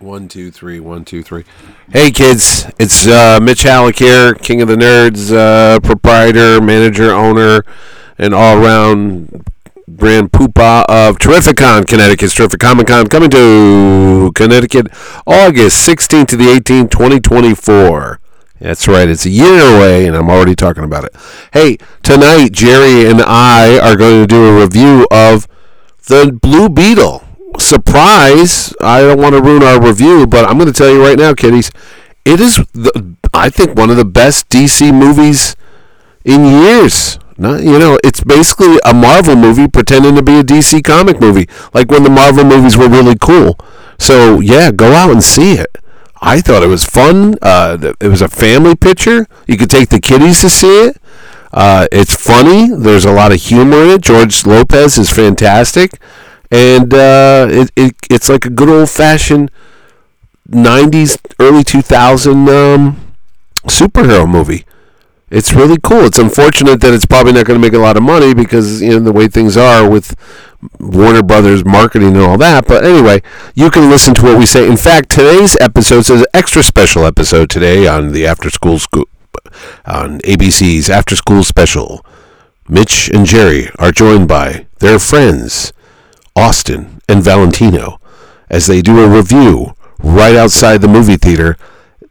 One, two, three, one, two, three. Hey, kids. It's uh, Mitch Halleck here, King of the Nerds, uh, proprietor, manager, owner, and all around brand poopa of Terrificon, Connecticut's Terrific Comic Con, coming to Connecticut August 16th to the 18th, 2024. That's right. It's a year away, and I'm already talking about it. Hey, tonight, Jerry and I are going to do a review of the Blue Beetle. Surprise! I don't want to ruin our review, but I'm going to tell you right now, kiddies, it is, the, I think, one of the best DC movies in years. Not, you know, it's basically a Marvel movie pretending to be a DC comic movie, like when the Marvel movies were really cool. So yeah, go out and see it. I thought it was fun. Uh, th- it was a family picture. You could take the kiddies to see it. Uh, it's funny. There's a lot of humor in it. George Lopez is fantastic, and uh, it, it it's like a good old fashioned '90s, early 2000 um, superhero movie it's really cool. It's unfortunate that it's probably not going to make a lot of money because you know the way things are with Warner Brothers marketing and all that. But anyway, you can listen to what we say. In fact, today's episode is an extra special episode today on the After School School on ABC's After School Special. Mitch and Jerry are joined by their friends Austin and Valentino as they do a review right outside the movie theater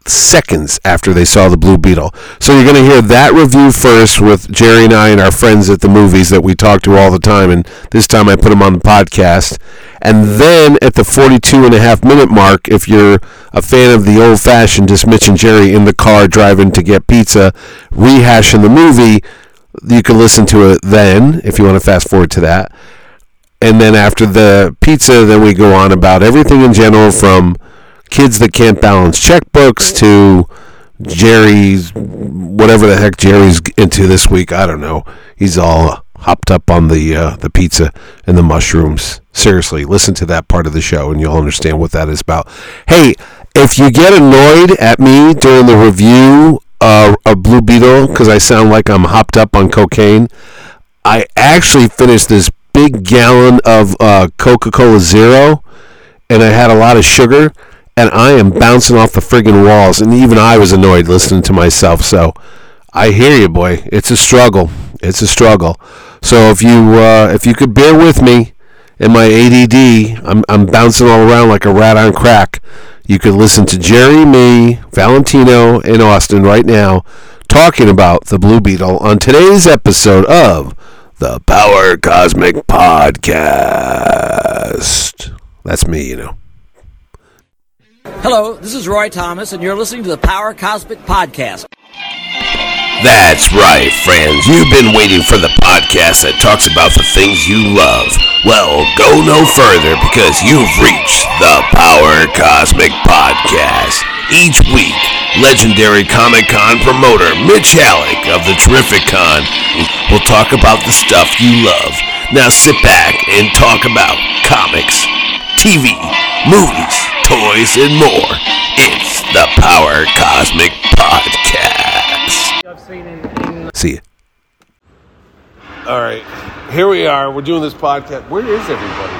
seconds after they saw the Blue Beetle. So you're going to hear that review first with Jerry and I and our friends at the movies that we talk to all the time. And this time I put them on the podcast. And then at the 42 and a half minute mark, if you're a fan of the old fashioned, just Mitch and Jerry in the car driving to get pizza, rehashing the movie, you can listen to it then if you want to fast forward to that and then after the pizza, then we go on about everything in general from kids that can't balance checkbooks to Jerry's whatever the heck Jerry's into this week. I don't know. He's all hopped up on the uh, the pizza and the mushrooms. Seriously, listen to that part of the show, and you'll understand what that is about. Hey, if you get annoyed at me during the review uh, of Blue Beetle because I sound like I'm hopped up on cocaine, I actually finished this big gallon of uh, Coca Cola Zero, and I had a lot of sugar, and I am bouncing off the friggin' walls. And even I was annoyed listening to myself. So I hear you, boy. It's a struggle. It's a struggle. So if you uh, if you could bear with me and my ADD, I'm I'm bouncing all around like a rat on crack. You could listen to Jerry, me, Valentino, and Austin right now talking about the Blue Beetle on today's episode of the Power Cosmic Podcast. That's me, you know. Hello, this is Roy Thomas, and you're listening to the Power Cosmic Podcast. That's right, friends. You've been waiting for the podcast that talks about the things you love. Well, go no further because you've reached the Power Cosmic Podcast. Each week, legendary Comic Con promoter Mitch Halleck of the Terrific Con will talk about the stuff you love. Now sit back and talk about comics, TV, movies, toys, and more. It's the Power Cosmic Podcast. See ya. All right, here we are. We're doing this podcast. Where is everybody?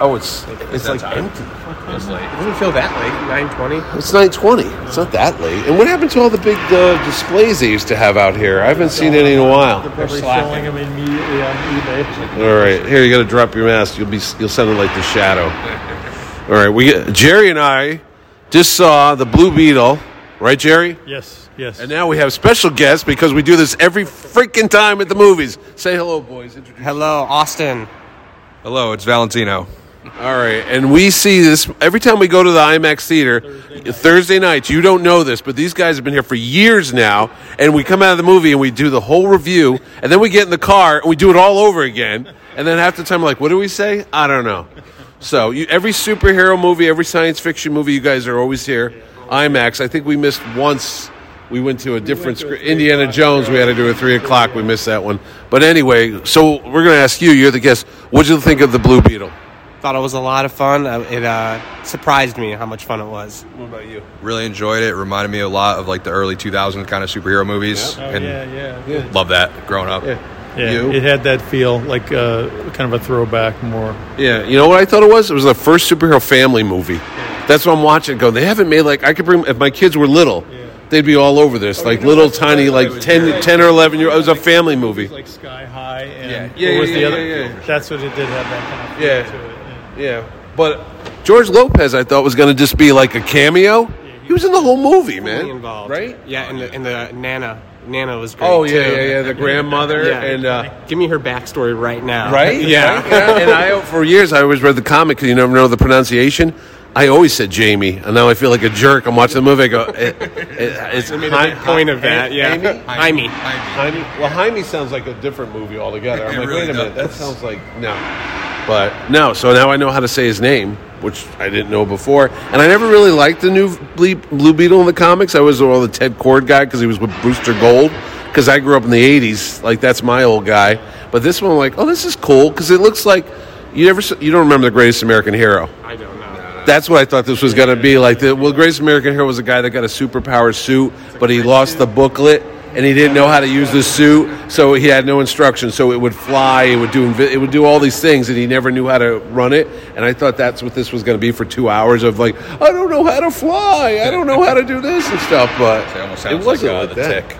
Oh, it's it's like empty. It doesn't feel that late. Nine twenty. It's nine twenty. It's not that late. And what happened to all the big uh, displays they used to have out here? I haven't seen any in a while. They're selling them immediately on eBay. All right, here you got to drop your mask. You'll be you'll sound like the shadow. All right, we Jerry and I just saw the Blue Beetle, right, Jerry? Yes, yes. And now we have special guests because we do this every freaking time at the movies. Say hello, boys. Introduce. Hello, Austin. Hello, it's Valentino. All right, and we see this every time we go to the IMAX theater Thursday, nights. You don't know this, but these guys have been here for years now, and we come out of the movie and we do the whole review, and then we get in the car and we do it all over again. And then half the time, like, what do we say? I don't know. So you, every superhero movie, every science fiction movie, you guys are always here. IMAX. I think we missed once. We went to a different to a screen. three Indiana o'clock. Jones. We had to do a three o'clock. We missed that one. But anyway, so we're going to ask you. You're the guest. What did you think of the Blue Beetle? Thought it was a lot of fun. Uh, It uh, surprised me how much fun it was. What about you? Really enjoyed it. Reminded me a lot of like the early 2000s kind of superhero movies. Oh, and yeah, yeah. yeah. Love that growing up. Yeah, You? it had that feel like uh, kind of a throwback more. Yeah, you know what I thought it was? It was the first superhero family movie. That's what I'm watching. Go, they haven't made like I could bring if my kids were little, they'd be all over Oh, this. like little tiny, like 10, 10 or eleven year. It was a family movie. Like Sky High and Yeah, yeah, what was yeah, the yeah, other? yeah, yeah. That's what it did have that kind of feel Yeah. to it. yeah. Yeah, but George Lopez, I thought was going to just be like a cameo. He was in the whole movie, man. involved. right? Yeah, and the, and the Nana. Nana was great. Oh yeah, too. yeah, yeah. The grandmother Yeah. and. Uh, Give me her backstory right now. Right? Yeah. and I, for years, I always read the comic because you never know the pronunciation. I always said Jamie, and now I feel like a jerk. I'm watching the movie. I go, it, it's eh, They made a big point of that. Yeah. Amy? Jaime. Jaime. Well, Jaime sounds like a different movie altogether. I'm It like, really wait a minute, that does. sounds like no. But no, so now I know how to say his name, which I didn't know before, and I never really liked the new Ble- Blue Beetle in the comics. I was all the Ted Cord guy because he was with Brewster Gold. Because I grew up in the '80s, like that's my old guy. But this one, I'm like, oh, this is cool because it looks like you never, s- you don't remember the Greatest American Hero. I don't know. That's what I thought this was going to be. Like, the, well, Greatest American Hero was a guy that got a superpower suit, but he lost the booklet and he didn't know how to use the suit, so he had no instructions. So it would fly, it would do, invi- it would do all these things, and he never knew how to run it. And I thought that's what this was going to be for two hours of like, I don't know how to fly, I don't know how to do this and stuff. But It almost it sounds like, wasn't uh, like the that. tick.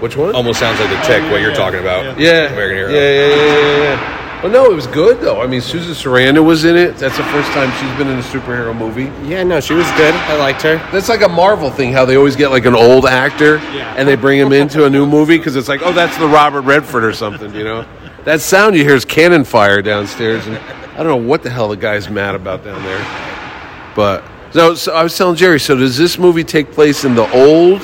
Which one? Almost sounds like the tick. yeah, what you're yeah, talking about? Yeah. American Hero. Yeah, yeah, yeah, yeah, yeah. But no, it was good though. I mean, Susan Sarandon was in it. That's the first time she's been in a superhero movie. Yeah, no, she was good. I liked her. That's like a Marvel thing, how they always get like an old actor Yeah. and they bring him into a new movie because it's like, oh, that's the Robert Redford or something, you know? That sound you hear is cannon fire downstairs, and I don't know what the hell the guy's mad about down there. But no, so I was telling Jerry, so does this movie take place in the old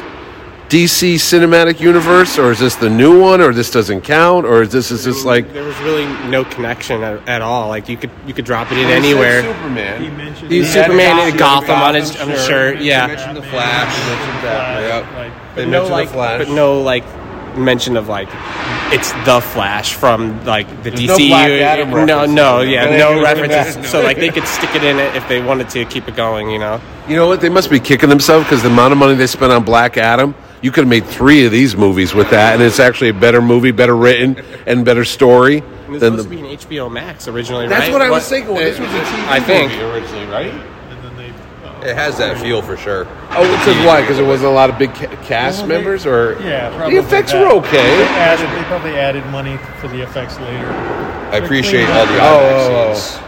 DC cinematic universe, or is this the new one, or this doesn't count, or is this is this like there was really no connection at, at all. Like you could you could drop it in anywhere. Superman? He mentioned He's that. Superman in Gotham, on his on his shirt. You Yeah. mentioned the Flash. Yep. Like, They no mentioned like the Flash. but no like mention of like it's the Flash from like the no DCU. Black Adam no, references. no, yeah, They no didn't do references. that. So like they could stick it in it if they wanted to keep it going, you know. You know what? They must be kicking themselves because the amount of money they spent on Black Adam, you could have made three of these movies with that, and it's actually a better movie, better written, and better story It was than supposed the. to be an HBO Max originally, That's right? what I was thinking. This was a TV I think. movie originally, right? and then they, uh, It has that feel for sure. Oh, it's just why? Because there wasn't a lot of big ca- cast Well, they- members, or yeah, probably the effects that. were They, okay. added, they probably added money for the effects later. I appreciate all the IMAX Oh, oh, oh. scenes,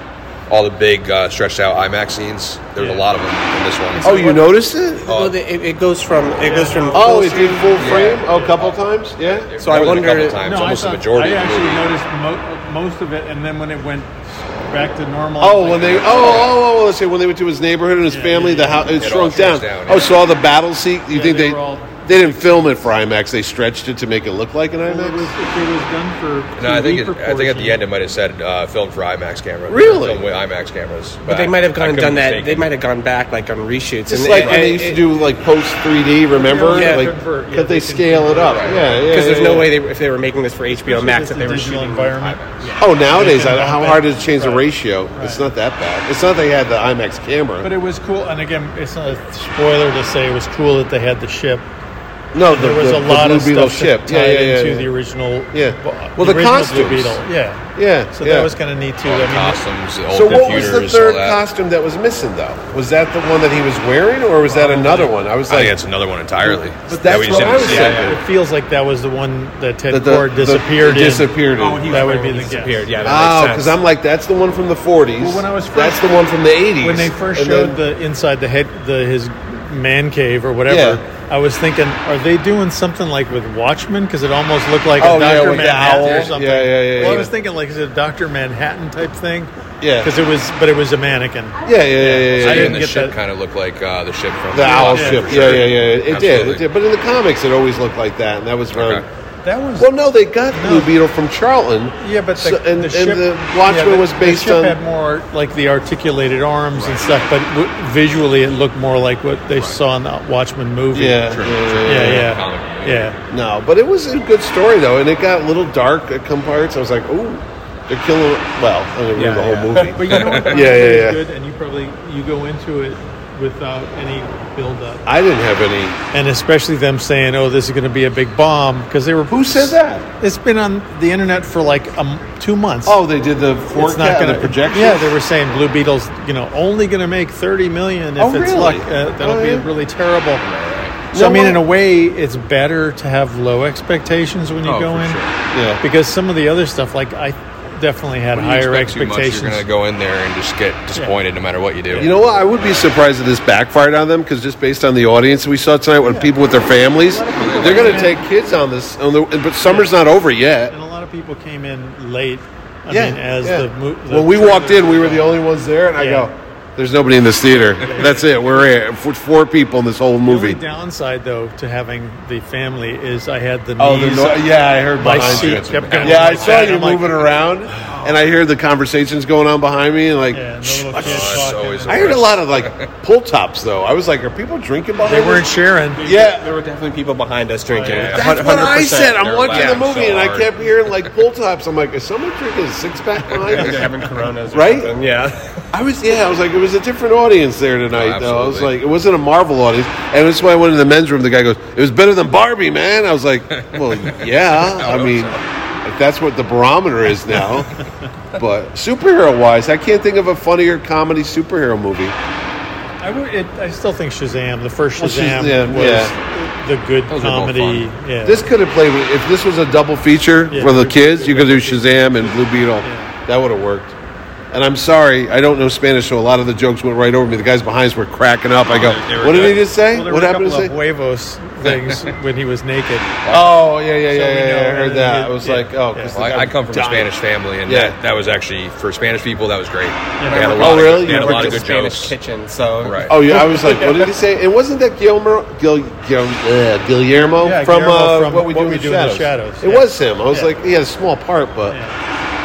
all the big uh, stretched out IMAX scenes. There's Yeah. a lot of them in this one. Oh, you noticed it? Oh, Well, the- it, it goes from it goes from Oh, full it screen- did Oh, full frame. Oh, a couple times. Yeah. So I More than a wonder- couple times, almost the majority I of the actually movie. noticed mo- most of it, and then when it went back to normal. Oh, when they oh oh oh, let's say when they went to his neighborhood and his family, the house it, all shrunk down. shrinks down, Oh, yeah. so all the battle seat. You think they they were all- they didn't film it for IMAX? They stretched it to make it look like an Well, it was, IMAX. if it was done for. No, I think it, TV I think at proportion- the end it might have said uh, filmed for IMAX camera. Really? Filmed with IMAX cameras. But they might have gone I and done couldn't that. be They mistaken. might have gone back like on reshoots. Just and- like and- when they and- used to do like post 3D, remember? Yeah, like, for- yeah, could they they scale it up? Yeah, yeah. Because there's yeah, no yeah. way they, if they were making this for HBO Just Max that the they were digital shooting. environment. Oh, nowadays, I, how hard is it to change the Right. ratio? It's not that bad. It's not they had the IMAX camera. But it was cool, and again, it's not a spoiler to say it was cool that they had the ship. no, the, There was the- a the lot Blue of Beetle stuff ship. that yeah, tied yeah, yeah, into yeah. the original. Yeah. Well, Well, the the, original costumes. Blue Beetle. Yeah, Yeah, So yeah. that was kind of neat too. The I mean, costumes, the old So what was computers, the all third that. costume that was missing though? Was that the one that he was wearing, or was that another one? I was I like, think that's another one entirely. But That that's we what just I didn't was see. saying. Yeah, yeah. it feels like that was the one that Ted the- the- Cord the- it disappeared. in. disappeared Oh, in. that would be the disappeared. guess. Oh, Yeah, that makes because sense. I'm like, that's the one from the 40s. Well, when I was that's first- the one from the 80s. When they first And showed then- the inside the head, the his man cave or whatever, Yeah. I was thinking, are they doing something like with Watchmen? Because it almost looked like Oh, a yeah, Doctor with the Manhattan owl. or something. Yeah, yeah, yeah, Well, yeah. I was thinking like is it a Doctor Manhattan type thing? Yeah. because it was, but it was a mannequin. yeah, yeah, yeah, yeah, yeah, So I even didn't the get ship that. kind of looked like uh, the ship from The owl Yeah, ship. for Yeah, sure. yeah, yeah. It did, Absolutely. it did. But in the comics, it always looked like that, and that was wrong. Okay. That was Well, no, they got No. Blue Beetle from Charlton. Yeah, but the, So- and, the and ship, the Watchmen yeah, but was based the ship on. had more like the articulated arms and stuff, but w- visually it looked more like what they saw in the Watchmen movie. yeah, True, yeah, true. yeah, yeah, yeah. Comic, yeah. yeah. yeah. No, but it was a good story though, and it got a little dark at some parts. I was like, "Ooh, they're killing." Well, I mean, Yeah, the whole yeah. movie. But you know what? Yeah, yeah, It's yeah. Good, and you probably you go into it without any buildup. I didn't have any. And especially them saying, "Oh, this is going to be a big bomb," because they were. Who said that? It's been on the internet for like um, two months. Oh, they did the it's forecast, not going the to projection. Yeah, they were saying Blue Beetle's, you know, only going to make thirty million. If Oh, it's really? luck, uh, that'll Oh, be yeah. really terrible. So No, I mean, well- in a way, it's better to have low expectations when you Oh, go for in, sure. Yeah. because some of the other stuff, like I definitely had When you higher expect too much, expectations. You're going to go in there and just get disappointed no matter what you do. You know what? I would be surprised if this backfired on them because just based on the audience we saw tonight, with people with their families, they're going to take kids on this. On the, but summer's not over yet. and a lot of people came in late. I yeah, mean, as yeah. the, mo- the when we trailer- walked in, we were the only ones there, and I Yeah. go, "There's nobody in this theater. That's it. We're here. F- four people in this whole The movie." only downside, though, to having the family is I had the Oh, the knees. no- yeah, I heard my behind you. seat kept going. Yeah, I like saw that, you and I'm moving like, around, and I hear the conversations going on behind me, and like. Yeah, and the "Shh, little watch kids this." talking. always I heard a lot of like pull tops though. I was like, "Are people drinking behind?" They us? weren't sharing. Yeah, There were definitely people behind us drinking. Yeah. That's what I 100%. said. I'm They're watching the laughing movie so and I hard. kept hearing like pull tops. I'm like, is someone drinking a six pack behind They're us? having Coronas, or Right? something. Yeah. I was yeah. I was like, it was a different audience there tonight. Oh, though I was absolutely. like, it wasn't a Marvel audience, and that's why I went in the men's room. The guy goes, it was better than Barbie, man. I was like, well, yeah. I, hope mean, so. if that's what the barometer is now. but superhero wise, I can't think of a funnier comedy superhero movie. I, would- it, I still think Shazam, the first Well, Shazam, Shazam, was yeah. the good Those were both comedy. Yeah. This could have played with, if this was a double feature Yeah. for the kids. You could do Shazam and Blue Beetle. That would have worked. And I'm sorry, I don't know Spanish, so a lot of the jokes went right over me. The guys behind us were cracking up. I go, they were what did good. he just say? well, there what were a happened to couple say? of huevos things when he was naked. Oh yeah, yeah, yeah, So we yeah, yeah, know, I and heard then that. it- I was yeah, like, oh, yeah. 'cause Well, I, I come from a Dying. Spanish family, and Yeah. that, that was actually for Spanish people. That was great. Yeah. They had a Oh, lot. Of, really? They had You worked a lot of at good Spanish jokes. kitchen. So Right. Oh yeah, I was like, what did he say? And wasn't that Guillermo Gil, Gil, uh, Guillermo Yeah, from, Guillermo uh, from what we do, in, the shadows. Shadows, It yeah. was him. I was Yeah. like, he had a small part, but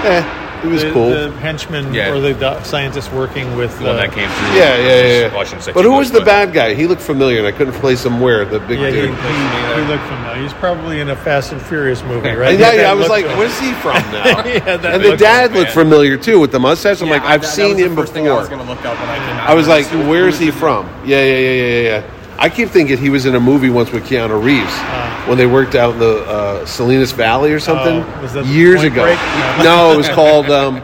eh, it was the, cool. the henchman Yeah. or the do- scientist working with The one uh, that came through. Yeah, yeah, yeah. Just watching yeah. But who Sexy was Boys, the but- bad guy? He looked familiar, and I couldn't place him where the big Yeah, he, dude. he, he looked familiar. He's probably in a Fast and Furious movie, right? And yeah, He had yeah, I that was look like, to him. where's he from now? He had that and the look. dad man. looked familiar too with the mustache. I'm Yeah, like, I've that- that seen was the him first thing I before. was going to look up when I came out. I was like, Who- who where's he was it? from? Yeah, yeah, yeah, yeah, yeah, yeah. I keep thinking he was in a movie once with Keanu Reeves when they worked out in the uh, Salinas Valley or something Uh. Oh, was that years Point ago. Break? No, it was called. Um,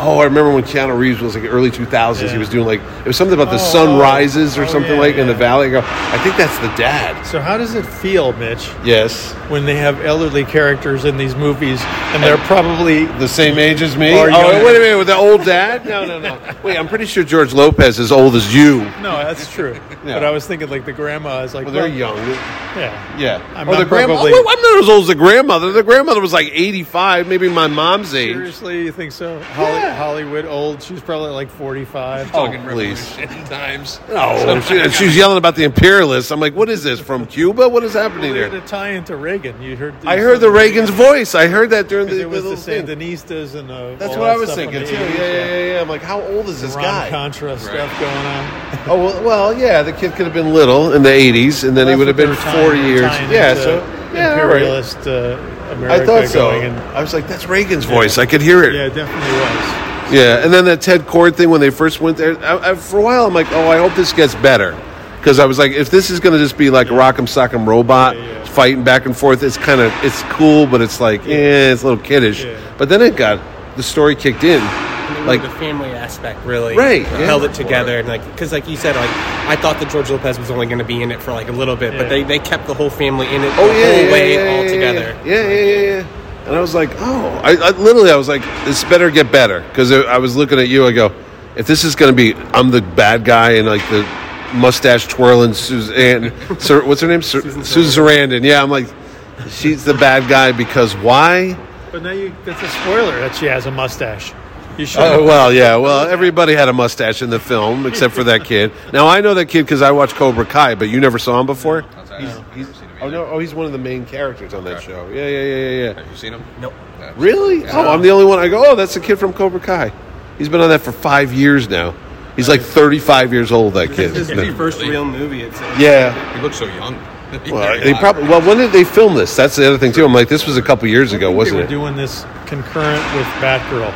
oh, I remember when Keanu Reeves was like early two thousands. He Yeah. was doing like it was something about the Oh, sun oh. rises or Oh, something yeah, like in the yeah. valley. I go, I think that's the dad. So how does it feel, Mitch, Yes, when they have elderly characters in these movies and they're probably the same age as me. oh, Or younger. wait a minute, with the old dad? No, no, no. Wait, I'm pretty sure George Lopez is old as you. no, that's true. Yeah. But I was thinking like the grandma is like Well, they're well, young. Yeah. Yeah. I'm or not the grandma. probably- Oh, I'm not as old as the grandmother. The grandmother was like 85, maybe my mom's age. Seriously, you think so? Holly, Yeah. Hollywood old. She's probably like forty-five. Oh, Fucking please. revolution times. No. She, and she's yelling about the imperialists. I'm like, what is this? From Cuba? What is happening They're to here? tie into Reagan. You heard? I heard the Reagan's voice. I heard that during the, It was the the little thing. Sandinistas and uh, That's all what that I was stuff in thinking, the too. Yeah, 80s, yeah, yeah, yeah. I'm like, how old is this Ron guy? Contra stuff going on. Oh, well, well, yeah, the kid could have been little in the 80s, and then he would have been 40 years. Yeah, so. Yeah, all right. imperialist uh, America I thought so. going and I was like, that's Reagan's voice. I could hear it. yeah, it definitely was. Yeah, and then that Ted Cord thing when they first went there. I, I, for a while, I'm like, oh, I hope this gets better, because I was like, if this is going to just be like a Rock'em Sock'em Robot fighting back and forth, it's kind of it's cool, but it's like, eh, it's a little kiddish. Yeah. But then it got the story kicked in, like like the family aspect really Right, yeah. held it together and like because like you said like I thought that George Lopez was only going to be in it for like a little bit Yeah. but they, they kept the whole family in it oh the yeah, whole yeah, way yeah, yeah, all yeah, together Yeah, yeah, yeah, yeah. And I was like, oh, I, I literally, I was like, this better get better, because I I was looking at you. I go, if this is going to be, I'm the bad guy and like the mustache twirling Suzanne. Sir, what's her name? Sir, Susan, Sarandon. Yeah, I'm like, she's the bad guy because why? But now you, that's a spoiler that she has a mustache. You should. Oh well, yeah. Well, everybody had a mustache in the film except for that kid. Now I know that kid because I watched Cobra Kai, but you never saw him before. He's, he's, oh no, oh he's one of the main characters on that show. Yeah, yeah, yeah, yeah, yeah. Have you seen him? Nope. Yeah. Really? Oh, I'm the only one. I go, oh, that's the kid from Cobra Kai. He's been on that for five years now. He's like 35 years old. That This is the kid. first real movie it's yeah. He looks so young. Well, they probably. Well, when did they film this? That's the other thing too. I'm like, this was a couple years ago, they wasn't were it? doing this concurrent with Batgirl.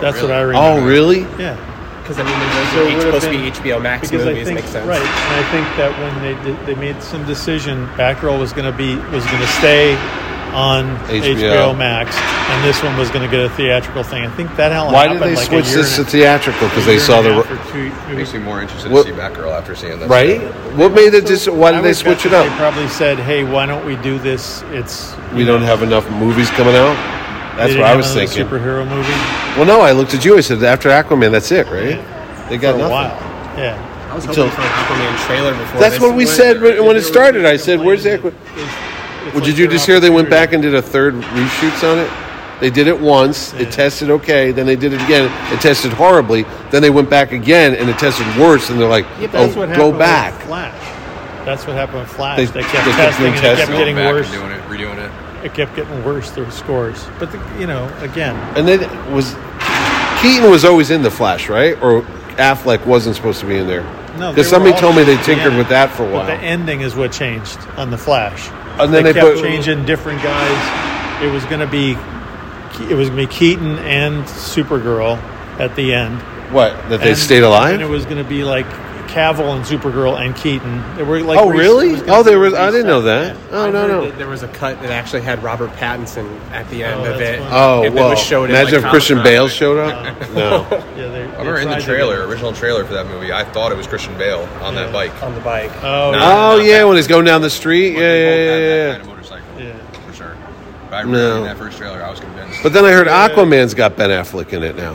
that's Oh, really? what I remember. Oh, really? Yeah. because I mean, there's There H- would have supposed been- to be HBO Max because I movies. think- Makes sense. Right, and I think that when they did, they made some decision, Batgirl was going to be was going to stay on HBO. HBO. Max, and this one was going to get a theatrical thing. I think that happened. Why did they like a switch year this to and a- theatrical? Because a they year saw and a the half or two- it was- Makes me more interested What- to see Batgirl after seeing this. right. What made it? Dis- why did I they would switch it bet They up? probably said, "Hey, why don't we do this?" It's We don't have enough movies coming out. they That's didn't what I have was another thinking. Superhero movie Well, no, I looked at you. I said, after Aquaman, that's it, right? They got for a nothing. while. Yeah, I was Until- hoping for an Aquaman trailer before. That's this what we went. said when, when it They were started. I said, complaining "Where's the?" that Aqu- it's- it's Well, like did you their just hear they went opportunity. back and did a third reshoots on it? They did it once. Yeah. It tested okay. Then they did it again. It tested horribly. Then they went back again and it tested worse. And they're like, Yeah, but "Oh, that's what happened go with back." Flash. That's what happened with Flash. They- They, kept they kept testing doing and it tests kept going getting worse. and doing it, redoing it. It kept getting worse. Their scores, but the, you know, again, And then it was Keaton was always in the Flash, right? Or Affleck wasn't supposed to be in there. no. they were because somebody all told me they at the tinkered end, with that for a while. But the ending is what changed on the Flash. And then they kept put- changing different guys. It was going to be, it was going to be Keaton and Supergirl at the end. what? That they And- stayed alive? And it was going to be like Cavill and Supergirl and Keaton. They were like oh, re- it really? was gonna Oh, be there was. I didn't reset. know that. Yeah. Oh, I no, heard no. that There was a cut that actually had Robert Pattinson at the end Oh, of that's it. funny. Oh, If it was well, showed at, imagine like, if Christian Comic-Con. Bale showed up. No. Yeah, they, I remember in the trailer, original trailer for that movie, I thought it was Christian Bale on that Yeah. bike. on the bike. Oh, No. yeah. Oh yeah, when he's going down the street. Yeah, Uh, When they both yeah, had yeah. that yeah. Kind of motorcycle, Yeah. for sure. But I remember No. in that first trailer, I was convinced. But then I heard Aquaman's got Ben Affleck in it now.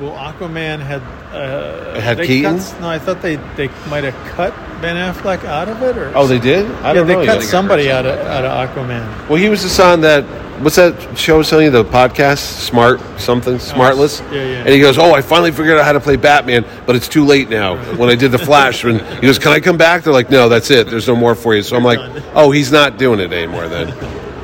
Well, Aquaman had uh, It had they Keaton? cut- no, I thought they they might have cut Ben Affleck out of it, or Oh, they did. I yeah, don't they know. cut yet. somebody heard out of something out of Aquaman. Well, he was just on that. What's that show? I was telling you the podcast, Smart something, Smartless. yeah, yeah. And he goes, "Oh, I finally figured out how to play Batman, but it's too late now." When I did the Flash, when he goes, "Can I come back?" They're like, "No, that's it. There's no more for you." So I'm like, "Oh, he's not doing it anymore." Then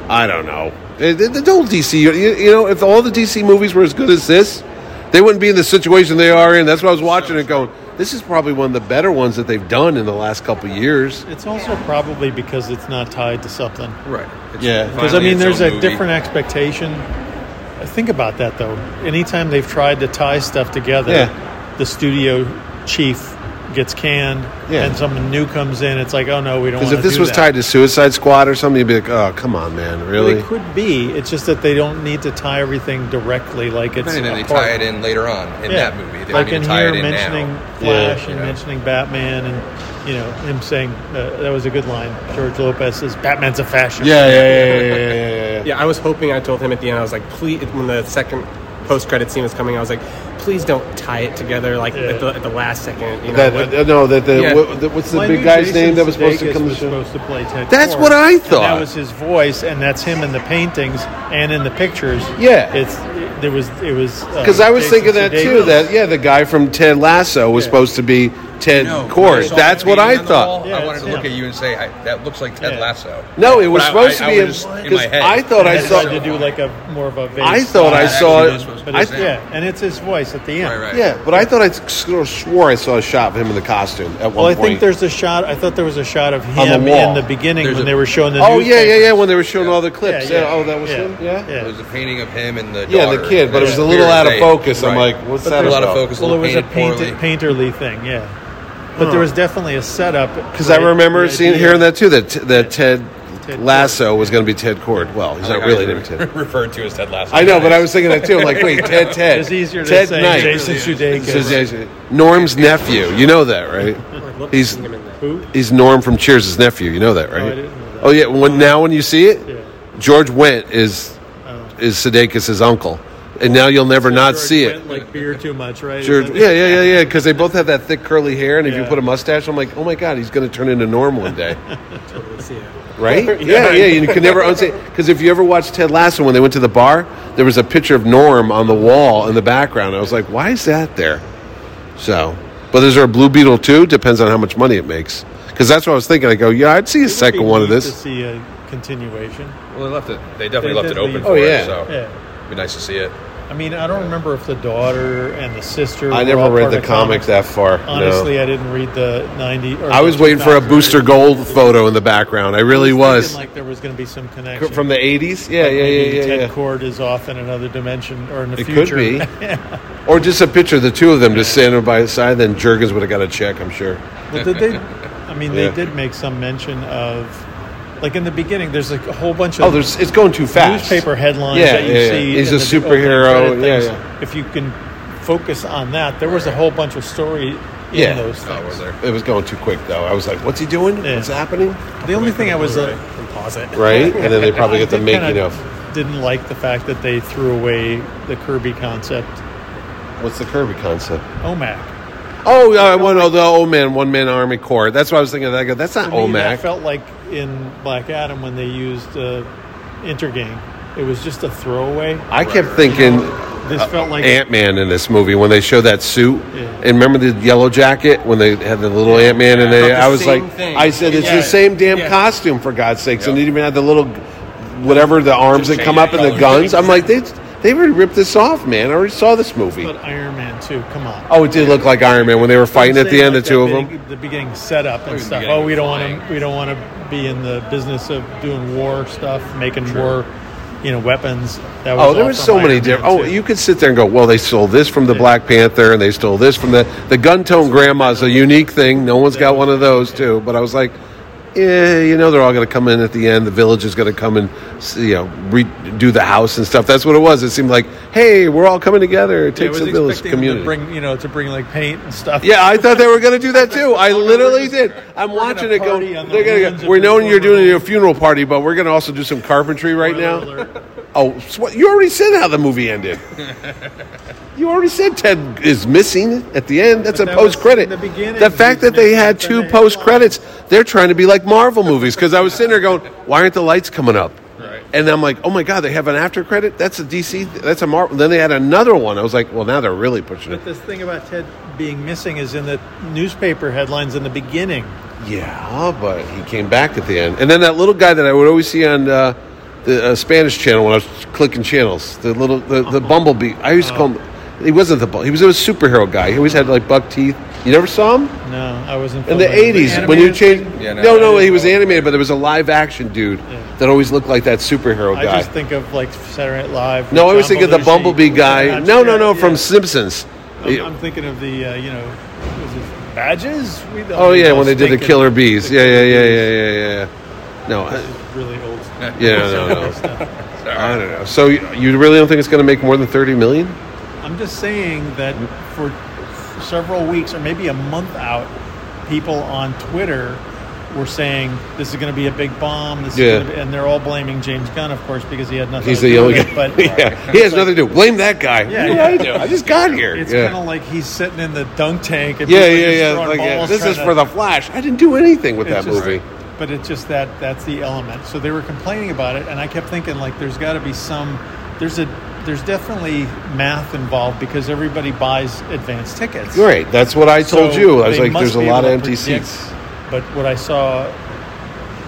I don't know. Eh, The, the whole DC, you, you know, if all the DC movies were as good as this, they wouldn't be in the situation they are in. That's why I was watching it, going, "This is probably one of the better ones that they've done in the last couple years." It's also probably because it's not tied to something. right. It's Yeah. Because I finally mean, its there's own a movie. different expectation. Think about that though. Anytime they've tried to tie stuff together, Yeah. the studio chief gets canned, Yeah. and someone new comes in. It's like, oh no, we don't. Because wanna if this do was that. tied to Suicide Squad or something, you'd be like, "Oh, come on, man, Well, really?" It could be. It's just that they don't need to tie everything directly like it's. And then they a part. tie it in later on in that movie. They don't like need to in tie here, it in mentioning now. Flash Yeah. and Yeah. mentioning Batman, and you know him saying uh, that was a good line. George Lopez says, "Batman's a fascist." Yeah, yeah, yeah, yeah, yeah, yeah, yeah. Yeah, I was hoping. I told him at the end. I was like, please. When the second post-credit scene was coming, I was like, please don't tie it together like Yeah. at, the, at the last second. You know, That, uh, no, that the, Yeah. what, the what's the Well, I big knew guy's Jason name that was supposed to Sudeikis come to the was show? supposed to play Ted. That's Kord, what I and thought. that was his voice, and that's him in the paintings and in the pictures. Yeah. it's there was it was uh, Because I was thinking that too. That yeah, the guy from Ted Lasso was Yeah. supposed to be Ted No, when I Kord. saw That's the what I painting on the thought. wall, Yeah, I wanted it's to look him. at you and say, I, that looks like Ted Yeah. Lasso. No, it was But I- supposed I- to I be was a- in my head. I thought I I saw. tried to do like a more of a. Vague I thought I That actually saw was it. supposed to But be it's, Sam. yeah, and it's his voice at the end. Right, right. Yeah, but I thought I sort of swore I saw a shot of him in the costume at one Well, I point. think there's a shot. I thought there was a shot of On the him wall. in the beginning There's when a- they were showing the. Oh yeah, yeah, newspapers. yeah. When they were showing all the clips. Yeah, Yeah, yeah. Oh, that was Yeah. him. Yeah. Yeah. It was a painting of him and the Yeah, the daughter. kid, but it was a little Clear as out of day. focus. I'm Right. like, what's But that there's a lot of about? focus. Well, it was a painted painted, painterly thing, yeah. But there was definitely a setup Because I remember seeing hearing that too. That that Ted, Ted Lasso was going to be Ted Kord. Well, he's not really named Ted. referred to as Ted Lasso. I know, but I was thinking that too. I'm like, wait, Ted, Ted. It's easier to Ted say Knight. Jason Sudeikis. Says Jason- Norm's nephew. You know that, right? He's Who? he's Norm from Cheers' nephew. You know that, right? I didn't know that. Oh, yeah. When now when you see it, Yeah. Oh. George Wendt is is Sudeikis' uncle, and now you'll never not George see it. went, Like beer too much, right? George, yeah, yeah, yeah, yeah. Because they both have that thick curly hair, and if you Yeah. put a mustache, I'm like, oh my god, he's going to turn into Norm one day. Let's see it. Right? Yeah, yeah. You can never unsee because if you ever watched Ted Lasso when they went to the bar, there was a picture of Norm on the wall in the background. I was like, why is that there? So, but is there a Blue Beetle too? Depends on how much money it makes. Because that's what I was thinking. I go, yeah, I'd see a It would be second one of neat this. To see a continuation. Well, they left it. They definitely They left did it open leave- for Oh, it. yeah. So Yeah. it'd be nice to see it. I mean, I don't remember if the daughter and the sister. I were never all read part the of comic that far. no. Honestly, I didn't read the ninety. Or I was the waiting for a 2000. Booster Gold photo in the background. I really I was. thinking, like there was going to be some connection From the 80s? Yeah, Like, yeah, maybe yeah, yeah. Ted yeah. Cord is off in another dimension or in the It could future. be. Or just a picture of the two of them just standing by the side, then Jurgens would have got a check, I'm sure. But did they? I mean, Yeah. they did make some mention of, like in the beginning, there's like a whole bunch of Oh, there's it's going too fast. newspaper headlines Yeah, that you yeah, yeah. see. He's in a the superhero, opening yeah, credit things. yeah. If you can focus on that, there was a whole bunch of story in Yeah. those Oh, was things. there? It was going too quick, though. I was like, what's he doing? Yeah. What's happening? the only thing I was uh, and pause it. Right? And then they probably I get the did making kinda of. Didn't like the fact that they threw away the Kirby concept. What's the Kirby concept? OMAC. Oh, yeah, I want oh, the old man, one man army corps. That's what I was thinking. of that. I go, that's not To me, that OMAC. felt like in Black Adam when they used uh, Intergang. It was just a throwaway. I kept thinking This felt like Ant Man in this movie when they show that suit. Yeah. And remember the yellow jacket when they had the little Ant Man and they, Not the I was same like, thing. I said, it's Yeah. the same damn Yeah. costume for God's sakes. And Yeah. they even had the little, whatever the arms that change come the up and the color. guns. I'm like, they they already ripped this off, man. I already saw this movie. but Iron Man too. Come on. Oh, it did look like Iron Man when they were fighting at the saying, end, the like, two of that them. big- The beginning setup and Or the stuff. beginning Oh, we of don't want flying. to. We don't want to be in the business of doing war stuff, making war, you know, weapons. That was Oh, there all was from so Iron many Man different. Oh, too. you could sit there and go, well, they stole this from the Black Panther and they stole this from the the gun tone grandma's a unique thing. No one's got one of those too. But I was like, yeah, you know, they're all going to come in at the end. The village is going to come and s- you know redo the house and stuff. That's what it was. It seemed like, hey, we're all coming together. It Yeah, I takes was a village expecting them community. To bring you know to bring like paint and stuff. yeah, I thought they were going to do that too. I literally just- did. I'm watching it go. party on the They're going ruins to of go. We're the knowing you're doing Wolverine." a funeral party, but we're going to also do some carpentry right now. Spoiler alert. Oh, sw- you already said how the movie ended. you already said Ted is missing at the end. That's that a was post credit. in the beginning. fact that He's they missing, had then two they had post one. credits, they're trying to be like Marvel movies. Because I was sitting there going, "Why aren't the lights coming up?" Right. And I'm like, "Oh my god, they have an after credit. That's a DC. That's a Marvel." Then they had another one. I was like, "Well, now they're really pushing it." But this thing about Ted being missing is in the newspaper headlines in the beginning. Yeah, but he came back at the end. And then that little guy that I would always see on uh, the uh, Spanish channel when I was clicking channels, the little the, Uh-huh. the bumblebee. I used to call him. He wasn't the bu- he was a superhero guy. He always had like buck teeth. You never saw him No, I wasn't in the eighties when you changed. Yeah, no, no, I no, didn't he was know. animated, but there was a live action dude that always looked like that superhero I guy. just think of like Saturday Night Live. no, I with always John think of the Belushi. bumblebee guy. Yeah, No, no, no, yeah. from Simpsons. I'm, I'm thinking of the uh, you know was it badges. We don't oh yeah, know, when they did the stinking- killer bees. the Yeah, yeah, killer yeah, bees. yeah, yeah, yeah. No, I- Really old. yeah, no, no. I don't know. So you- you really don't think it's going to make more than thirty million? I'm just saying that for several weeks or maybe a month out, people on Twitter were saying this is going to be a big bomb. This Yeah. is gonna be, and they're all blaming James Gunn, of course, because he had nothing. He's to the do only with guy. it, But uh, yeah, he has nothing to do. Blame that guy. Yeah, What yeah. did I do? I just got here. it's yeah. kind of like he's sitting in the dunk tank. And yeah, people are yeah, just yeah. throwing Like, yeah, balls This trying is to- for the Flash. I didn't do anything with It's that just- movie. But it's just that that's the element. So they were complaining about it, and I kept thinking like, there's got to be some, there's a, there's definitely math involved because everybody buys advance tickets. Great. That's what I told So you. I was they like, must there's a be lot of able to empty predict- seats. But what I saw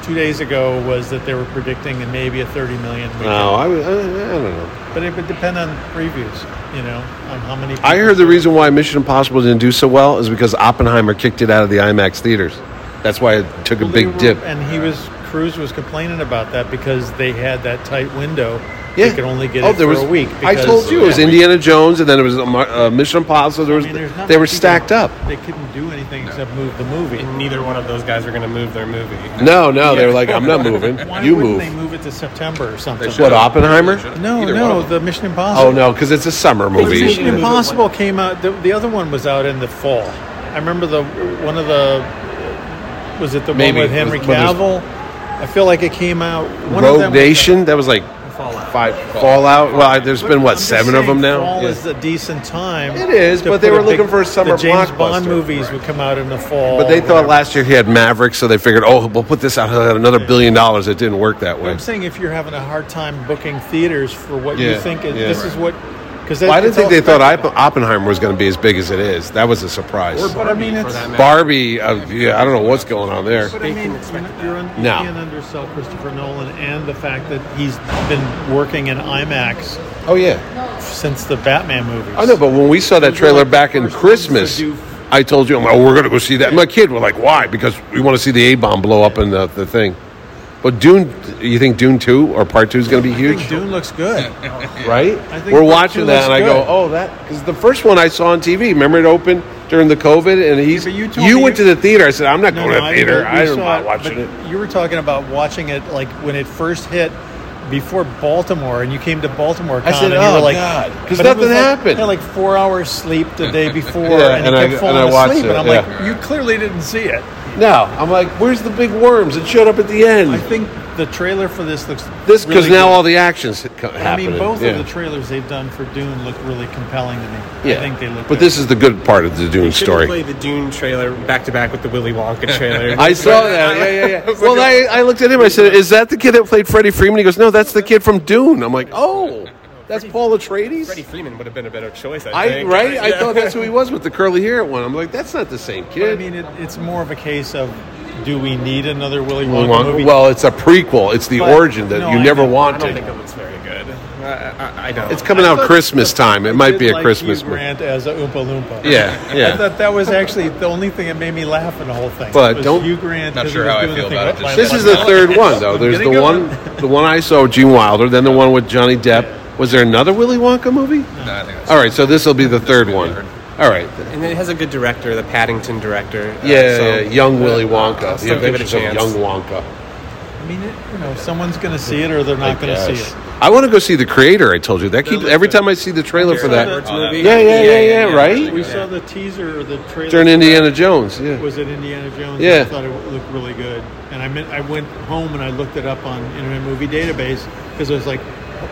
two days ago was that they were predicting and maybe a 30 million. weekend. No, I, was- I, Oh, I don't know. But it would depend on previews, you know, on how many. I people- heard the reason why Mission Impossible didn't do so well is because Oppenheimer kicked it out of the IMAX theaters. That's why it took a Well, they big were- dip. And he was Cruz was complaining about that because they had that tight window. They could only get it for a week. Oh, I because- told you it was Indiana Jones, and then it was um, uh, Mission Impossible. There was, I mean, there's not they much were you can- stacked up. They couldn't do anything except move the movie. And neither one of those guys are going to move their movie. No, no, they were like, I'm not moving. Why you wouldn't move. they move it to September or something? They should've. What, Oppenheimer? They should've. No, Either one no, of them. the Mission Impossible. Oh no, because it's a summer But movie. Mission Impossible came out. The, the other one was out in the fall. I remember the one of the was it the Maybe. one with Henry When there's- Cavill. I feel like it came out. One of them Rogue was- Nation. That was like Fallout. five Fallout. Well, I, there's been I'm what just seven of them saying now. Fall Yeah. is a decent time. It is, to but they put were looking for a summer The James Bond blockbuster. movies would come out in the fall. But they or thought whatever. last year he had Maverick, so they figured, oh, we'll put this out at another billion dollars. It didn't work that way. I'm saying if you're having a hard time booking theaters for what Yeah, you think is yeah. this is what Because Well, I didn't think they thought Oppen- Oppenheimer was going to be as big as it is. That was a surprise. Or But I mean, Barbie, for it's- that matter. Barbie, uh, yeah, I don't know what's going on there. But I mean, you're not- you're un- you No. can't undersell Christopher Nolan and the fact that he's been working in IMAX Oh yeah, since the Batman movies. I know. But when we saw that trailer back in First ones to Christmas, do- I told you, I'm like, oh, we're going to go see that. My kid were like, why? Because we want to see the A bomb blow up in the, the thing. But Dune, you think Dune two or Part two is going to be I huge? think Dune looks good. right? I think We're Part watching Two that, and looks I go, good. "Oh, that." Because the first one I saw on TV, remember it opened during the COVID, and he's but you you, told me went you- to the theater. I said, "I'm not No, going no, to the theater. we I, am saw not it, watching but it." You were talking about watching it like when it first hit before Baltimore, and you came to Baltimore. I Con, said, and you were "Oh, like, God," 'cause but it nothing was like- happened. I had like four hours sleep the day before, Yeah, and, and I I- kept and falling I watched asleep. it, and I'm like, yeah. you clearly didn't see it. No, I'm like, "Where's the big worms? It showed up at the end." I think the trailer for this looks Hmm. this because really now good. all the actions ha- co- I happening. mean, both yeah. of the trailers they've done for Dune look really compelling to me. yeah. I think they look. But good. this is the good part of the Dune Should've story. played the Dune trailer back to back with the Willy Wonka trailer. I saw that. Yeah, yeah, yeah. Well, I, I looked at him. I said, "Is that the kid that played Freddie Freeman?" He goes, "No, that's the kid from Dune." I'm like, "Oh, that's Paul Atreides." Freddie Freeman would have been a better choice. I, I think. right? I Yeah. thought that's who he was with the curly hair one. I'm like, that's not the same But I kid. mean, it, it's more of a case of do we need another Willy Willy Wonka Wonka- movie? well, it's a prequel. It's the But- origin that no, you I never know. I I don't wanted. think it looks very good. I, I, I don't. It's coming I out thought Christmas the- time. It I might did be a like Christmas Hugh movie. Grant as a Oompa Loompa. Yeah, I yeah. thought that was actually the only thing that made me laugh in the whole thing. But was don't- Hugh Grant. Not 'cause he sure was how I doing feel the thing about it, with just- my This is left the hand. third one though. There's the getting good. one, the one I saw with Gene Wilder. Then the one with Johnny Depp. Was there another Willy Wonka movie? No, I think that's All right, so this will be the third one. All right. and it has a good director, the Paddington director. uh, Yeah, so- yeah, young Willy I'll Wonka. The still give it a Adventures of chance. Young Wonka. I mean, it, you know, someone's going to see it or they're not going to see Yes. it. I want to go see the creator. I told you that. Keep every time I see the trailer for that. Birds Oh, movie. Yeah, yeah, yeah, yeah, really right? We good. saw uh, the teaser or the trailer. During Indiana Jones, for- yeah. Was it Indiana Jones? Yeah. I thought it looked really good, and I meant I went home and I looked it up on Internet Movie Database because I was like,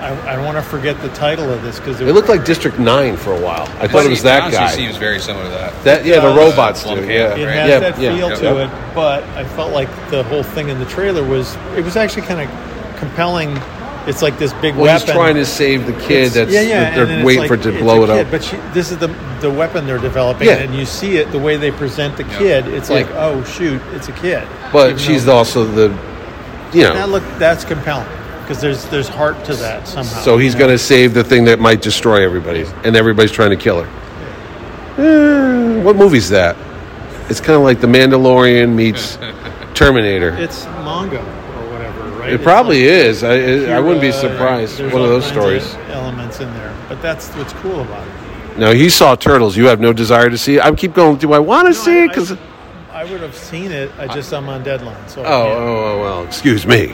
I, I want to forget the title of this because It looked like District Nine for a while. I thought it was that honestly guy. seems very similar to that. That yeah, the Yeah. robots Yeah. do. Yeah, It has yeah, that yeah, feel yeah. to it, but I felt like the whole thing in the trailer was it was actually kind of compelling. It's like this big Well, weapon. he's trying to save the kid. That's yeah, yeah. that and then they're it's waiting like- for it to it's blow a it kid, up. But she, this is the the weapon they're developing, Yeah. and you see it the way they present the kid. It's like, oh shoot, it's a kid. But Even she's though- also the, you that know. look that's compelling because there's there's heart to that somehow. So he's you know? going to save the thing that might destroy everybody, and everybody's trying to kill her. Eh, what movie's that? It's kind of like The Mandalorian meets Terminator. It's manga or whatever, right? It It's probably like- is. I, I I wouldn't be Hero, surprised. there's One of all those kinds stories. elements in there, but that's what's cool about it. No, he saw turtles. You have no desire to see. it? I keep going. Do I want to No, see I- it? Because I, I would have seen it. I just I'm on deadline. So I Oh, can't. oh, oh, well, excuse me.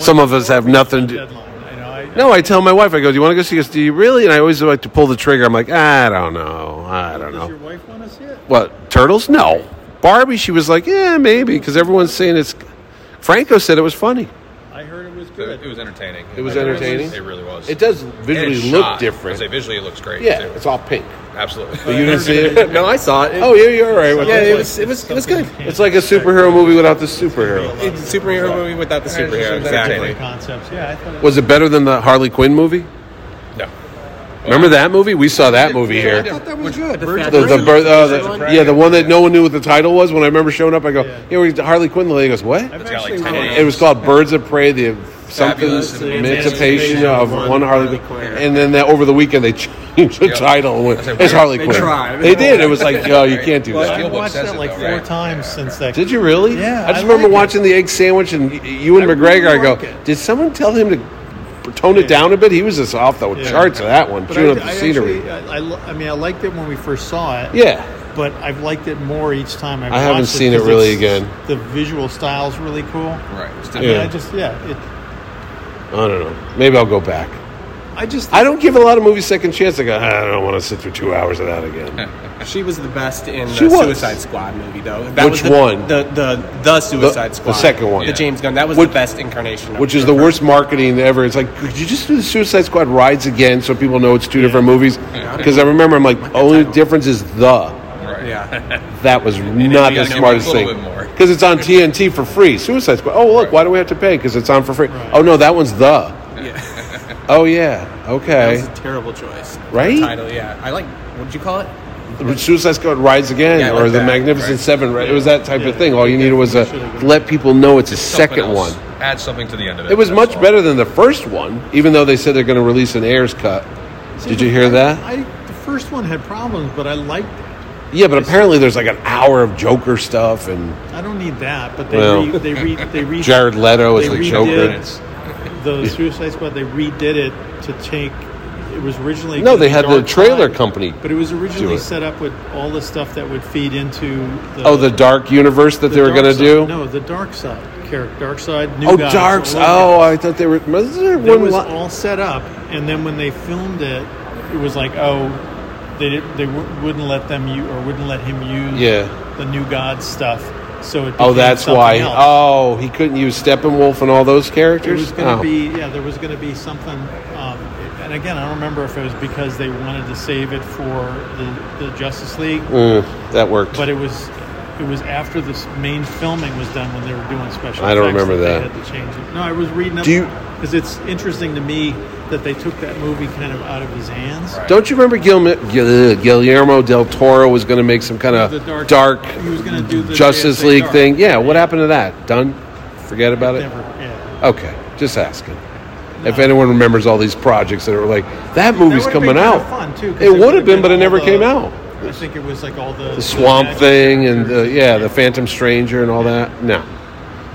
Some of us have nothing to. deadline. I know. I, No, I tell my wife, I go, do you want to go see us? Do you really? And I always like to pull the trigger. I'm like, I don't know. I don't Does your know. wife want to see it? What, turtles? No. Barbie, she was like, yeah, maybe, because everyone's saying it's. Franco said it was funny. I heard it was good. It, it was entertaining. It was Like, entertaining? It really was. It does And it's visually shot. look I say different. visually, it looks great. Yeah, too. it's all pink. absolutely. But you didn't see it? No, I saw it. Oh, yeah, you're all right with yeah, that. it was it was it was good. It's like a superhero movie without the superhero. It's a superhero movie without the superhero. Exactly. Concepts. Yeah, I thought it was. Was it better than the Harley Quinn movie? No. Remember that movie? We saw that movie here. that was good. The, the, birth, uh, the, yeah, the one that no one knew what the title was. When I remember showing up, I go, "Here we Harley Quinn." The lady goes, "What?" I've It's got, like, actually 10 read- It was called Birds of Prey, the something Fabulous emancipation of one Harley Quinn. And then that, over the weekend, they changed the Yeah. title. and went, That's a It's weird- Harley they Quinn. tried. They did. It was like, "Yo, you can't do Well, that." I've Steelbook watched says that it, like though, four right? times since that. Did you really? Yeah, I just I remember like it. watching the egg sandwich and y- you and I McGregor. I really go, like it. did someone tell him to tone it down a bit? He was just off the Yeah. charts of that one, But chewing I, up the I scenery. actually, I, I lo- I mean, I liked it when we first saw it. yeah, But I've liked it more each time I've I haven't watched seen it 'cause really it's- again. The visual style's really cool. Right. It's I different. mean, Yeah. I just yeah, it, I don't know. Maybe I'll go back. I just I don't give a lot of movies second chance. I go, "Ah, I don't want to sit through two hours of that again. She was the best in She the was. Suicide Squad movie, though. That Which was the, one? The, the the Suicide The- the Squad. second one. The James Gunn. That was Which- the best incarnation. Of Which is her. the worst marketing ever. It's like, could you just do the Suicide Squad rides again so people know it's two different movies? Because I remember I'm like, only difference is the. Right. Yeah. That was you not the gotta give smartest a little thing. bit more. Because it's on TNT for free. Suicide Squad. Oh, look, why do we have to pay? Because it's on for free. Oh, no, that one's the. Oh yeah. That Okay. was a terrible choice. for a Right? title, yeah. I like, what'd you call it? Suicide Squad Rides Again Yeah, I like or The that, Magnificent right. Seven, right? It was that type of Yeah. thing. All you needed was a let people know it's a Something second else. one. Add something to the end of it. It was that's much all. better than the first one, even though they said they're going to release an Ayers cut. Did you hear that? I the first one had problems, but I liked it. Yeah, but apparently there's like an hour of Joker stuff and I don't need that. But they Well, re, they re, they re, Jared Leto as They the redid Joker. the Suicide Squad. They redid it to take. It was originally No, they the had the Dark trailer Knight, company but it was originally it. set up with all the stuff that would feed into the Oh, the Dark Universe that they were dark going to side- do. No, the dark side character, dark side. New oh, guys, Darks. all over. Oh, I thought they were. Was there It one was li- all set up, and then when they filmed it, it was like, oh, they did, they w- wouldn't let them u or wouldn't let him use Yeah. the new god stuff. So it Oh, became that's something why. Else. Oh, he couldn't use Steppenwolf and all those There characters. was going to Oh. be yeah, there was going to be something. Um, and again, I don't remember if it was because they wanted to save it for the, the Justice League, Mm, that worked. but it was it was after this main filming was done when they were doing special. I don't effects remember They that. had to change it. No, I was reading up Do you- because it's interesting to me that they took that movie kind of out of his hands. Don't you remember Guillermo, Guillermo del Toro was going to make some kind The of dark- dark, he was gonna do the Justice JSA League dark. thing? Yeah, what happened to that? Done? Forget about it? Never, yeah. Okay, just asking. If anyone remembers all these projects that were like, that movie's That would've coming been kind out. of Fun too. 'cause It there would have would've been, but it all never the- came out. I think it was like all the, The Swamp Thing and the, yeah, the Phantom Stranger and all that. No.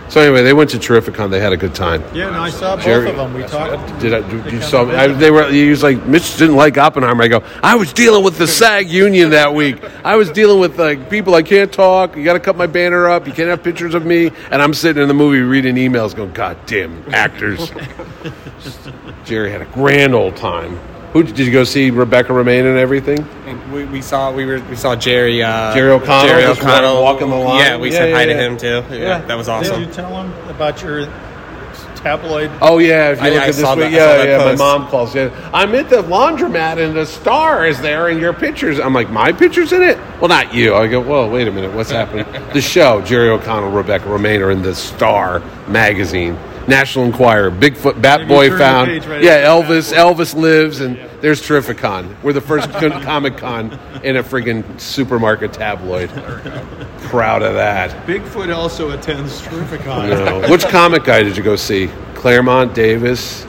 So anyway, they went to Terrificon. They had a good time. Yeah, no, I saw both Jerry- of them. We talked. Did I, you, They you come saw me? I, together. they were. He was like, Mitch didn't like Oppenheimer. I go, I was dealing with the SAG union that week. I was dealing with like people. I can't talk. You got to cut my banner up. You can't have pictures of me. And I'm sitting in the movie reading emails, going, God damn actors. Jerry had a grand old time. Who did you go see? Rebecca Romaine and everything. And we, we saw we were we saw Jerry uh, Jerry O'Connell Jerry just O'Connell walking the line. Yeah, we Yeah, said yeah, hi yeah. to him too. Yeah, Yeah. that was Did awesome. you tell them about your tabloid? Oh yeah, if you I- look I at this saw week, that- I saw yeah, that yeah. post. My mom calls. Yeah, I'm at the laundromat and the star is there in your pictures. I'm like, my pictures in it? Well, not you. I go, well, wait a minute, what's happening? the show, Jerry O'Connell, Rebecca Romaine are in the Star magazine, National Enquirer, Bigfoot, Bat Maybe Boy turn the found, page right yeah, after Elvis, Elvis lives, and there's Terrificon. We're the first Comic Con in a friggin' supermarket tabloid. Proud of that. Bigfoot also attends Terrificon. No. Which comic guy did you go see? Claremont Davis,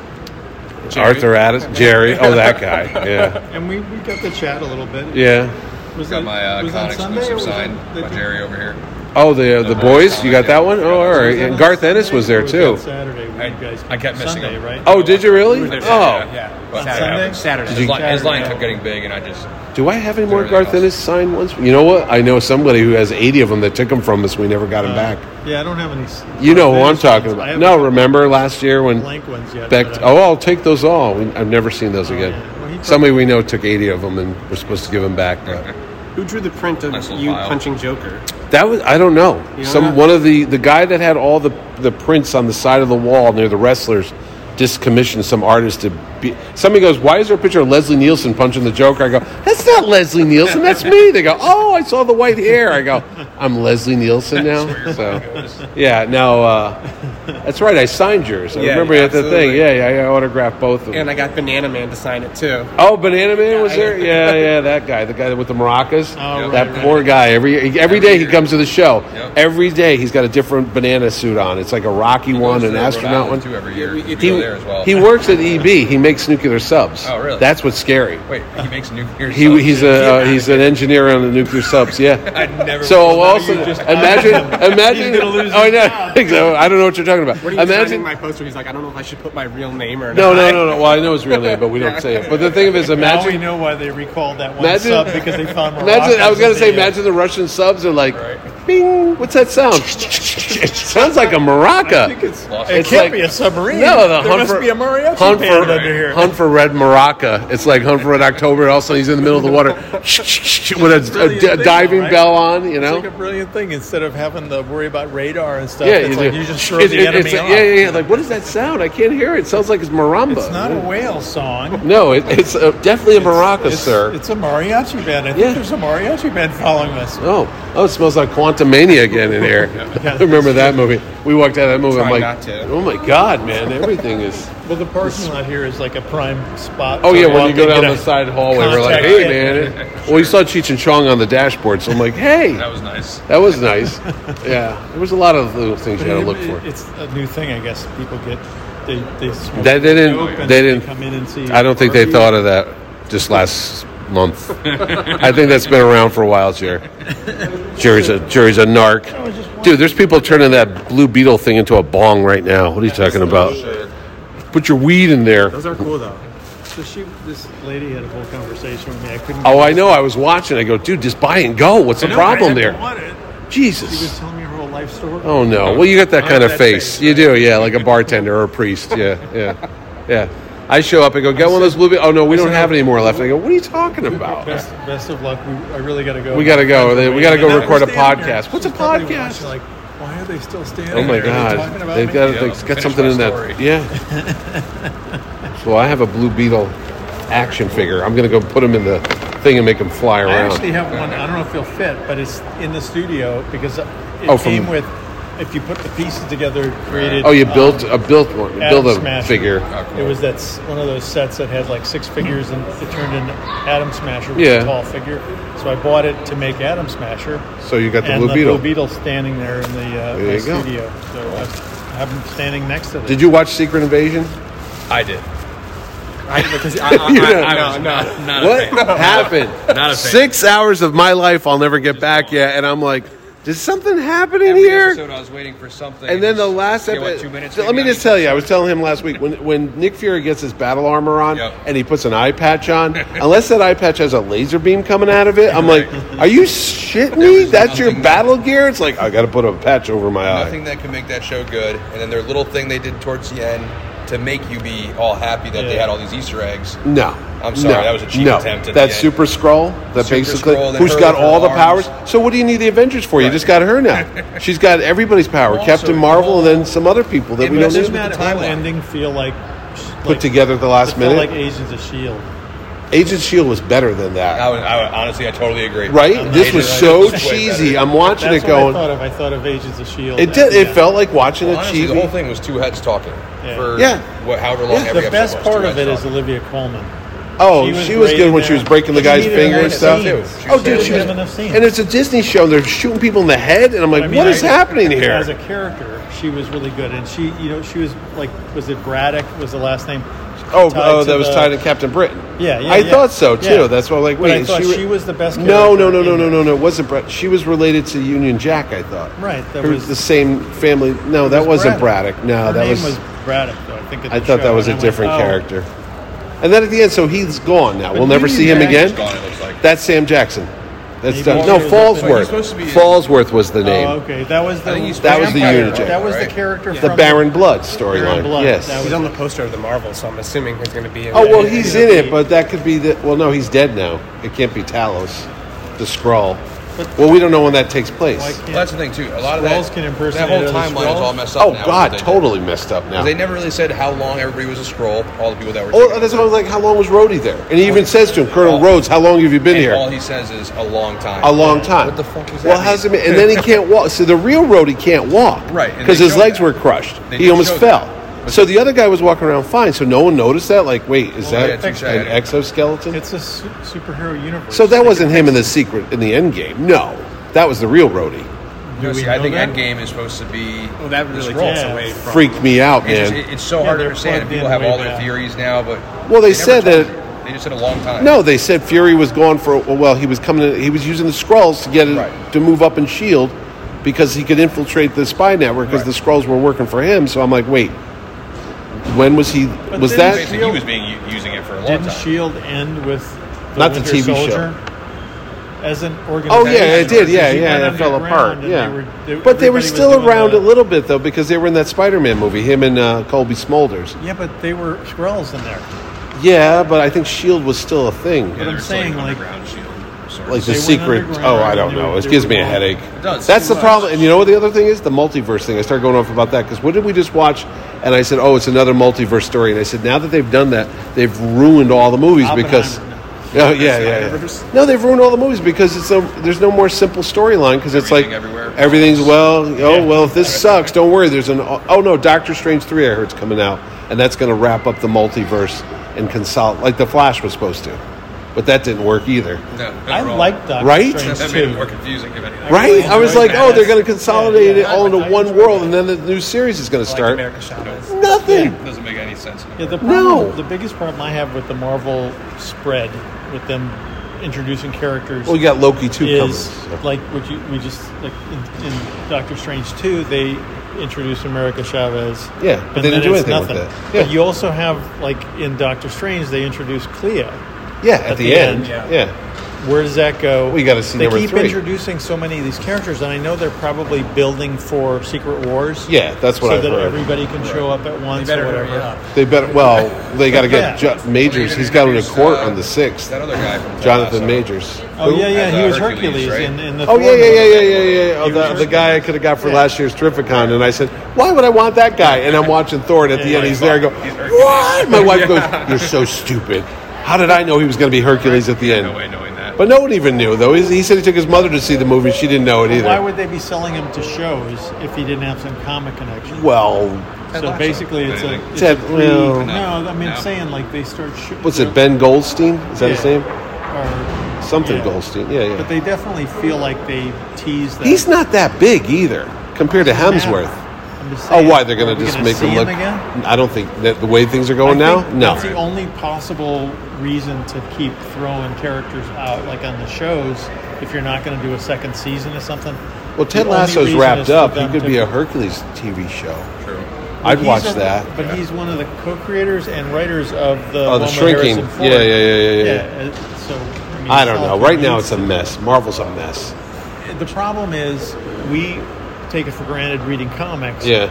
Arthur Addis, Jerry. Oh, that guy. Yeah, And we, we got to chat a little bit. yeah. Was Got it- my uh, was it con on Sunday or exclusive was it- signed they by did- Jerry over here. Oh, the the boys. You got that one? Oh, all right. And Garth Ennis was there Or too. was that Saturday, when I- you guys I kept missing Sunday, him. right? Oh, did you really? Oh, yeah, But Sunday? Saturday. His, li- his line Saturday. kept getting big, and I just do I have any more Garth Ennis signed ones? You know what? I know somebody who has eighty of them that took them from us. We never got them back. Yeah, I don't have any. s- You know who I'm Sundays. talking I about? haven't No, got remember last year when Blank ones yet. Beck? but uh, I- Oh, I'll take those all. We- I've never seen those again. yeah. Well, he probably- Somebody we know took eighty of them, and we're supposed to give them back. But. Who drew the print of Nice little you file. punching Joker? That was I don't know. You don't Some know? one of the the guy that had all the the prints on the side of the wall near the wrestlers just commissioned some artist to be. Somebody goes, "Why is there a picture of Leslie Nielsen punching the Joker?" I go, "That's not Leslie Nielsen. That's me." They go, "Oh, I saw the white hair." I go, "I'm Leslie Nielsen now." So yeah, no, uh, that's right. I signed yours. I Yeah, remember at the thing. absolutely. Yeah, yeah, I autographed both of them. And I got Banana Man to sign it too. Oh, Banana Man was I- there? Yeah, yeah, that guy, the guy with the maracas. Oh, that right, right. poor guy. Every every, every day he year. comes to the show. Yep. Every day he's got a different banana suit on. It's like a Rocky one, Goes an to Rhode astronaut Island, one. too every year. He- You he- go there as well. He works at EB. He makes nuclear subs. Oh, really? That's what's scary. Wait, he makes nuclear. He, subs? he's a uh, he's an engineer on the nuclear subs. Yeah. I never. So also you just- imagine imagine. He's gonna lose his oh, I know. job. Exactly. I don't know what you're talking about. What are you imagine signing my poster? He's like, I don't know if I should put my real name or no, not. no, no, no. Well, I know it's real name, but we don't say it. But the thing of it is, Now imagine we know why they recalled that one Imagine- sub because they found more. Imagine, I was gonna say, magic. imagine the Russian subs are like, bing. What's that sound? it sounds like a maraca. it's, Lost it it. can't It's be like- a submarine. no, the there hunt must for- be a mariachi Hunt for, band under here. hunt for red maraca. It's like hunt for red October. and All of a sudden, he's in the middle of the water with a, a Brilliant d- thing, though, diving right? bell on. You It's know, like a brilliant thing. Instead of having to worry about radar and stuff, yeah, it's like do. you just throw It- the it- enemy it's like- off. yeah, yeah, yeah. Like, what is that sound? I can't hear it. It sounds like it's maramba. It's not a whale song. no, it, it's uh definitely a maraca, it's, sir. It's a mariachi band. I think Yeah. there's a mariachi band following us. oh, oh, it smells like Quan Quantumania again in here. I remember that movie. We walked out of that movie. Try I'm like, not to. oh my god, man, everything is. Well, the parking lot here is like a prime spot. Oh to yeah, when walk you go and down the get a side hallway, we're like, contact hey hit. man. it- Well, you saw Cheech and Chong on the dashboard, so I'm like, hey, That was nice. that was nice. Yeah, there was a lot of little things you got to look for. It's a new thing, I guess. People get they they smoke They didn't- dope and they didn't- come in and see. I don't think they Barbie. thought of that just last month. I think that's been around for a while, Jerry. Jerry's a Jerry's a narc. Dude, there's people turning that blue beetle thing into a bong right now. What are you talking about? Put your weed in there. Those are cool though. So she, this lady had a whole conversation with me. I couldn't. Oh, I know. I was watching. I go, dude, just buy and go. What's the I know, problem I didn't there? want it. She was Jesus. telling me her whole life story. Oh no. Well, you got that kind of that face. You do, yeah, like a bartender or a priest. Yeah, yeah, yeah. I show up. I go, get one of those blue. Be- oh no, we don't have any more left. And I go, what are you talking about? Best, best of luck. We, I really got to go. We gotta go. They- we gotta go And I record a was standing there. podcast. What's a She's probably podcast? watching, Like, why are they still standing? Oh my there? Are they God! talking about They've me? got Yeah, they've got finish something my in story. that. Yeah. so I have a Blue Beetle action figure. I'm gonna go put him in the thing and make him fly I around. actually have one. I don't know if you'll fit, but it's in the studio because it Oh, from- came with. If you put the pieces together, it created. oh, you um, built a built one, Atom build a Smasher. figure. Oh, It was that s- one of those sets that had like six figures, and it turned into Atom Smasher, which Yeah. is a tall figure. So I bought it to make Atom Smasher, So you got the and Blue the Beetle. Blue Beetle standing there in the, uh, There my you go. studio. So I have him standing next to it. Did you watch Secret Invasion? I did. I, because I, I, I, I was no, no. not, not What a fan. happened? Not a fan. Six hours of my life I'll never get back yet, and I'm like, did something happen in Every here? episode I was waiting for something. And then the last Yeah, what, episode. two minutes, let me maybe? just tell you, I was telling him last week when when Nick Fury gets his battle armor on Yep. and he puts an eye patch on, unless that eye patch has a laser beam coming out of it, I'm like, are you shitting me? That's your nothing- battle gear? It's like I got to put a patch over my nothing eye. that can make that show good. And then their little thing they did towards the end to make you be all happy that they Yeah. had all these Easter eggs. No, I'm sorry, no, that was a cheap no. attempt at that the end. super scroll, that Super basically Skrull, then who's her got with her all the arms. powers. So what do you need the Avengers for? You Right. just got her now. She's got everybody's power: Also, Captain Marvel and then some other people that it we don't messes need. Doesn't that with the whole timeline. ending feel like put together at the last it felt minute? Like Agents of Shield. Agent Shield E was better than that. I would, I would, honestly, I totally agree. Right? This was Agent so Shield E was way cheesy. better. I'm watching That's it what I going. thought of. I E thought of Agents of Shield. It did. It Yeah. felt like watching a Honestly, the cheesy. whole thing was two heads talking Yeah. for Yeah. what, however long Yeah. every The episode best was, two part of heads it is talking. Olivia Coleman. Oh, She was she was great good in when she there. was breaking the She guy's needed finger more and stuff. scenes. She Oh, was dude, good. she She was. didn't have enough scenes. And it's a Disney show, and they're shooting people in the head, and I'm like, I mean, what I- is happening As a here? character, she was really good, and she, you know, she was like, was it Braddock? Was the last name? Oh, Tied oh, to that was the- tied to Captain Britain. Yeah, yeah, I yeah. thought so too. Yeah. That's why, I'm like, But I wait, thought re- she was the best No, no, no, character no, in no, it. no, no. It wasn't Brett. She was related to Union Jack. I thought. Right, that Her- was- the same family. No, that was wasn't Braddock. Braddock. No, Her that name was. was Braddock. Though, I think. at I the thought show, that was a and I went, different oh. character. And then at the end, so he's gone now. We'll never Union see him Jack again. is gone, it looks like. That's Sam Jackson. That's Maybe done. he No, was- But he's Fallsworth. supposed to be in- Fallsworth was the name. Oh, okay, that was I think the he's That was the vampire. Union Jack, That was right? the character. The from Baron Blood Baron storyline. Blood, Yes. that He's was- on the poster of the Marvel, so I'm assuming he's going to be. In oh that. well, he's yeah, in yeah. it, but that could be the. Well, no, he's dead now. It can't be Talos, the Skrull. But- Well, we don't know when that takes Why place. can't- Well, that's the thing too. A lot of Skrulls that, can that impersonate whole other timeline is Skrulls. all messed up. Oh now God, with what they did. totally messed up now. They never really said how long everybody was a scroll. All the people that were. Oh, that's why I was like, how long was Rhodey there? And he even says to him, Colonel Rhodes, how long have you been and here? All he says is a long time. a long time. What the fuck does that Well, mean? how's it? mean- And then he can't walk. So the real roadie can't walk, Right, and Because they his showed legs that. were crushed. They He did almost show fell. that. So the other guy was walking around fine. So no one noticed that. Like, wait, is Well, that Oh, yeah, touche. an exoskeleton? It's a su- superhero universe. so They that could wasn't him fix in the secret in the end game. No, that was the real roadie. No, Do see, we I know think that? Endgame is supposed to be. Well, that the really Skrull. takes It's, Yeah. away from. Freaked me out, just- man. it- it's so Yeah, hard to they're understand. And plugged in people have way all their back. theories now, but Well, they never said told that- you. they just said a long time. No, they said Fury was gone for. Well, he was coming. In, he was using the scrolls to get it, Right. to move up in Shield because he could infiltrate the spy network because Right. the scrolls were working for him. So I'm like, wait, when was he? was didn't that? basically he was being u- using it for a long Didn't time. Shield end with the Not the Winter TV show. Soldier as an Oh organization? yeah, it did. Yeah, He went yeah, it fell underground apart. and Yeah, they were- they- but they everybody were was still doing around the- a little bit though because they were in that Spider-Man movie. Him and uh, Colby Smulders. Yeah, but they were Skrulls in there. Yeah, but I think Shield was still a thing. Yeah, I'm there's saying, like- underground shield. sort of. Like the They went secret. underground Oh, I and don't they know. were- It they gives were me a wrong. headache. It does. That's Too the problem. And you know what the other thing is? The multiverse thing. I started going off about that because what did we just watch? And I said, oh, it's another multiverse story. And I said, now that they've done that, they've ruined all the movies because. Oppenheimer. Oh yeah, Zack yeah, Snyderverse. yeah. No, they've ruined all the movies because it's no, there's no more simple storyline because it's like Everything everywhere. everything's well. Oh well, if this sucks, don't worry. There's an oh no, Doctor Strange three I heard's coming out, and that's going to wrap up the multiverse and consult like the Flash was supposed to, but that didn't work either. No, not I at all. like Doctor Right? Strange that made it more too. confusing. If anything. Right? I was like, enjoyed oh, that. they're going to consolidate Yeah, it yeah. all into I one enjoyed world, that. and then the new series is going to Like start. America Chavez. Nothing. It doesn't make any sense. Yeah, the No. problem, the biggest problem I have with the Marvel spread, with them introducing characters, Well, you got Loki two coming. is so. like what you we just like in, in Doctor Strange two they introduced America Chavez. Yeah, but and they then didn't do it's anything with nothing. that. Yeah. But you also have like in Doctor Strange they introduced Cleo. yeah, at, the, end. end, yeah. Where does that go? We gotta see They number keep three. introducing so many of these characters, and I know they're probably building for Secret Wars. Yeah, that's what so I've that heard. everybody can show up at once better or whatever. hurry up. They better. Well, they got to get Yeah. Ju- Majors. He's got him in court on the sixth. That other guy from uh, Ted Jonathan Lasso. Majors. Oh yeah, yeah, As, he uh, was Hercules, Hercules, right? in, in the. Oh Thor yeah, yeah, yeah, movie. yeah, yeah, yeah. yeah. Oh, He was the, the guy I could have got for Yeah. last year's Terrificon, and I said, "Why would I want that guy?" And I'm watching Thor, and at the Yeah. end, he's there. I go, He's Hercules. "What?" My wife goes, "You're so stupid. How did I know he was going to be Hercules at the No way, end?" knowing that. But no one even knew, though. He, he said he took his mother to see the movie. She didn't know it Why either. would they be selling him to shows if he didn't have some comic connection? Well, so basically, it's a. It's Ted- a pre- well- no, I mean, No. I'm saying like they start. Sh- what's it? Ben Goldstein? Is that his Yeah. name? Or, Something yeah. Goldstein. Yeah, yeah. But they definitely feel like they tease that. He's not that big either compared to Hemsworth. I'm just Oh, saying, why they're going are to we just gonna make see him look? again? I don't think that the way things are I going now. think No, That's the only possible reason to keep throwing characters out, like on the shows, if you're not going to do a second season or something. well, Ted The only Lasso's reason is wrapped for up. He them could to- be a Hercules TV show. True. I'd He's watch a- that. But he's one of the co-creators and writers of the Oh, the Wilma shrinking. Harrison Ford. Yeah, yeah, yeah, yeah, yeah. uh, so I, mean, I don't it's know. all Right now, it's convinced. a mess. Marvel's a mess. the problem is we take it for granted reading comics Yeah,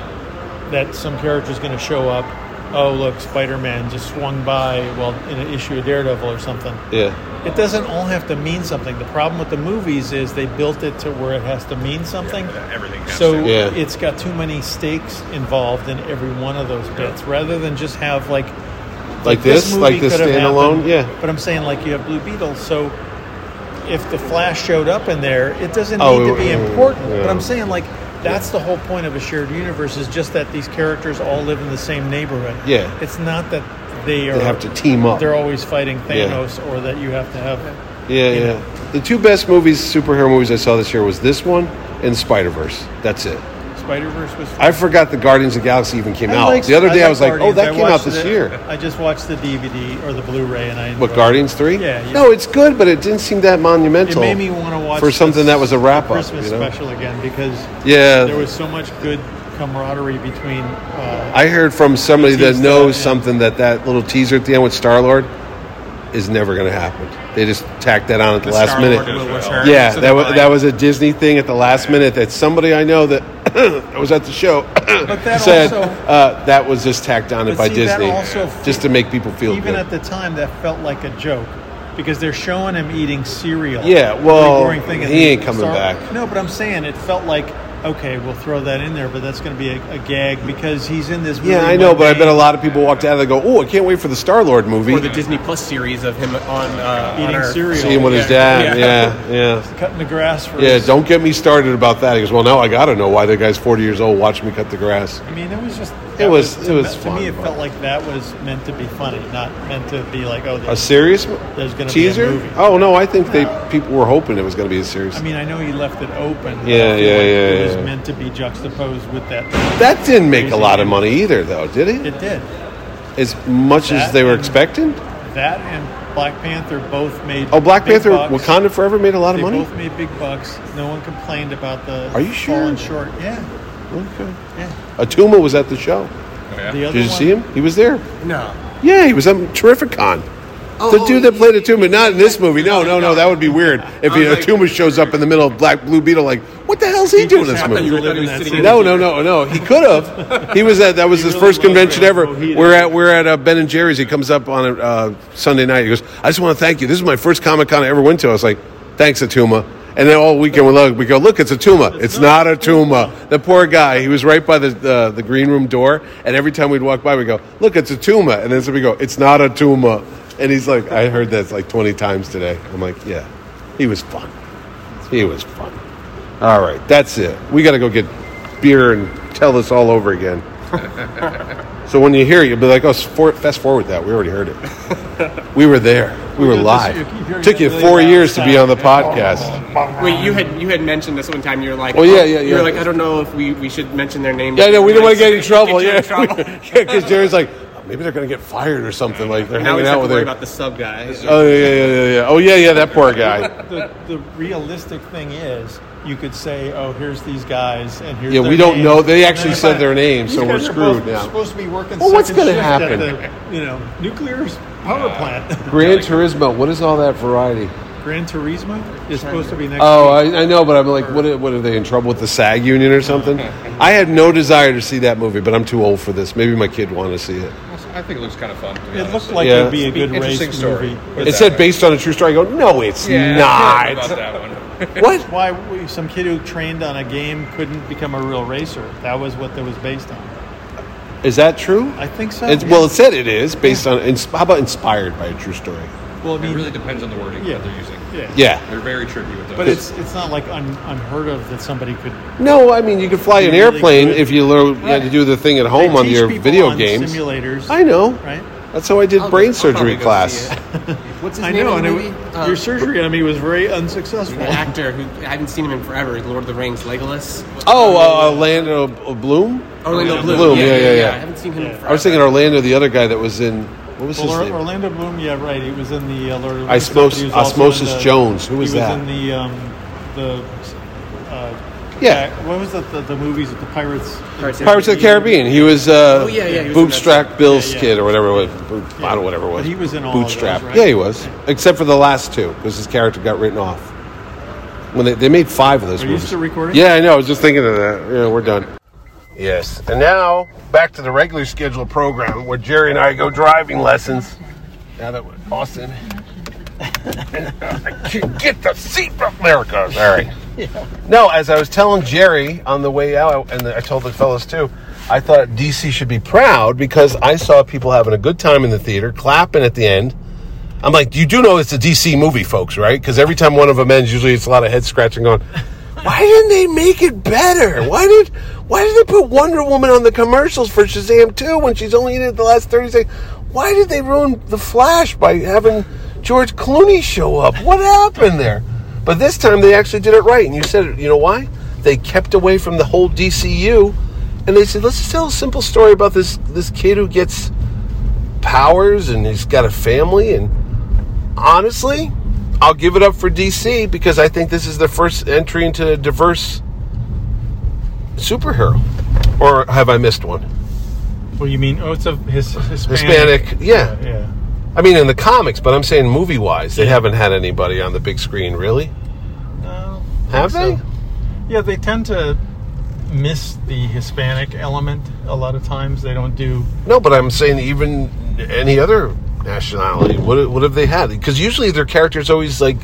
that some character's going to show up. Oh, look, Spider-Man just swung by well in an issue of Daredevil or something. yeah. It doesn't all have to mean something. The problem with the movies is they built it to where it has to mean something. everything has So to. Yeah. it's got too many stakes involved in every one of those bits, rather than just have like Like this, movie like this could have standalone. happened, Yeah. but I'm saying like you have Blue Beetle, so if the Flash showed up in there, it doesn't need Oh, to it- be it- important. yeah. But I'm saying like that's the whole point of a shared universe is just that these characters all live in the same neighborhood. Yeah. it's not that they are They have to team up. They're always fighting Yeah. Thanos, or that you have to have. Yeah, you know. yeah. The two best movies, superhero movies I saw this year was this one and Spider Verse. That's it. Spider Verse was. I forgot the Guardians of the Galaxy even came out. liked- the other day, I, liked was like, "Oh, Guardians. that I came out watched this the- year." I just watched the DVD or the Blu-ray, and I What enjoyed it. Guardians three? Yeah, yeah. No, it's good, but it didn't seem that It monumental. made me want to watch for something this- that was a wrap the up. Christmas special again because Yeah, there was so much good camaraderie between. Uh, I heard from somebody that Batista, knows yeah. something that that little teaser at the end with Star Lord is never going to happen. They just tacked that on at the, The last Star-Lord minute. will return, Yeah, so that they're was, like- that was a Disney thing at the last minute that somebody I know that I was at the show that said also- uh, that was just tacked on it by But see, that Disney also just to make people feel even good. at the time that felt like a joke because they're showing him eating cereal. Yeah, Really well, boring thing, and he then ain't coming back. No, but I'm saying it felt like okay, we'll throw that in there, but that's going to be a, a gag because he's in this. yeah, really I know, but I bet a mundane- lot of people walked out of there and go, "Oh, I can't wait for the Star Lord movie." Or the Disney Plus series of him on uh, on eating Earth. cereal, Seeing with his dad. Yeah, yeah. cutting the grass for. Yeah, his- don't get me started about that. He goes, well, now I got to know why the guy's 40 years old watching me cut the grass. I mean, it was just. It that was- to it me- was to fun, me. It but- felt like that was meant to be funny, not meant to be like oh. A there's- serious There's gonna be a teaser? movie. Oh, no, I think they people were hoping it was going to be a series. I mean, I know he left it open. but I Yeah, feel yeah, yeah, like It was yeah. meant to be juxtaposed with that. that didn't make a lot of money either, though, did it? It did. as much as That they were and- expecting? That and Black Panther both made. Oh, Black big Panther, bucks. Wakanda Forever made a lot of They money? both made big bucks. No one complained about the. Are you sure? Falling short. Yeah, Okay. yeah. Atuma was at the show. The other Did you one, see him? He was there. No. Yeah, he was on Terrificon. Oh, the dude that played Atuma, not in this movie. No, no, no, that would be weird if he, I was like- Atuma shows up in the middle of Black Blue Beetle. Like, what the hell's he, doing in this I thought movie? you were Living living that sitting scene. in No, the- no, no, no. He could have. He was at that was his really first was convention there. ever. Oh, he- We're at we're at uh, Ben and Jerry's. He comes up on a uh, Sunday night. He goes, "I just want to thank you. This is my first Comic Con I ever went to." I was like, "Thanks, Atuma." And then all weekend we look, we go, "Look, it's Atuma. It's, not, Atuma." The poor guy. He was right by the, the the green room door, and every time we'd walk by, we go, "Look, it's Atuma." And then somebody go, "It's not Atuma." And he's like, I heard that like 20 times today. I'm like, yeah, he was fun. He was fun. All right, that's it. We got to go get beer and tell this all over again. so when you hear it, you'll be like, oh, s- for- fast forward that. We already heard it. We were there. We were did this- live. you- you're Took you really four loud years to be on the sound. podcast. Wait, you had you had mentioned this one time. You were like, Oh, yeah, yeah, You yeah. were like, I don't know if we, we should mention their name. Yeah, no, we didn't want to get in Get trouble. you yeah, in trouble. because Jerry's like, "Oh, maybe they're going to get fired or something. Like they're now we hanging just out have to with their. worry about the sub guy. oh yeah, yeah, yeah, yeah. Oh yeah, yeah. That poor guy. the, the realistic thing is, you could say, "Oh, here's these guys, and here's Yeah, their we don't names," know. They and actually if said I- their names, these so we're guys are both screwed now. Supposed to be working. Well, what's going to gonna At the, you know, nuclear power plant. Gran Turismo. What is all that variety? Gran Turismo is supposed to be next. Oh, week. I, I know, but I'm like, what? Are, what are they in trouble with the SAG union or something? I had no desire to see that movie, but I'm too old for this. Maybe my kid wanted to see it. I think it looks kind of fun. To be it honest. looked like Yeah. it'd be a good Interesting race story. movie. Put but It that said way. based on a true story. I go, no, it's Yeah, I forgot not. about that one. What? Why we- some kid who trained on a game couldn't become a real racer? That was what that was based on. Is that true? I think so. It's, well, it said it is based on. ins- How about inspired by a true story? Well, I It mean, really depends on the wording Yeah. that they're using. yeah. Yeah. They're very tricky with those. But it's it's not like un, unheard of that somebody could No, I mean you could fly an You really airplane could. if you learn how to do the thing at home They on teach your people video on games. simulators. I know. right? That's how I did brain I'll surgery probably go class. see it. What's his I name? know, in and the it, movie? was- Uh, your surgery on me was very unsuccessful. The actor who I haven't seen him in forever, Lord of the Rings, Legolas. Oh, uh, Orlando Bloom. Oh, Orlando Bloom. Bloom, yeah, yeah, yeah. I haven't seen him in Yeah. forever. I was thinking Orlando, the other guy that was in what was Well, his Or- name? Orlando Bloom, yeah, right. He was in the uh, Lord of the Osmos- Rings, but he was also Osmosis in the- Jones. Who was he that? Was in the um, the uh, Yeah. uh, What was the, the the movies with the pirates? Pirates of the Caribbean. He was uh, Oh, yeah, yeah, he was in Bootstrap Bill's Yeah, yeah. kid or whatever it was. Boot, I don't know whatever it was. But he was in all of those, Bootstrap. right? Yeah, he was. Except for the last two, because his character got written off. When they, they made five of those Are you movies. still recording? Yeah, I know. I was just thinking of that. Yeah, we're done. Yes. And now back to the regular scheduled program where Jerry and I go driving lessons. Now that we're Austin. I can't get the seat from America. All right. No, as I was telling Jerry on the way out, and I told the fellas too, I thought DC should be proud because I saw people having a good time in the theater, clapping at the end. I'm like, you do know it's a DC movie, folks, right? Because every time one of them ends, usually it's a lot of head scratching going, why didn't they make it better? Why did why did they put Wonder Woman on the commercials for Shazam 2 when she's only in it the last 30 seconds? Why did they ruin The Flash by having George Clooney show up? What happened there? But this time they actually did it right. And you said, it. you know why? They kept away from the whole DCU and they said, let's just tell a simple story about this, this kid who gets powers and he's got a family and honestly i'll give it up for dc because i think this is the first entry into a diverse superhero or have i missed one Well, you mean oh, it's a his, Hispanic. hispanic yeah Yeah. i mean in the comics but i'm saying movie wise they haven't had anybody on the big screen really No. have they Yeah, they tend to miss the Hispanic element a lot of times. They don't do. no but i'm saying even any other nationality what, what have they had because usually their characters always like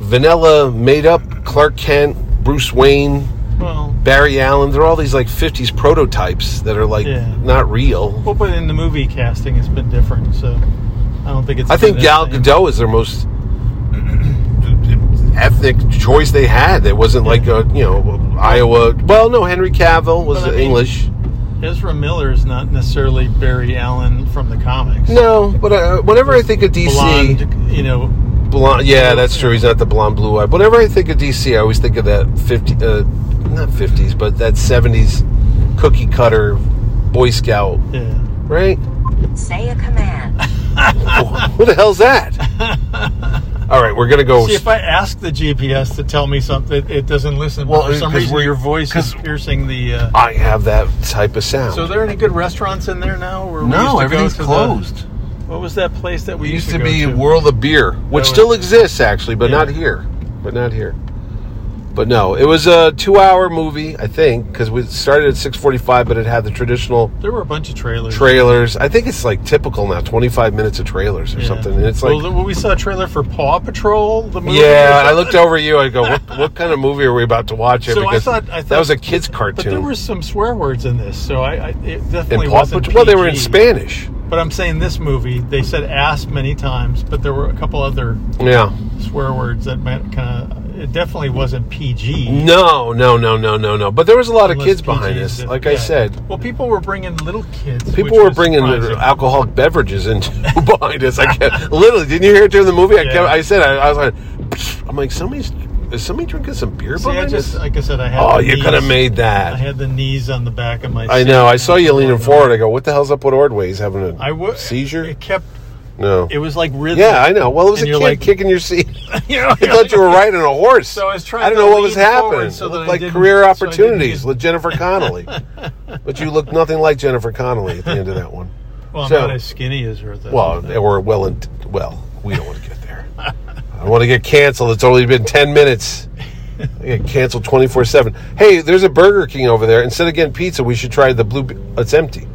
vanilla made up clark kent bruce wayne Well, Barry Allen. They're all these like '50s prototypes that are like Yeah. not real. well, but in the movie casting, it's been different. So I don't think it's. I think been the Gal same. Gadot is their most ethnic choice they had. That wasn't like a you know Iowa. Well, no, Henry Cavill was But I mean- English. Ezra Miller is not necessarily Barry Allen from the comics. No, but uh, whenever I think of DC, blonde. Blonde, you know, yeah, that's true. He's not the blonde, blue eye. Whenever I think of DC, I always think of that fifty, uh, not fifties, but that seventies cookie cutter Boy Scout, yeah. right? Say a command. Who the hell's that? All right, we're gonna go. See, if I ask the GPS to tell me something, it doesn't listen. Well, Well, for some 'cause reason, we're- your voice is 'cause- piercing the. Uh, I have that type of sound. so, are there any good restaurants in there now? Where we used no, to everything's go to closed. The, what was that place that we it used to go be to? World of Beer, which was- still exists actually, but Yeah. not here. But not here. But no, it was a two-hour movie, I think, because we started at six forty-five, but it had the traditional There were a bunch of trailers. trailers. I think it's like typical now, twenty-five minutes of trailers or Yeah. something. And it's well, like, the- well, we saw a trailer for Paw Patrol. The movie. yeah. I looked over at you. I go, what, what kind of movie are we about to watch here? So I thought- I that thought- was a kids' cartoon. But there were some swear words in this, so I, I it in definitely Paw wasn't. Patrol. Well, they were in PG. Spanish. But I'm saying this movie, they said ass many times, but there were a couple other Yeah. swear words that meant kind of. It definitely wasn't PG. No, no, no, no, no, no. But there was a lot of unless Mm, kids PG behind is this. the- Like I yeah. said, Well, people were bringing little kids. people which were was bringing surprising. alcoholic beverages into behind us. I kept, literally didn't you hear it during the movie? I Yeah. kept, I said I, I was like, I'm like somebody's is somebody drinking some beer See, I behind just, us? like I said, I had. Oh, the you could have knees- made I that. had the knees on the back of my. I seat. know. I saw you leaning forward. I go, what the hell's up with Ordway's having a I would seizure? It kept. No. It was like rhythm. Yeah, I know. Well, it was And a you're kid like- kicking your seat. you know, I thought you were riding a horse. So I was trying I don't to know what was lean forward happening. so It that looked I like didn't- career so I didn't opportunities get- with Jennifer Connolly, but you looked nothing like Jennifer Connolly at the end of that one. Well, I'm So- not as skinny as her. Though. Well, they were well and well. We don't want to get there. I want to get canceled. It's only been ten minutes. I get canceled twenty four seven. Hey, there's a Burger King over there. Instead of getting pizza, we should try the blue. It's empty.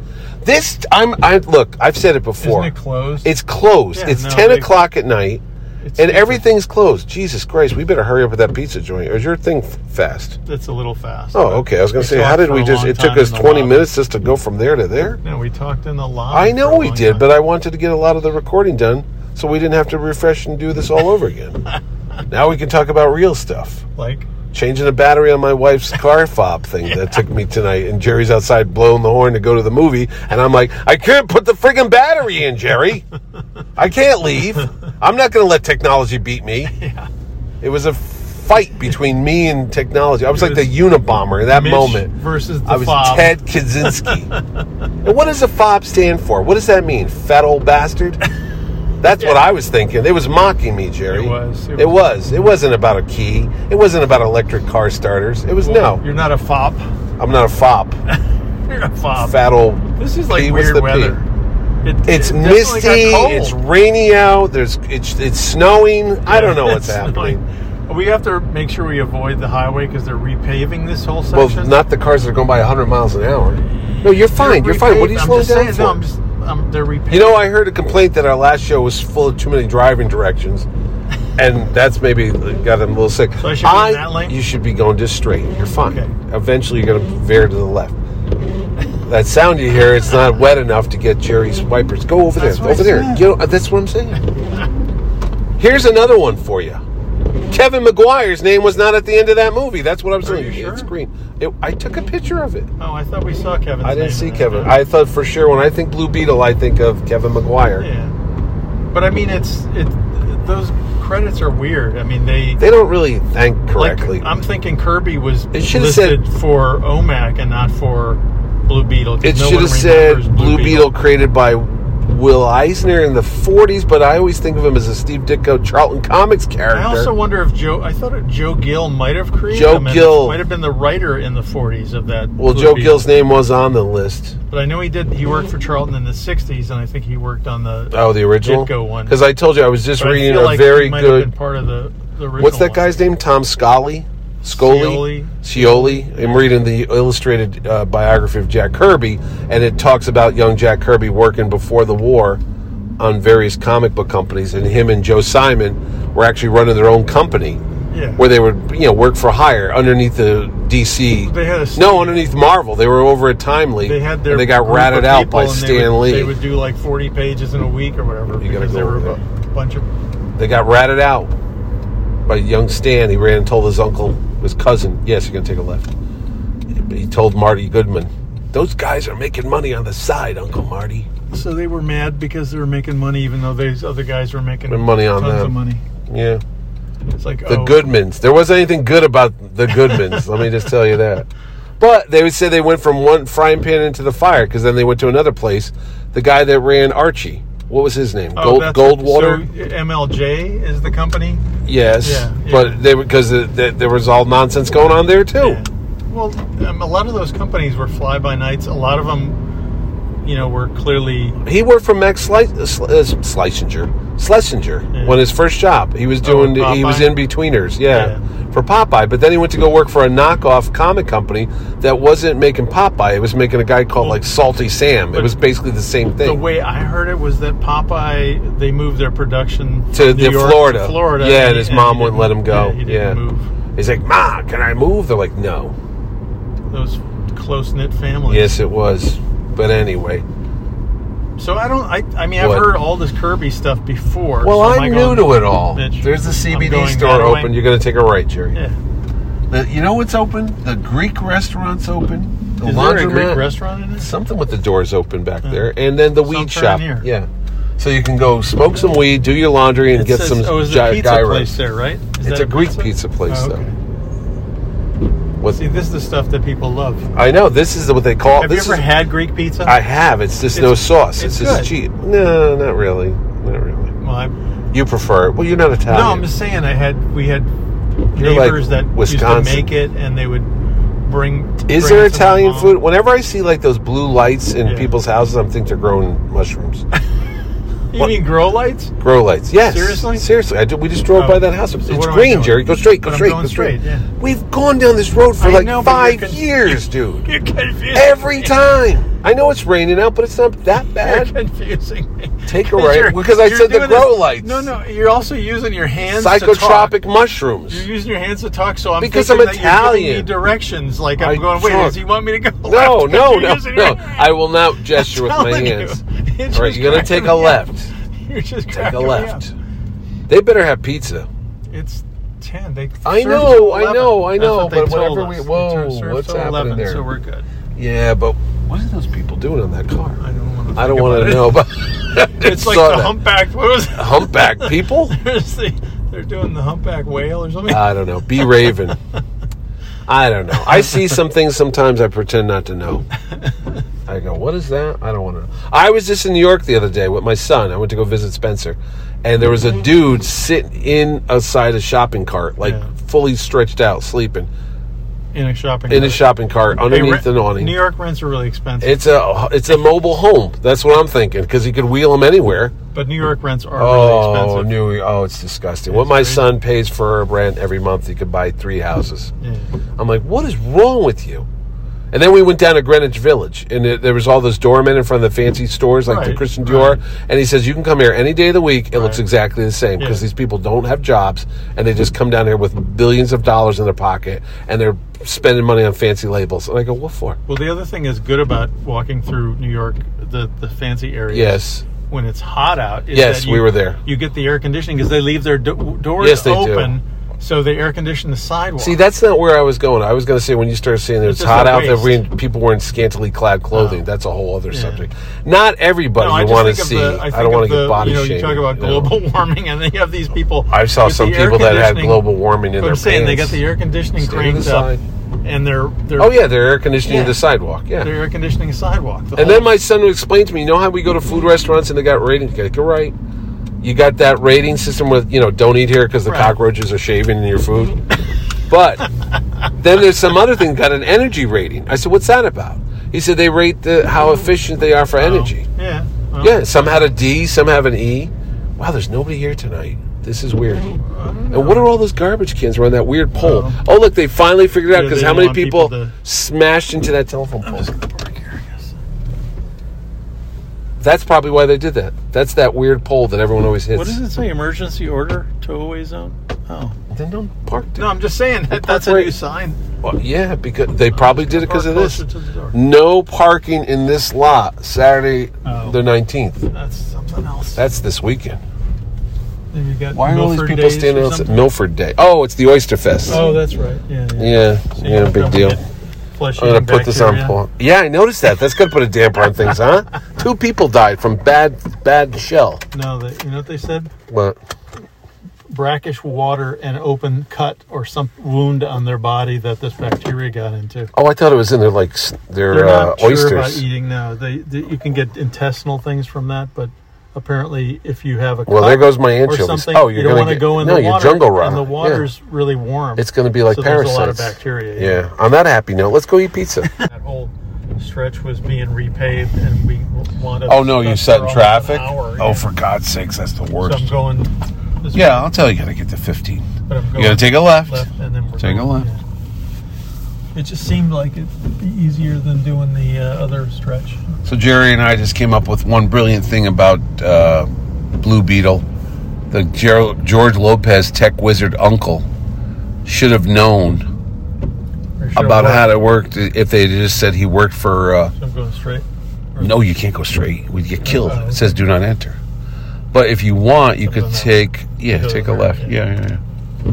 This I'm I look. I've said it before. isn't it closed? It's closed. Yeah, it's no, ten they- o'clock at night, It's- and everything's closed. Jesus Christ, we better hurry up with that pizza joint. Or is your thing f- fast? That's a little fast. Oh, okay. I was going We to say, talked how did for we a just? long It took time us in the twenty lobby. minutes just to go from there to there. No, we talked in the lobby. I know for a we long did, time. but I wanted to get a lot of the recording done so we didn't have to refresh and do this all over again. now we can talk about real stuff. like Changing the battery on my wife's car fob thing that took me tonight, and Jerry's outside blowing the horn to go to the movie, and I'm like, I can't put the friggin' battery in, Jerry. I can't leave. I'm not going to let technology beat me. It was a fight between me and technology. I was like the Unabomber in that Mitch moment. versus the I was fob. Ted Kaczynski. and what does a fob stand for? What does that mean? Fat old bastard? That's what I was thinking. It was mocking me, Jerry. It was. It, was. It wasn't about a key. It wasn't about electric car starters. It was no. You're not a fop. I'm not a fop. You're a fop. Fat old. This is like P, what's weird the P? weather. It- It's it definitely misty. got cold. It's rainy out. There's. It's. It's snowing. I don't know what's It's happening. snowing. We have to make sure we avoid the highway because they're repaving this whole Well, section. not the cars that are going by 100 miles an hour. No, you're fine. You're fine. What are you I'm slowing just down saying, for? No, I'm just, I'm, they're repaving. You know, I heard a complaint that our last show was full of too many driving directions, and that's maybe got them a little sick. So I should be in that lane? You should be going just straight. You're fine. Okay. Eventually, you're going to veer to the left. That sound you hear, it's not wet enough to get Jerry's wipers. Go over That's there. what I Over there. said. You know, that's what I'm saying. Here's another one for you. Kevin McGuire's name was not at the end of that movie. That's what I'm saying. you sure? It's green. It, I took a picture of it. oh, I thought we saw Kevin. I didn't see Kevin. I thought for sure when I think Blue Beetle, I think of Kevin McGuire. yeah. But I mean, it's it. Those credits are weird. I mean, they. They don't really thank like, correctly. I'm thinking Kirby was It listed should've said- for OMAC and not for Blue Beetle. 'cause it no should one have said remembers Blue Beetle. created by Will Eisner in the 40s, but I always think of him as a Steve Ditko Charlton Comics character. I also wonder if Joe. I thought it- Joe Gill might have created. Joe them and Gill- might have been the writer in the 40s of that. well, Blue Joe Beetle. Gill's name was on the list. But I know he did. He worked for Charlton in the '60s, and I think he worked on the. Oh, the original? Ditko one. Because I told you I was just But I reading feel a like very he might Have good. been part of the, the original What's that one. guy's name? Tom Scally? Scoli? Scioli. I'm reading the illustrated uh, biography of Jack Kirby, and it talks about young Jack Kirby working before the war on various comic book companies, and him and Joe Simon were actually running their own company Yeah. where they would, you know, work for hire underneath the DC. They had a- no, underneath Marvel. They were over at Timely. they had their. and they got group ratted of out people by and they Stan would- Lee. They would do like 40 pages in a week or whatever. You gotta because go they were over a bunch of. They got ratted out by young Stan. He ran and told his uncle, his cousin, yes, you're going to take a left. He told Marty Goodman, those guys are making money on the side, Uncle Marty. So they were mad because they were making money, even though these other guys were making Making money on tons them. of money. Yeah. It's like The oh, Goodmans. There wasn't anything good about the Goodmans. let me just tell you that. But they would say they went from one frying pan into the fire because then they went to another place. The guy that ran Archie, what was his name? Oh, Gold, that's- Goldwater? So MLJ is the company. yes. Yeah, yeah. But they because the, the, there was all nonsense going on there too. Yeah. Well, um, a lot of those companies were fly by nights. A lot of them, you know, were clearly He worked for Max Sli- uh, Sl- uh, Schlesinger. Schlesinger. Yeah. When his first job, he was doing. Oh, he was Popeye? in betweeners. Yeah, Yeah. for Popeye. But then he went to go work for a knockoff comic company that wasn't making Popeye. It was making a guy called like Salty Sam. It but was basically the same the thing. way I heard it was that Popeye they moved their production To from the New York Florida. to Florida. Yeah, and he- his he mom wouldn't let didn't- him go. Yeah, he didn't Yeah. move. He's like, Ma, can I move? They're like, No. Those close knit families. Yes, it was. But anyway, So I don't. I, I mean, I've What? heard all this Kirby stuff before. Well, so am I'm new going- to it all. Mitch, There's the I'm CBD going store that way. open. You're going to take a right, Jerry. Yeah. The- you know what's open? The Greek restaurant's open. The Is there a Greek laundromat- restaurant in this? Something with the doors open back there, and then the weed Something shop. here. Yeah, so you can go smoke some weed, do your laundry, and It get says- some Oh, is gy- there a pizza gyros. place there, right? Is It's that a Greek pizza place, Oh, though. okay. What- See, this is the stuff that people love. I know this is what they call. Have this you ever is, had Greek pizza? I have. It's just no It's- sauce. It's, it's just good. cheap. No, not really. Not really. Well, I, You prefer it? Well, you're not Italian. no, I'm just saying. I had we had You're like neighbors that Wisconsin. used to make it, and they would bring. Is bring there it to my Italian mom. food? Whenever I see like those blue lights in Yeah. people's houses, I'm think they're growing mushrooms, You mean grow lights? grow lights. Yes, Seriously? seriously. I do, we just drove Oh. by that house. It's So what am I green, doing? Jerry. Go straight. Go But I'm straight. going go straight. straight, yeah. We've gone down this road for I like know, but you're five con- years, dude. You're confusing. Every time. I know it's raining out, but it's not that You're bad. confusing me. Take a Because right, you're- because I you're said the doing grow this- lights. No, no, you're also using your hands. to talk. Psychotropic mushrooms. You're using your hands to talk, so I'm Because thinking I'm that you're giving me Italian. directions. Like I'm I- going, wait, sure. does he want me to go? No, left? 'Cause no, you're no, using your no. I will not gesture with my telling you. hands. It All right, just you're gonna cracked take me a up. left. You're just Take a cracking me left. up. They better have pizza. It's ten. They I serve know, till I 11. know, I That's know, what they but told whenever us. we- They whoa, serve what's till happening 11, there? So we're good. Yeah, but what are those people doing on that car? I don't want to. I don't want to know about. It's like Saw the that. humpback. What was it? humpback people. There's the, they're doing the humpback whale or something. I don't know. Be Raven. I don't know. I see some things sometimes I pretend not to know. I go, what is that? I don't want to know. I was just in New York the other day with my son. I went to go visit Spencer, and there was a dude sitting in aside a shopping cart, like Yeah. fully stretched out, sleeping in a shopping. in a cart. shopping cart Hey, underneath re- an awning. New York rents are really expensive, It's a it's a mobile home. That's what I'm thinking because he could wheel him anywhere. but New York rents are Oh, really expensive. New Oh, it's disgusting. what It's my crazy. son pays for rent every month, he could buy three houses. Yeah. I'm like, what is wrong with you? And then we went down to Greenwich Village, and it, there was all those doormen in front of the fancy stores, like the Right, Christian Dior. And he says, "You can come here any day of the week. It looks Right. exactly the same because Yeah. these people don't have jobs, and they just come down here with billions of dollars in their pocket, and they're spending money on fancy labels." And I go, "What for?" Well, the other thing is good about walking through New York, the the fancy areas. Yes. When it's hot out. Is Yes, that you, we were there. You get the air conditioning because they leave their do- doors Yes, they do. open, so they air condition the sidewalk. See, that's not where I was going. I was going to say when you start seeing that it's just hot a out, that waste. we people wearing scantily clad clothing. That's a whole other subject. Not everybody No, I you just want think to of see. The, I, I, think don't of want to the, get body You know, shamed. you talk about you know. global warming, and then you have these people. I saw with some the air people that had conditioning- global warming in But their I'm saying they got pants. the air conditioning Stay to the cranked up, side. and they're they're Oh yeah, they're air conditioning Yeah. the sidewalk. Yeah. they're air conditioning the sidewalk. The and whole- then my son would explain to me, you know how we go to food restaurants and they got ratings? Like, You're right. You got that rating system with, you know, don't eat here because the Right. cockroaches are shaving in your food. but then there's some other thing got an energy rating. I said, what's that about? He said they rate the, Oh. how efficient they are for energy. yeah well, Yeah, some had a D, some have an E. Wow, there's nobody here tonight. This is weird. And what are all those garbage cans around that weird pole? Oh. Oh, look, they finally figured it out Yeah, because they how don't many want people, people to- smashed into that telephone pole? Park here, I guess. That's probably why they did that. That's that weird pole that everyone always hits. What does it say? Emergency order tow away zone. Oh Then don't park there. no, I'm just saying that, that's a right- new sign. Well, yeah, because they probably did it because Or of this. closer to the door. No parking in this lot Saturday Oh. the 19th. That's something else. That's this weekend. Then you got Why are all these Milford people Days standing or outside? something. Milford Day. Oh, it's the Oyster Fest. Oh, that's right. Yeah, yeah. Yeah, So you yeah, don't big get deal. flesh I'm gonna eating put this on bacteria. pause. Yeah, I noticed that. That's gonna put a damper on things, huh? Two people died from bad bad shell. No, they, you know what they said? What? Brackish water and open cut or some wound on their body that this bacteria got into. Oh, I thought it was in their like s- their They're uh, not oysters. sure about eating now. They, they you can get intestinal things from that, but apparently if you have a Well, cut there goes my or anchovies. something, Oh, you you're don't gonna want to get- go in no, the you're water jungle rot. and the Yeah. water's really warm. It's gonna be like so parasites. There's a lot of bacteria. Yeah. On that happy note, let's go eat pizza. that whole stretch was being repaved, and we wanted. oh no, you us set for in almost traffic. an hour, Oh, yeah. for God's sakes, that's the So worst. I'm going. This way, yeah, I'll tell you, you gotta get to 15. but I'm You going gotta take a left. left, and then we're Take a going, left. yeah. It just seemed like it'd be easier than doing the uh, other stretch. So Jerry and I just came up with one brilliant thing about uh, Blue Beetle. The Ger- George Lopez tech wizard uncle should have known Or show about one. how it worked if they just said he worked for uh, So I'm going straight. no, you can't go straight. We'd get killed. It says do not enter. But if you want, you could take yeah, take a left. Yeah, yeah, yeah.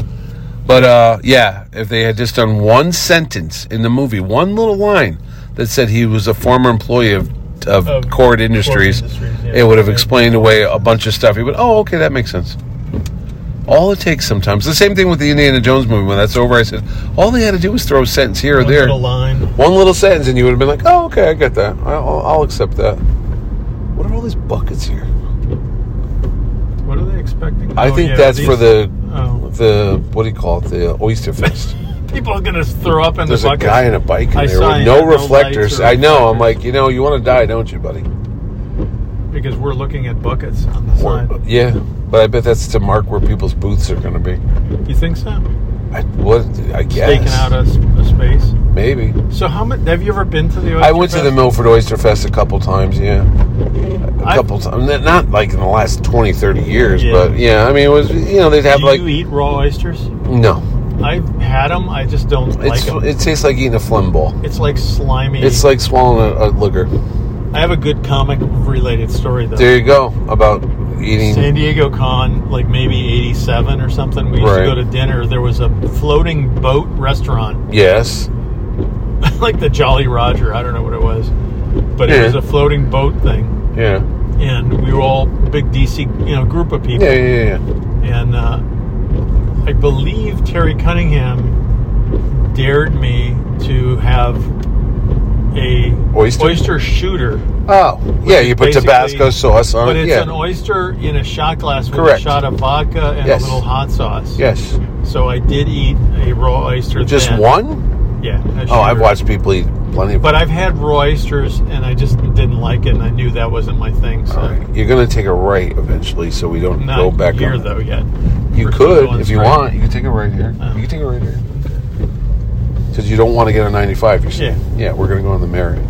But uh, yeah, if they had just done one sentence in the movie, one little line that said he was a former employee of of, Of Cord Industries, Industries, yeah. it would have explained away a bunch of stuff. He would, oh, okay, that makes sense. All it takes sometimes. The same thing with the Indiana Jones movie. When that's over, I said, all they had to do was throw a sentence here or One there little line. one little sentence and you would have been like, oh, okay, I get that. I'll, I'll- I'll accept that. What are all these buckets here? What are they expecting? I Oh, think yeah, that's for these- the, Oh. the what do you call it, the oyster fest. People are gonna throw up in There's the a bucket. guy in a bike in I there saw with it, no no lights reflectors. or I know. I'm reflectors. like, you know, you want to die, don't you, buddy? because we're looking at buckets on the Or- side. yeah, but I bet that's to mark where people's booths are going to be. You think so? I, what? I guess. Taking out a, s- a space. Maybe. So how much have you ever been to the? I went to the mill. Milford Oyster Fest a couple times, yeah. A I- couple times. Not like in the last 20, 30 years, Yeah. but yeah, I mean, it was, you know, they'd have Do like. you eat raw oysters? No, I've had them. I just don't like it's 'em. it tastes like eating a phlegm ball. It's like slimy. It's like swallowing a, a liquor. I have a good comic related story though. There you go about San eating. Diego Con, like maybe '87 or something. We used Right. to go to dinner. There was a floating boat restaurant, Yes, like the Jolly Roger. I don't know what it was, but Yeah. it was a floating boat thing, yeah, and we were all big DC, you know, group of people. yeah, yeah, yeah. and uh, I believe Terry Cunningham dared me to have a Oyster? shooter. Oh, yeah. You put Basically- Tabasco sauce on but it. it's an Yeah. oyster in a shot glass with Correct. a shot of vodka and Yes. a little hot sauce. Yes. So I did eat a raw oyster. Just then. one? Yeah. a Oh, I've shooter. watched people eat plenty of. But I've had raw oysters and I just didn't like it, and I knew that wasn't my thing. So All right. You're gonna take a right eventually, so we don't not go back here up. though yet. You We're still could, going if you straight. want, you can take a right here. Oh. You can take a right here. Because you don't want to get a 95, you're saying. Yeah, we're going to go on the Marriott.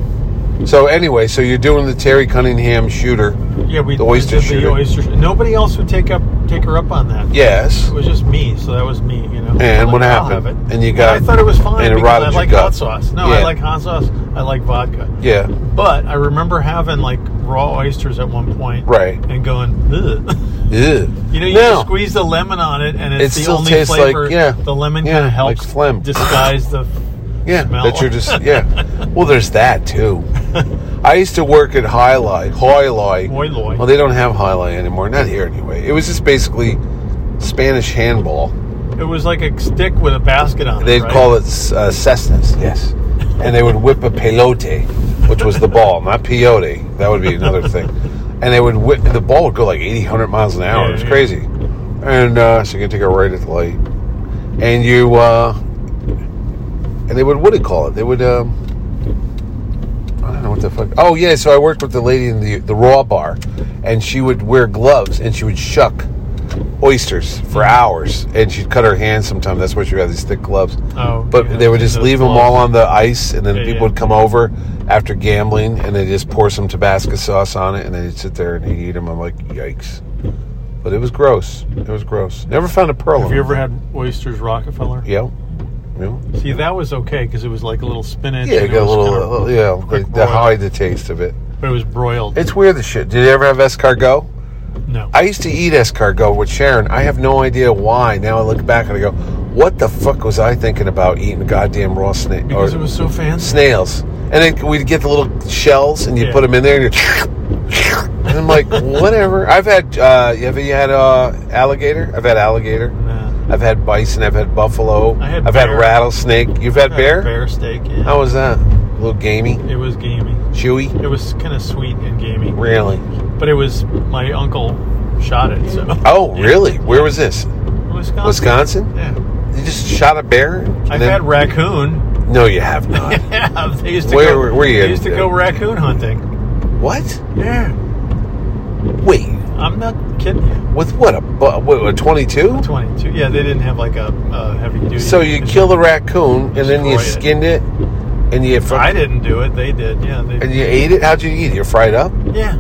So, anyway, so you're doing the Terry Cunningham shooter. Yeah, we The oyster did the shooter. oyster sh- Nobody else would take up take her up on that. Yes. It was just me, so that was me, you know. And I'm what "I'll happened? have it." And you got- I thought it was fine. and it because rotted I your like gut. hot sauce. No, Yeah. I like hot sauce. I like vodka. Yeah. But I remember having like raw oysters at one point, Right. And going, Ugh. Ew. you know, you No. just squeeze the lemon on it, and It it's the still only tastes like- flavor. yeah. the lemon Yeah, kind like of helps phlegm. disguise the. Yeah, smell. that you're just, yeah. well, there's that, too. I used to work at Highlight, Highlight. Hoyloy. Well, they don't have Highlight anymore. Not here, anyway. It was just basically Spanish handball. It was like a stick with a basket on it. They'd right? call it uh, Cessnas, yes. And they would whip a pelote, which was the ball, not peyote. That would be another thing. And they would whip, the ball would go like 80, 100 miles an hour. Yeah, it was yeah. crazy. And uh, so you can take a right at the light. And you, uh, and they would, what do you call it? They would, um, I don't know what the fuck. Oh, yeah, so I worked with the lady in the, the raw bar, and she would wear gloves and she would shuck oysters for hours, and she'd cut her hands sometimes. That's why she had these thick gloves. Oh, But yeah, they would those just leave them gloves. all on the ice, and then Yeah, people yeah. would come over after gambling, and they just pour some Tabasco sauce on it, and they'd sit there and eat them. I'm like, yikes! But it was gross. It was gross. Never found a pearl. Have in you them. ever had oysters Rockefeller? Yeah. Yeah. See, that was okay because it was like a little spinach. Yeah, and you it got a was little, uh, kinda- little- yeah, quick like to broil. hide the taste of it. but it was broiled. It's weird. The shit. Did you ever have escargot? no, I used to eat escargot with Sharon. I have no idea why. Now I look back and I go, what the fuck was I thinking about eating goddamn raw snake because or it was so fancy. snails? And then we'd get the little shells and you Yeah. put them in there and you and I'm like, whatever. I've had, uh, have you had uh, alligator? I've had alligator. Nah. I've had bison. I've had buffalo. I had I've had bear. rattlesnake. You've had Uh, bear? Bear steak. Yeah. How was that? A little gamey, it was gamey. chewy. It was kind of sweet and gamey. Really? But it was my uncle shot it, so Oh, really? Where was this? Wisconsin. Wisconsin? Yeah. You just shot a bear? and I've then- had raccoon. No, you have not. Yeah, they used to Where go. were- were you They in- used to go raccoon hunting. what? Yeah. Wait, I'm not kidding. you. with what a bu- what a twenty-two? 22. Yeah, they didn't have like a uh, heavy duty. So you kill the raccoon and then you Destroy it. skinned it, and you fr- I didn't do it. They did. Yeah. They, and you ate it. How'd you eat it? You fried up? yeah.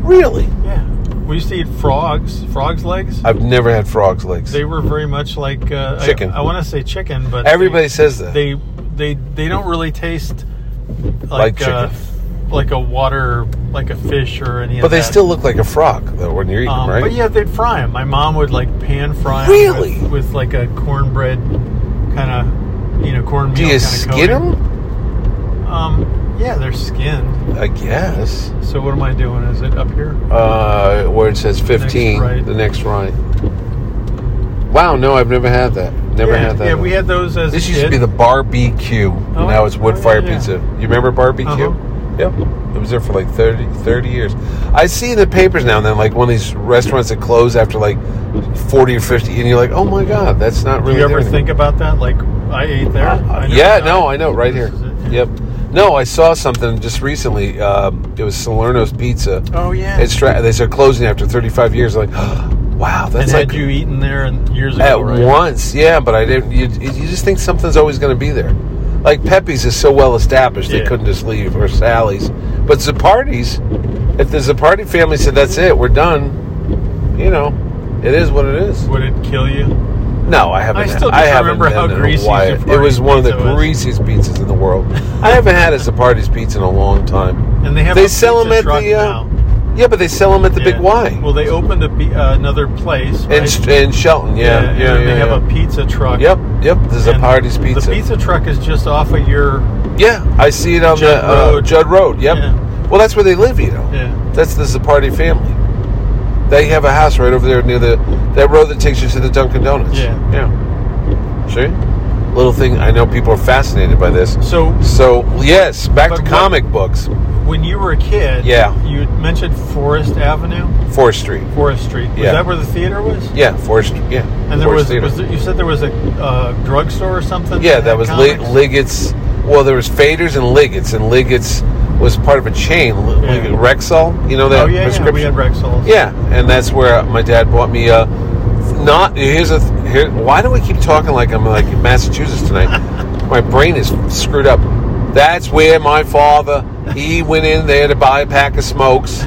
Really? Yeah. We used to eat frogs. Frogs legs. I've never had frogs legs. They were very much like uh, I- Chicken. I, want to say chicken, but Everybody they, says that. they they they don't really taste like, Like chicken. uh, like a water, like a fish or any. But of they that. still look like a frog though when you're eating, Um, right? But yeah, they'd fry them. My mom would like pan fry them Really? with, with like a cornbread kind of, you know, cornmeal. Do you kinda skin coating. them? Um, yeah, they're skinned. I guess. So what am I doing? Is it up here? Uh, where it says 15, right. the next right. Wow, no, I've never had that. Never yeah, had that. Yeah, we had those as This a used to kid. be the barbecue. Oh, now it's wood oh, fire yeah, yeah. pizza. You remember barbecue? Uh-huh. Yep. It was there for like 30, 30 years. I see in the papers now and then, like one of these restaurants that close after like 40 or 50, and you're like, oh my God, that's not Do really you there ever anymore." think about that? Like I ate there. I never Uh, yeah, got no, it. I know, right This here. is it, yeah. Yep. No, I saw something just recently. Um, it was Salerno's Pizza. Oh yeah. It's tra- they said closing after 35 years. Like, wow, and that's had like you eaten there and years ago, at Oh, right? once. Yeah, but I didn't. You, you just think something's always going to be there. Like Pepe's is so well established, they Yeah. couldn't just leave or Sally's. But Zapardi's, if the Zapardi family said that's it, we're done. You know, it is what it is. Would it kill you? No, I haven't. I still I can't haven't remember how been in a greasy while. It was Zapardi's one of the pizza was. greasiest pizzas in the world. I haven't had a Zapardi's pizza in a long time. And they have They a sell them pizza at truck the uh, now. yeah, but they sell them at the Big Yeah. Y Well, they opened a, be- uh, another place. Right? and and Shelton. Yeah, yeah, and yeah. they have yeah. a pizza truck. Yep, yep. There's a And party's pizza. The pizza truck is just off of your. Yeah, I see it on Judd the uh, Road. Judd Road. Yep. Yeah. Well, that's where they live, you know. Yeah. That's the Zapardi family. They have a house right over there near the that road that takes you to the Dunkin' Donuts. Yeah. Yeah. See, little thing. I know people are fascinated by this. So So yes, back But to what- comic books. when you were a kid, Yeah. you had mentioned Forest Avenue, Fourth Street. Forest Street. Was Yeah. that where the theater was? Yeah, Fourth Street. Yeah. And there Forest was, Theater. was there, you said there was a uh, drugstore or something. Yeah, that had was Li- comics? Liggett's. Well, there was Faders and Liggett's, and Liggett's was part of a chain, L- Yeah. Liggett Rexall. You know that Oh yeah, yeah, we prescription. had Rexall. Yeah, and that's where my dad bought me a. Not here's a here. Why do we keep talking like I'm like in Massachusetts tonight? my brain is screwed up. That's where my father he went in there to buy a pack of smokes,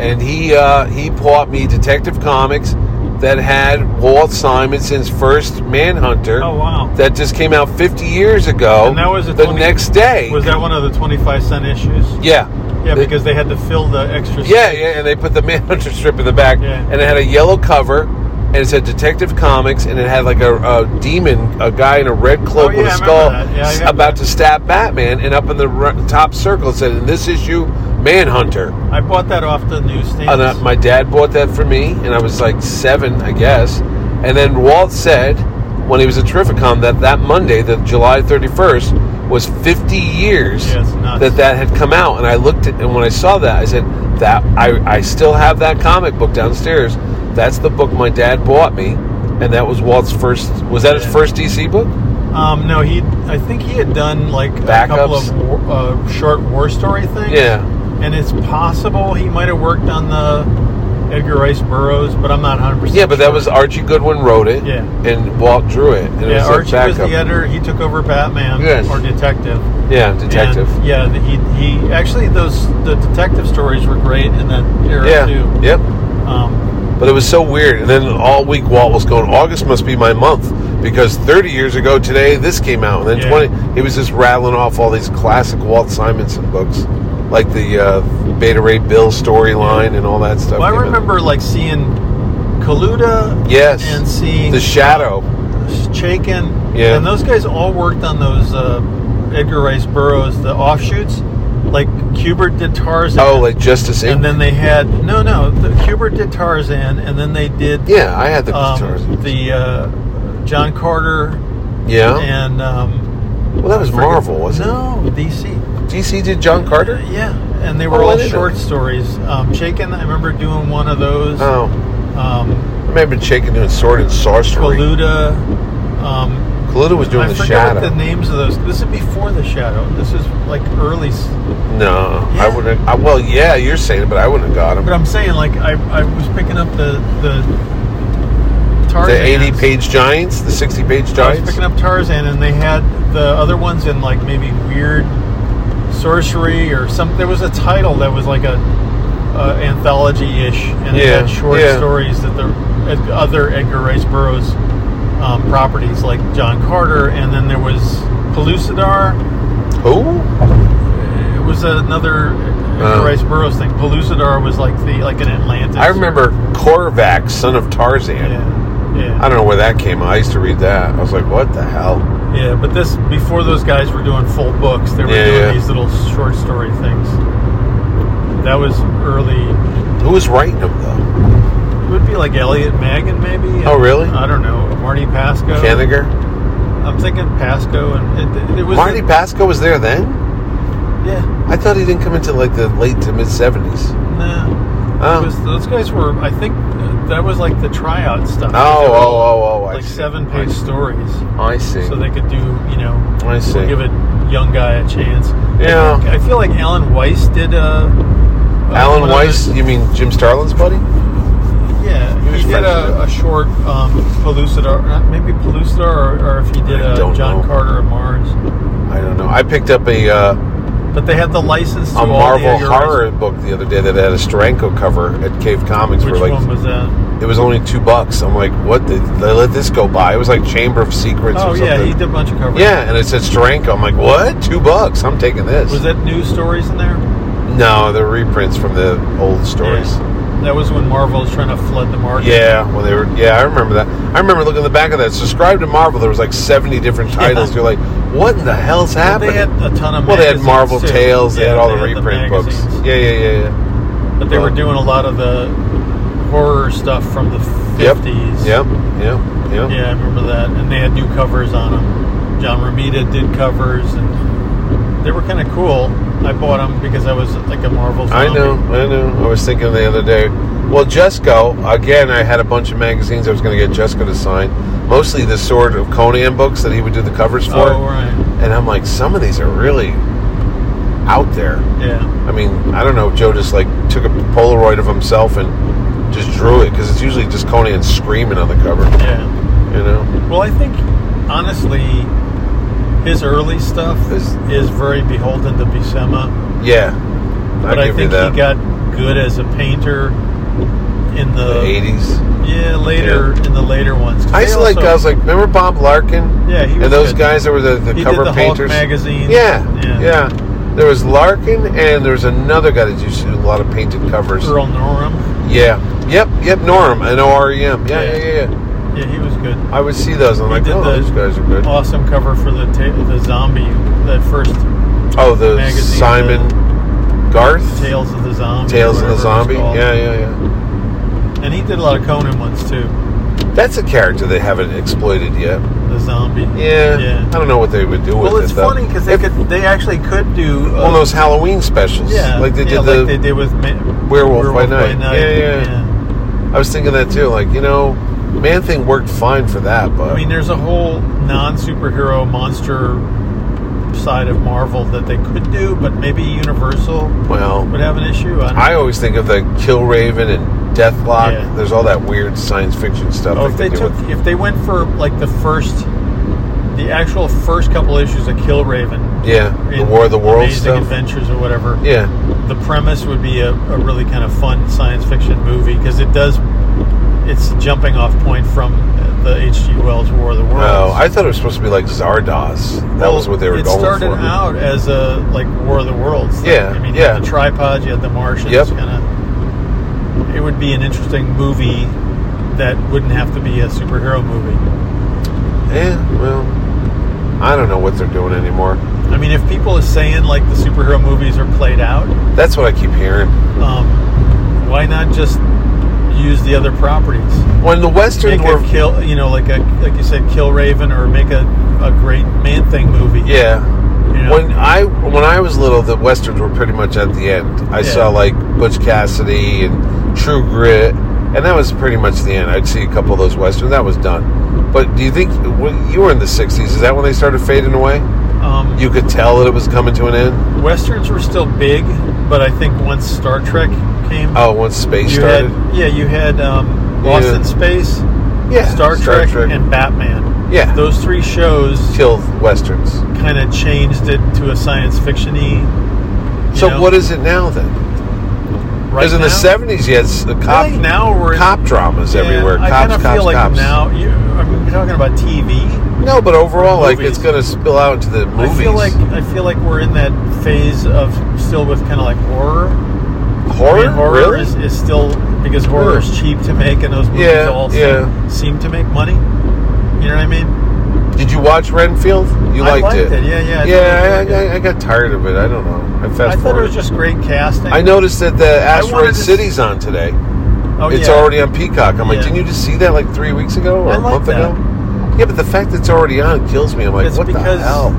and he uh, he bought me Detective Comics that had Walt Simonson's first Manhunter. Oh, wow. That just came out 50 years ago. And that was a the 20 next day. Was that one of the twenty-five cent issues? yeah. Yeah, The- because they had to fill the extra. yeah, yeah, and they put the Manhunter strip in the back, Yeah. and it had a yellow cover, and it said Detective Comics, and it had like a, a demon, a guy in a red cloak Oh, yeah, with a I remember skull that. Yeah, I s- got about that. to stab Batman, and up in the r- top circle it said, "In this issue, Manhunter." I bought that off the newsstand. And uh, my dad bought that for me, and I was like seven, I guess. And then Walt said, when he was at Terrificon, that that Monday, the July 31st, was 50 years Yeah, it's nuts. that that had come out. And I looked at, and when I saw that, I said, that I, I still have that comic book downstairs. That's the book my dad bought me, and that was Walt's first. Was that his Yeah. first DC book? Um, no, he. I think he had done like a couple Backups? of war, uh, short war story things. Yeah. and it's possible he might have worked on the Edgar Rice Burroughs, but I'm not 100. percent Yeah, but that was Archie Goodwin wrote it, Yeah. and Walt drew it. And it yeah. was like Archie was backup. the editor. He took over Batman Yes. or Detective. Yeah, detective. And, yeah, the- he he actually those the detective stories were great in that era yeah. too. Yep. Um, But it was so weird. And then all week Walt was going, August must be my month because 30 years ago today this came out. And then Yeah. 20, he was just rattling off all these classic Walt Simonson books, like the uh, Beta Ray Bill storyline and all that stuff. well, I came out. remember like seeing Kaluda. Yes. and seeing The Shadow. Chaikin. Yeah. And those guys all worked on those uh, Edgar Rice Burroughs, the offshoots. Like Hubert did Tarzan. Oh, like Justice Inc. And then they had, no, no, the, Hubert did Tarzan, and then they did yeah, I had the um, guitars. the uh, John Carter yeah. and. Um, well, that was I forget- Marvel, wasn't No, DC. it? DC did John Carter? Yeah, and they were Oh, I all didn't know. short stories. Um, Chaikin, I remember doing one of those. Oh. I Um, remember Shaken doing Sword and Sorcery. Kaluda. Um, Kaluda was doing I The forget Shadow. what the names of those. This is before the shadow. This is like early. s- no, I Yeah. wouldn't. I, well, yeah, you're saying it, but I wouldn't have got him. But I'm saying like I, I was picking up the the Tarzan. The 80 page Giants, the 60 page I was Giants. picking up Tarzan, and they had the other ones in like maybe weird sorcery or some. There was a title that was like a, a anthology ish, and it Yeah, had short yeah. stories that the Ed- other Edgar Rice Burroughs um, properties like John Carter, and then there was Pellucidar. Who? Oh. It was another Rice Burroughs thing. Pellucidar was like the like an Atlantis. I remember Korvac, son of Tarzan. Yeah, yeah. I don't know where that came. I used to read that. I was like, what the hell? Yeah, but this before those guys were doing full books, they were Yeah, doing yeah. these little short story things. That was early. Who was writing them though? It would be like Elliot Magan, maybe. and- Oh, really? I don't know. Marty Pasco. Kaniger? I'm thinking Pasco, and it, it was Marty Pasco was there then? Yeah, I thought he didn't come until like the late to mid seventies. nah. Oh. It was- those guys were. I think that was like the tryout stuff. Oh, They were oh, oh, oh, I Like see. seven page stories, I see. so they could do you know. I see. We'll give a young guy a chance. Yeah. I feel like Alan Weiss did. Uh, Alan one of Weiss, the- you mean Jim Starlin's buddy? Yeah, was he did friends with a, a short um, Pellucidar, uh, maybe Pellucidar, or, or if he did I a don't John know. Carter of Mars. I don't know. I picked up a uh, But they had the license to a all the Marvel Edgar Rice- horror book the other day that had a Stranko cover at Cave Comics. Which for like one was that? it was only two bucks. I'm like, what? Did they let this go by? It was like Chamber of Secrets. Oh or yeah, something. he did a bunch of covers. Yeah, and it said Stranko. I'm like, what? Two bucks? I'm taking this. Was that new stories in there? No, the reprints from the old stories. Yeah. That was when Marvel was trying to flood the market. Yeah, well, they were. Yeah, I remember that. I remember looking at the back of that. Subscribe to Marvel. There was like seventy different titles. You're like, what in the hell's But happening? they had a ton of. well, they had magazines, Marvel too. Tales. They Yeah, had all the had reprint books. magazines. Yeah, yeah, yeah, yeah. But they were doing a lot of the horror stuff from the Yep. fifties. Yep. Yep. Yep. Yeah, I remember that. And they had new covers on them. John Romita did covers, and they were kind of cool. I bought them because I was like a Marvel. I zombie. know, I know. I was thinking the other day. Well, Jesco, again, I had a bunch of magazines I was going to get Jesco to sign. Mostly the Sword of Conan books that he would do the covers for. Oh right. And I'm like, some of these are really out there. Yeah. I mean, I don't know. Joe just like took a Polaroid of himself and just drew it because it's usually just Conan screaming on the cover. Yeah. You know, Well, I think honestly, his early stuff Is- is, very beholden to Buscema, yeah. but I give you think that. he got good as a painter in the, the '80s. Yeah, later in the later ones. 'Cause I used they to like. also- I was like, remember Bob Larkin? Yeah, he was and those good. guys that were the, the He did cover the Hulk painters. magazine. Yeah, yeah, Yeah. There was Larkin, and there was another guy that used to do a lot of painted covers. Earl Norum. Yeah. Yep. Yep. Norm. N O R E M. Yeah. Yeah. Yeah. Yeah. yeah. Yeah, he was good. I would see those. I'm He like, did oh, the those guys are good. Awesome cover for the ta- the zombie, that first Oh, the magazine, uh, Simon Garth. Tales of the Zombie. Tales of whatever it the was Zombie. called. Yeah, yeah, yeah. And he did a lot of Conan ones too. That's a character they haven't exploited yet. The zombie. Yeah. I Yeah. don't know what they would do with Well, it. it's though. funny because they If- could they actually could do uh, one of those Halloween specials. yeah Like they yeah, did like the. they did with Ma- Werewolf by Night. Yeah, yeah. yeah. I was thinking that too. Like you know, Man Thing worked fine for that, but I mean, there's a whole non superhero monster side of Marvel that they could do, but maybe Universal well, would have an issue. I don't I always think of the Kill Raven and Deathlock. Yeah. There's all that weird science fiction stuff. Oh, that if they do took, with- if they went for like the first, the actual first couple issues of Kill Raven, yeah, the in War of the Worlds Amazing stuff. Adventures or whatever, Yeah, the premise would be a, a really kind of fun science fiction movie because it does, it's a jumping off point from the H.G. Wells War of the Worlds. no, Oh, I thought it was supposed to be like Zardoz. That Well, was what they were it going started for. out as a like War of the Worlds. thing. Yeah, I mean, you yeah. had the tripod, you had the Martians. Yep. Kind of. It would be an interesting movie that wouldn't have to be a superhero movie. Yeah, eh, well, I don't know what they're doing anymore. I mean, if people are saying like the superhero movies are played out, That's what I keep hearing. um, why not just use the other properties? When the westerns Make were, a kill, you know, like a like you said, Kill Raven, or make a, a great Man Thing movie. yeah. You know? When I when I was little, the westerns were pretty much at the end. I Yeah. saw like Butch Cassidy and True Grit, and that was pretty much the end. I'd see a couple of those westerns. That was done. But do you think when you were in the '60s? Is that when they started fading away? um, You could tell that it was coming to an end. westerns were still big, but I think once Star Trek came, Oh, once space you started, had yeah, you had um, Lost Yeah. in Space, yeah, Star, Trek, and Batman. yeah, those Those three shows killed westerns. kind of changed it to a science fictiony. you So know, what is it now then? right Because in the now. seventies, you had s- the cop think now we're in- cop dramas Yeah, everywhere. I cops, kinda cops, feel like cops. now you, I mean, we're talking about TV. no, but overall, like Movies. it's going to spill out into the movies. I feel like I feel like we're in that phase of still with kind of like horror. I Horror? mean, horror Really? is, is still because horror is cheap to make, and those movies Yeah, all yeah. seem, seem to make money. You know what I mean? Did you watch Renfield? You I liked, liked it. it, yeah, yeah, I Yeah, thought it was I, really I, I got tired of it. I don't know. I fast I thought it forwarded. was just great casting. I noticed that the wanted Asteroid to- City's on today. Oh, it's yeah. already on Peacock. I'm like, Yeah. didn't you just see that like three weeks ago or I a like month that. ago? Yeah, but the fact that it's already on kills me. I'm like, It's what the because hell?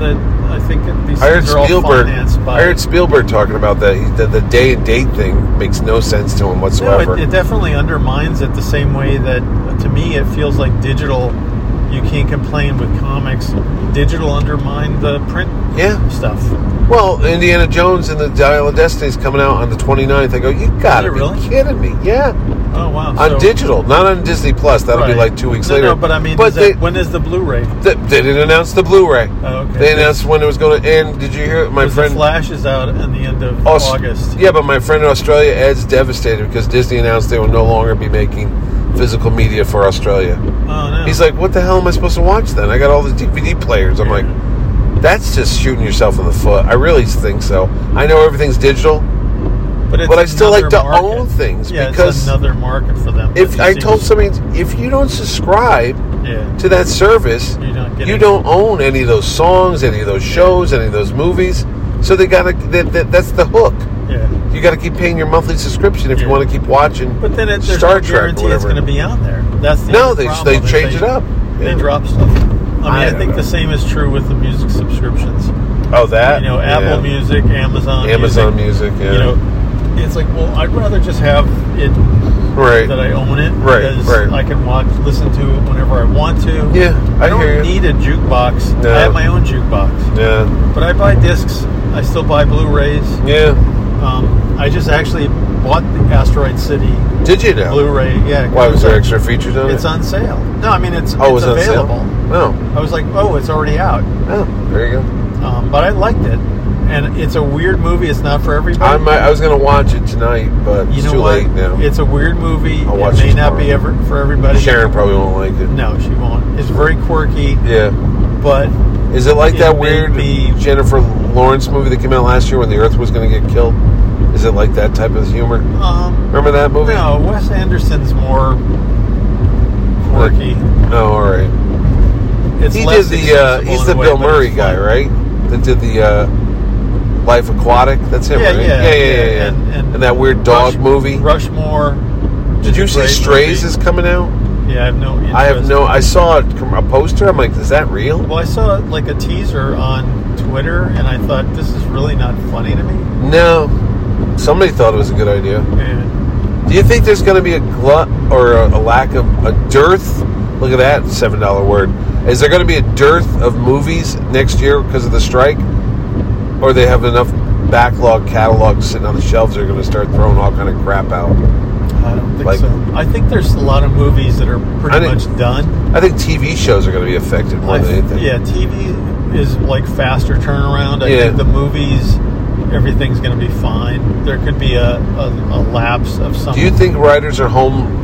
The, I think that these I heard things are all Spielberg. financed by. I heard Spielberg talking about that. He, the, the day and date thing makes no sense to him No, whatsoever. it, it definitely undermines it the same way that, to me, it feels like digital. You can't complain with comics. Digital undermined the print yeah. stuff. Well, Indiana Jones and the Dial of Destiny is coming out on the 29th. I go, you gotta Is it be really? kidding me. Yeah. Oh wow! on so- digital, not on Disney Plus. That'll be Right. like two weeks No, later. No, but I mean, but is they, that, when is the Blu-ray? they, they didn't announce the Blu-ray. Oh, okay. They announced when it was going to end. Did you hear it? my Because the friend? Flash is out at the end of Aus- August. Oh, Yeah, but my friend in Australia, Ed's devastated because Disney announced they will no longer be making physical media for Australia. Oh no! He's like, "What the hell am I supposed to watch then? I got all the DVD players." I'm like, "That's just shooting yourself in the foot." I really think so. I know everything's digital, it's but I still like to another market. own things yeah, because- it's another market for them. if That I just told seems- somebody, if you don't subscribe yeah, to that service, You're not getting you it. don't own any of those songs, any of those shows, any of those movies. So they gotta that, that, that's the hook. yeah. You gotta keep paying your monthly subscription if you Yeah. want to keep watching. But then it, there's Star no Trek or guarantee it's whatever. going to be out there. That's the No, other they- problem, they is change it up. Yeah. They drop stuff. I I mean, I, don't think know. the same is true with the music subscriptions. oh that You know, Apple Yeah. Music, Amazon, Amazon Music, yeah. You know, it's like, well, I'd rather just have it right? that I own it Right, because right. I can watch, listen to it whenever I want to. Yeah, I I don't hear you. need a jukebox. No. I have my own jukebox, yeah, but I buy discs. I still buy Blu-rays. yeah. Um, I just actually bought the Asteroid City Did you know? Blu-ray. Yeah, 'cause Why was there it's- extra features on It's it? on sale. No, I mean it's oh, it's it was available. on sale. I was like, oh, it's already out. Oh, oh, there you go. Um, but I liked it, and it's a weird movie. It's not for everybody. I might, I was gonna watch it tonight, but you it's know too what? late now. It's a weird movie. I'll it watch may it not be tomorrow. ever for everybody. Sharon probably won't like it. No, she won't. It's very quirky, Yeah. but Is it like It that may weird be- Jennifer Lawrence movie that came out last year when the Earth was gonna get killed? Is it like that type of humor? um, Remember that movie? no. Wes Anderson's more quirky. No, all right. It's He did less the. Uh, accessible he's in the a way, Bill but it's Murray guy, fun. right? That did the uh, Life Aquatic. That's him, Yeah, right? yeah, yeah, yeah, yeah. yeah. And, and, that weird dog Rush- movie. Rushmore. Did you see Great Strays is movie. coming out? Yeah, I have no. Interest. I have no. I saw a, com- a poster. I'm like, is that real? Well, I saw like a teaser on Twitter, and I thought this is really not funny to me. No. Somebody thought it was a good idea. And Do you think there's going to be a glut or a, a lack of a dearth? Look at that seven dollar word. Is there going to be a dearth of movies next year because of the strike, or they have enough backlog catalogs sitting on the shelves? They're going to start throwing all kind of crap out. I don't think Like- so. I think there's a lot of movies that are I pretty didn't- much done. I think TV shows are going to be affected more I than th- anything. yeah, TV is like faster turnaround. I Yeah. think the movies, everything's going to be fine. There could be a, a, a lapse of some. Do you think writers are home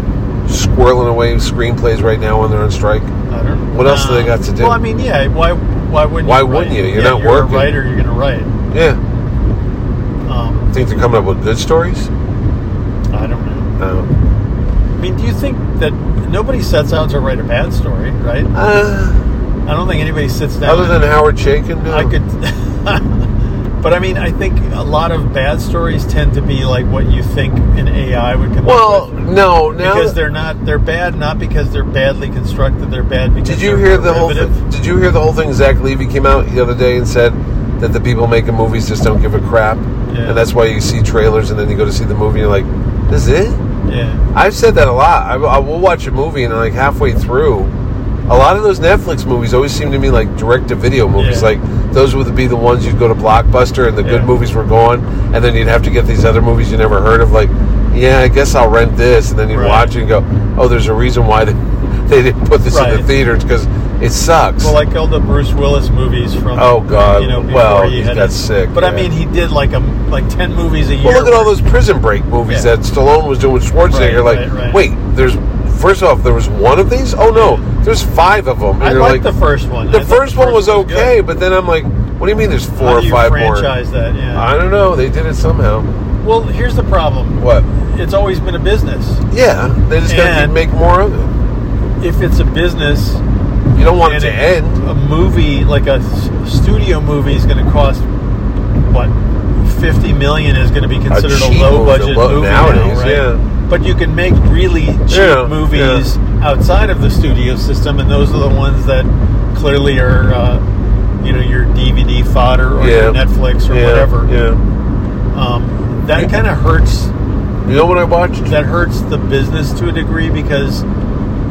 squirreling away screenplays right now when they're on strike? I don't, What else do they got to do? Well, I mean, yeah. Why? Why wouldn't? Why you wouldn't write? you? You're Yeah, not you're working. A writer, you're going to write. Yeah. Um, Think they're coming up with good stories? I don't No. know. I mean, do you think that nobody sets out to write a bad story, right? Uh, I don't think anybody sits down. other than Howard Chaykin, no. I could, but I mean, I think a lot of bad stories tend to be like what you think an AI would come Well, up with. no, now because they're not they're bad not because they're badly constructed. They're bad because Did you they're hear the whole? derivative. Thing, did you hear the whole thing? Zach Levy came out the other day and said that the people making movies just don't give a crap, Yeah. and that's why you see trailers and then you go to see the movie and you're like, "This is it." Yeah, I've said that a lot. I, I will watch a movie and like halfway through, a lot of those Netflix movies always seem to me like direct-to-video movies. Yeah. Like those would be the ones you'd go to Blockbuster and the good Yeah. movies were gone, and then you'd have to get these other movies you never heard of. Like, yeah, I guess I'll rent this, and then you would Right. watch it and go, oh, there's a reason why they, they didn't put this in the Right. theaters because it sucks. well, like all the Bruce Willis movies from Oh, God. you know, before Well, he he had got his- sick, But I yeah. mean, he did like a like ten movies a year. Well, look at all where- those Prison Break movies Yeah. that Stallone was doing with Schwarzenegger. Right, like, right, right. wait, there's first off, there was one of these. Oh no, there's five of them. And I you're liked the first one. I The thought first one was good. okay, but then I'm like, What do you mean? There's How four do or you five more. franchise that? Yeah. I don't know. They did it somehow. well, here's the problem. What? It's always been a business. Yeah, they just got to And- make more of it. If it's a business, You don't want it and to a- end. A movie like a s- studio movie is going to cost what? Fifty million is going to be considered a, cheap low budget movie, a low- movie nowadays, now, right? yeah. But you can make really cheap Yeah, movies outside of the studio system, and those are the ones that clearly are, uh, you know, your DVD fodder or your Yeah. Netflix or yeah, whatever. Yeah. Um, that kind of hurts You know what I watched? that hurts the business to a degree because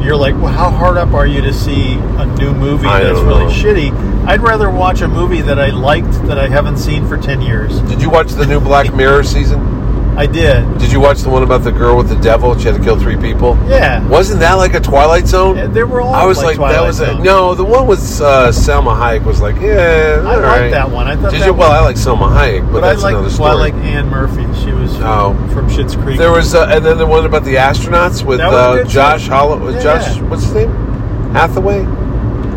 you're like, well, how hard up are you to see a new movie I that's don't really know. shitty? I'd rather watch a movie that I liked that I haven't seen for 10 years. Did you watch the new Black Mirror season? I did. Did you watch the one about the girl with the devil? She had to kill three people. Yeah. Wasn't that like a Twilight Zone? Yeah, they were all I was like like, that Twilight was a, Zone. no. The one with uh, Selma Hayek was like, yeah, I all liked right. that one. I thought Did that you? Well, one- I like Selma Hayek, but, But I that's like another story. well, I like Anne Murphy. She was Oh. from Schitt's Creek. There was, uh, and then the one about the astronauts with That was uh, good, too. Josh Hollow. Yeah. Josh, what's his name? Hathaway,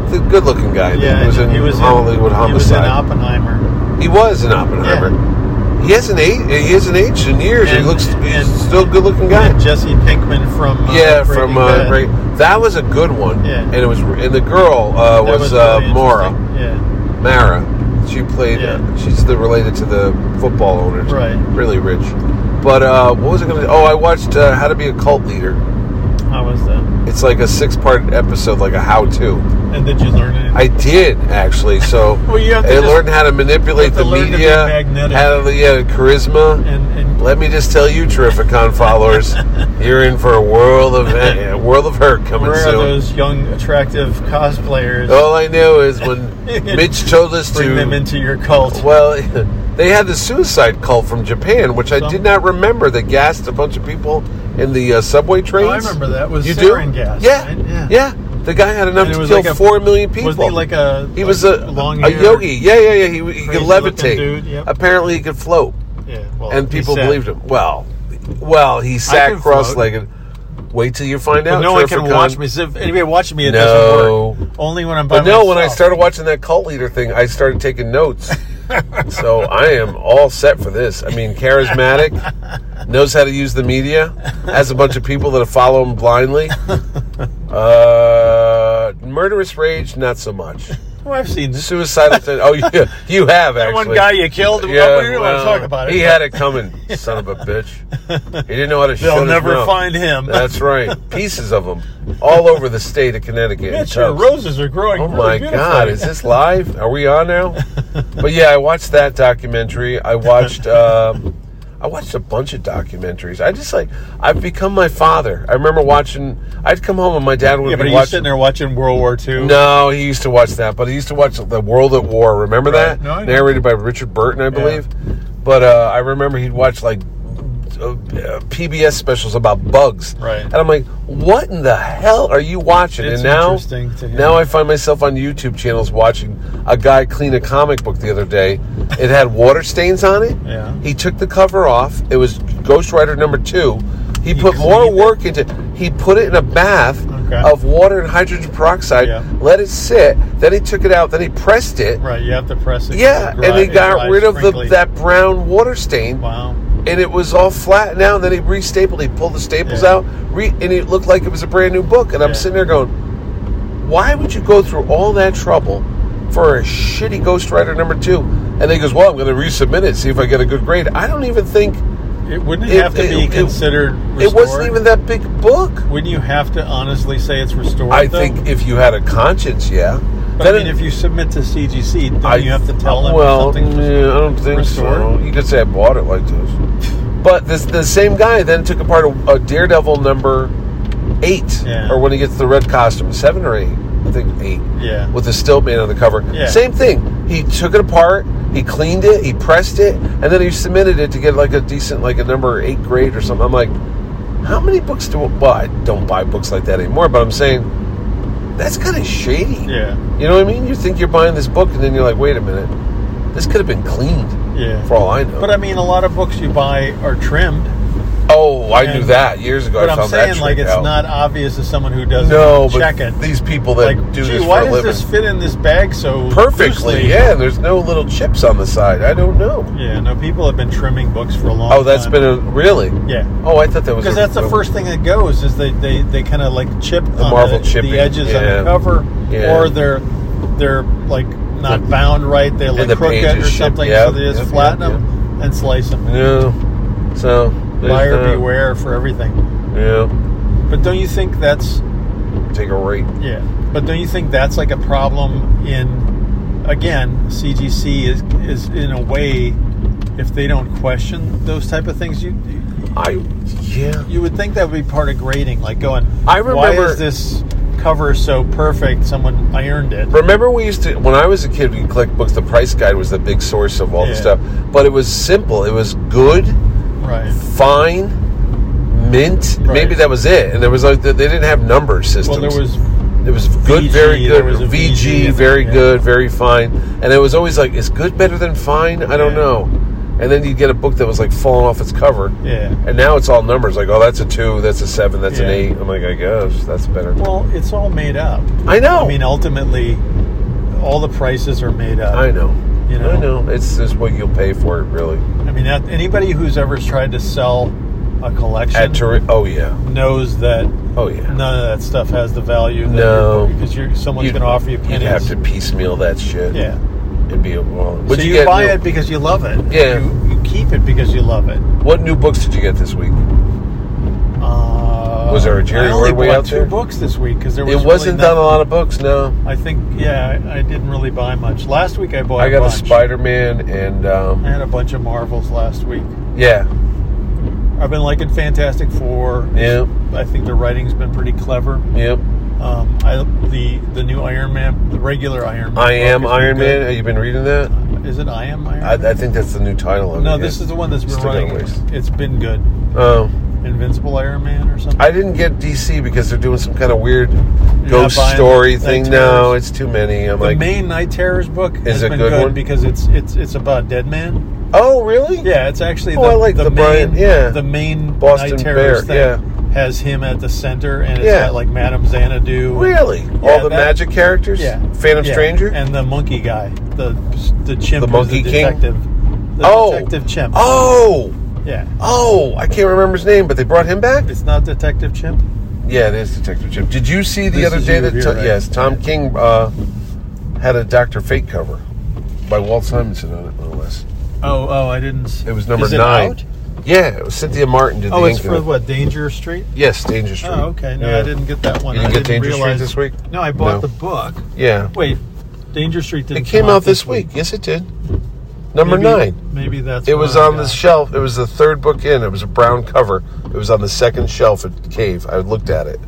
the good-looking guy. yeah, he was in he was in, Hollywood he was in Homicide. Oppenheimer. He was in Oppenheimer. He hasn't aged. He hasn't aged in years. he And- looks and- he's still a good-looking guy. And Jesse Pinkman from uh, yeah, Breaking from uh, Bad. Break- that was a good one. Yeah. and it was, and the girl uh, That was, uh, really Mora. interesting. Yeah, Mara. She played. uh, Yeah. She's the related to the football owner. She's Right. Really rich. But uh, what was I going to? Oh, I watched uh, How to Be a Cult Leader. how was that? It's like a six-part episode, like a how-to. And did you learn anything? I did actually. So Well, you have to I just- learned how to manipulate you have to the learn to be media. magnetic. How to yeah, charisma. and, and Let me just tell you, Terrificon followers, you're in for a world of eh, a world of hurt coming where are soon. those young attractive cosplayers? All I know is when Mitch told us bring to them into your cult. Well, they had the suicide cult from Japan, which I did Some- not remember. They gassed a bunch of people in the uh, subway trains. Oh, remember that. It was you sarin do? gas, Yeah. right? yeah, Yeah. The guy had enough And it to was kill like a- four million people. Wasn't he like a He like was a long a hair- yogi. Yeah, yeah, yeah. He, he could crazy-looking levitate. dude, yep. Apparently, he could float, Yeah, well, and he people said- believed him. Well, well, he sat can float. cross-legged. Wait till you find But out. no one can Terrificon. watch me. So if anybody watching me, it No. doesn't work. Only when I'm by But no, when I myself. started watching that cult leader thing, I started taking notes. so I am all set for this. I mean, charismatic, knows how to use the media, has a bunch of people that follow him blindly. Uh, murderous rage, not so much. Well, I've seen this. Suicidal. ten- oh, you, you have actually. One guy you killed. well, we don't want to well, talk about it. He had it coming, son of a bitch. He didn't know how to shut They'll his never mouth. find him. That's right. Pieces of him all over the state of Connecticut. Mitch, your Tubs. roses are growing. Oh really my beautifully. God, is this live? Are we on now? but yeah, I watched that documentary. I watched. Um, I watched a bunch of documentaries. I just like I've become my father. I remember watching. I'd come home and my dad would Yeah, but be are you watching. sitting there watching World War II? No, he used to watch that, but he used to watch the World at War. Remember Right. that? No, I know. Narrated by Richard Burton, I believe. But uh, I remember he'd watch like uh, PBS specials about bugs. Right. And I'm like, what in the hell are you watching? It's and now, interesting to hear. now I find myself on YouTube channels watching a guy clean a comic book the other day. It had water stains on it. Yeah. He took the cover off. It was Ghost Rider number two. He, put cleaned more it? work into. He put it in a bath Okay. of water and hydrogen peroxide, Yeah. let it sit, then he took it out, then he pressed it. Right, you have to press it. Yeah, Dry- and he it got dries rid of the, crinkly. that brown water stain, Wow. and it was all flat now. And then he restapled, he pulled the staples Yeah. out, re, and it looked like it was a brand new book. And I'm Yeah. sitting there going, why would you go through all that trouble for a shitty ghostwriter number two? And he goes, well, I'm going to resubmit it, see if I get a good grade. I don't even think It wouldn't It- have to it- be it- considered. it wasn't restored? even that big book. Wouldn't you have to honestly say it's restored? I though? think if you had a conscience, yeah. But I mean, if you submit to CGC, don't you have to tell them Well, something? yeah, I don't think so. restored? You could say I bought it like this. But this the same guy then took apart a, a Daredevil number eight, Yeah. or when he gets the red costume, seven or eight, I think eight, Yeah. with the stilt man on the cover. Yeah. Same thing. He took it apart, he cleaned it, he pressed it, and then he submitted it to get like a decent, like a number eight grade or something. I'm like, how many books do? Well, I don't buy books like that anymore. But I'm saying that's kind of shady. yeah, You know what I mean? You think you're buying this book, and then you're like, wait a minute, this could have been cleaned. yeah. For all I know. But I mean, a lot of books you buy are trimmed. Oh, I knew And- that years ago. But I I'm found that saying like trick it's out. not obvious to someone who doesn't No, but check it. these people that like, do gee, this why for a does living this fit in this bag so perfectly, loosely? yeah. And there's no little chips on the side. I don't know. Yeah, no, people have been trimming books for a long. Oh, that's time. been a really. yeah. Oh, I thought that was Because a- that's the first thing that goes is they they, they kind of like chip the on Marvel the, chipping, the edges yeah. on the cover, Yeah. or they're they're like not bound right. They like the crooked pages or ship, something, yeah, so they just yeah, flatten yeah, them and slice them. No. So there's Buyer that. beware for everything. Yeah. But don't you think that's Take a rate. Yeah, but don't you think that's like a problem in again CGC is is in a way if they don't question those type of things you I yeah. you would think that would be part of grading like going I why remember- is this cover so perfect someone ironed it Remember, we used to when I was a kid. We click books. The price guide was the big source of all the Yeah. stuff, but it was simple. It was good. right fine, mint. Right. Maybe that was it. And there was like they didn't have number well systems. there was it was good, VG, very good. there was a VG, VG, very yeah. good, very fine. And it was always like, is good better than fine? I don't Yeah. know. And then you get a book that was like falling off its cover. yeah And now it's all numbers. Like, oh, that's a two, that's a seven, that's an Yeah. eight. I'm like, I guess that's better. well it's all made up I know. I mean ultimately all the prices are made up I know. You know? I know. It's just what you'll pay for it, really. I mean that- anybody who's ever tried to sell a collection At Tori- oh yeah, knows that oh yeah. None of that stuff has the value. That No. you're- because you're someone's You'd- going to offer you You'd pennies. have to piecemeal that shit. Yeah. it'd be a well. But would so you, get buy new- it because you love it. Yeah. You, you keep it because you love it. What new books did you get this week? Uh, Was there a Jerry I only Ward way bought out two there? books this week because there was. It wasn't really done not- a lot of books, no. I think yeah, I, I didn't really buy much. Last week I bought. I got a bunch. Spider Man and I um, had a bunch of Marvels last week. yeah, I've been liking Fantastic Four. yeah, I think the writing's been pretty clever. yeah. Um, I the the new Iron Man, the regular Iron Man. I book am has been Iron Man. good. Have you been reading that? Is it I am Iron? I, Man? I think that's the new title. Of No, it, this yeah. is the one that's been Still got running. ways. It's been good. Um, Invincible Iron Man or something. I didn't get DC because they're doing some kind of weird ghost buying story Night thing. Terrors? No, it's too many. I'm the like, main Night Terrors book has a been good good, one? because it's it's it's about Dead Man. oh, really? Yeah, it's actually Oh, the, I like the, the main Brian- yeah. the main Boston Night Terrors Bear, thing has him at the center and it's Yeah. got like Madame Xanadu. and- really? All the that- magic characters? Yeah. Phantom Yeah. Stranger? And the monkey guy. The the chimp The who's Monkey the King? detective. The oh, Detective Chimp. Oh, Yeah. oh! I can't remember his name, but they brought him back. It's not Detective Chimp? Yeah, it is Detective Chimp. Did you see the This other is day you that here, Tom- right? yes, Tom King uh, had a Doctor Fate cover by Walt Simonson on it, no less. Oh, oh, I didn't. s- It was number Is it nine. out? Yeah, it was Cynthia Martin did Oh, the it's ink for on it. what? Danger Street? Yes, Danger Street. Oh, okay. No, Yeah. I didn't get that one. You I didn't get didn't Danger Street realize- this week? No, I bought No. the book. Yeah, Wait, Danger Street didn't. it came come out this week. Yes, it did. Number Maybe- Oh, nine. Maybe that's. It what was I on the got. shelf. It was the third book in. It was a brown cover. It was on the second shelf at Cave. I looked at it.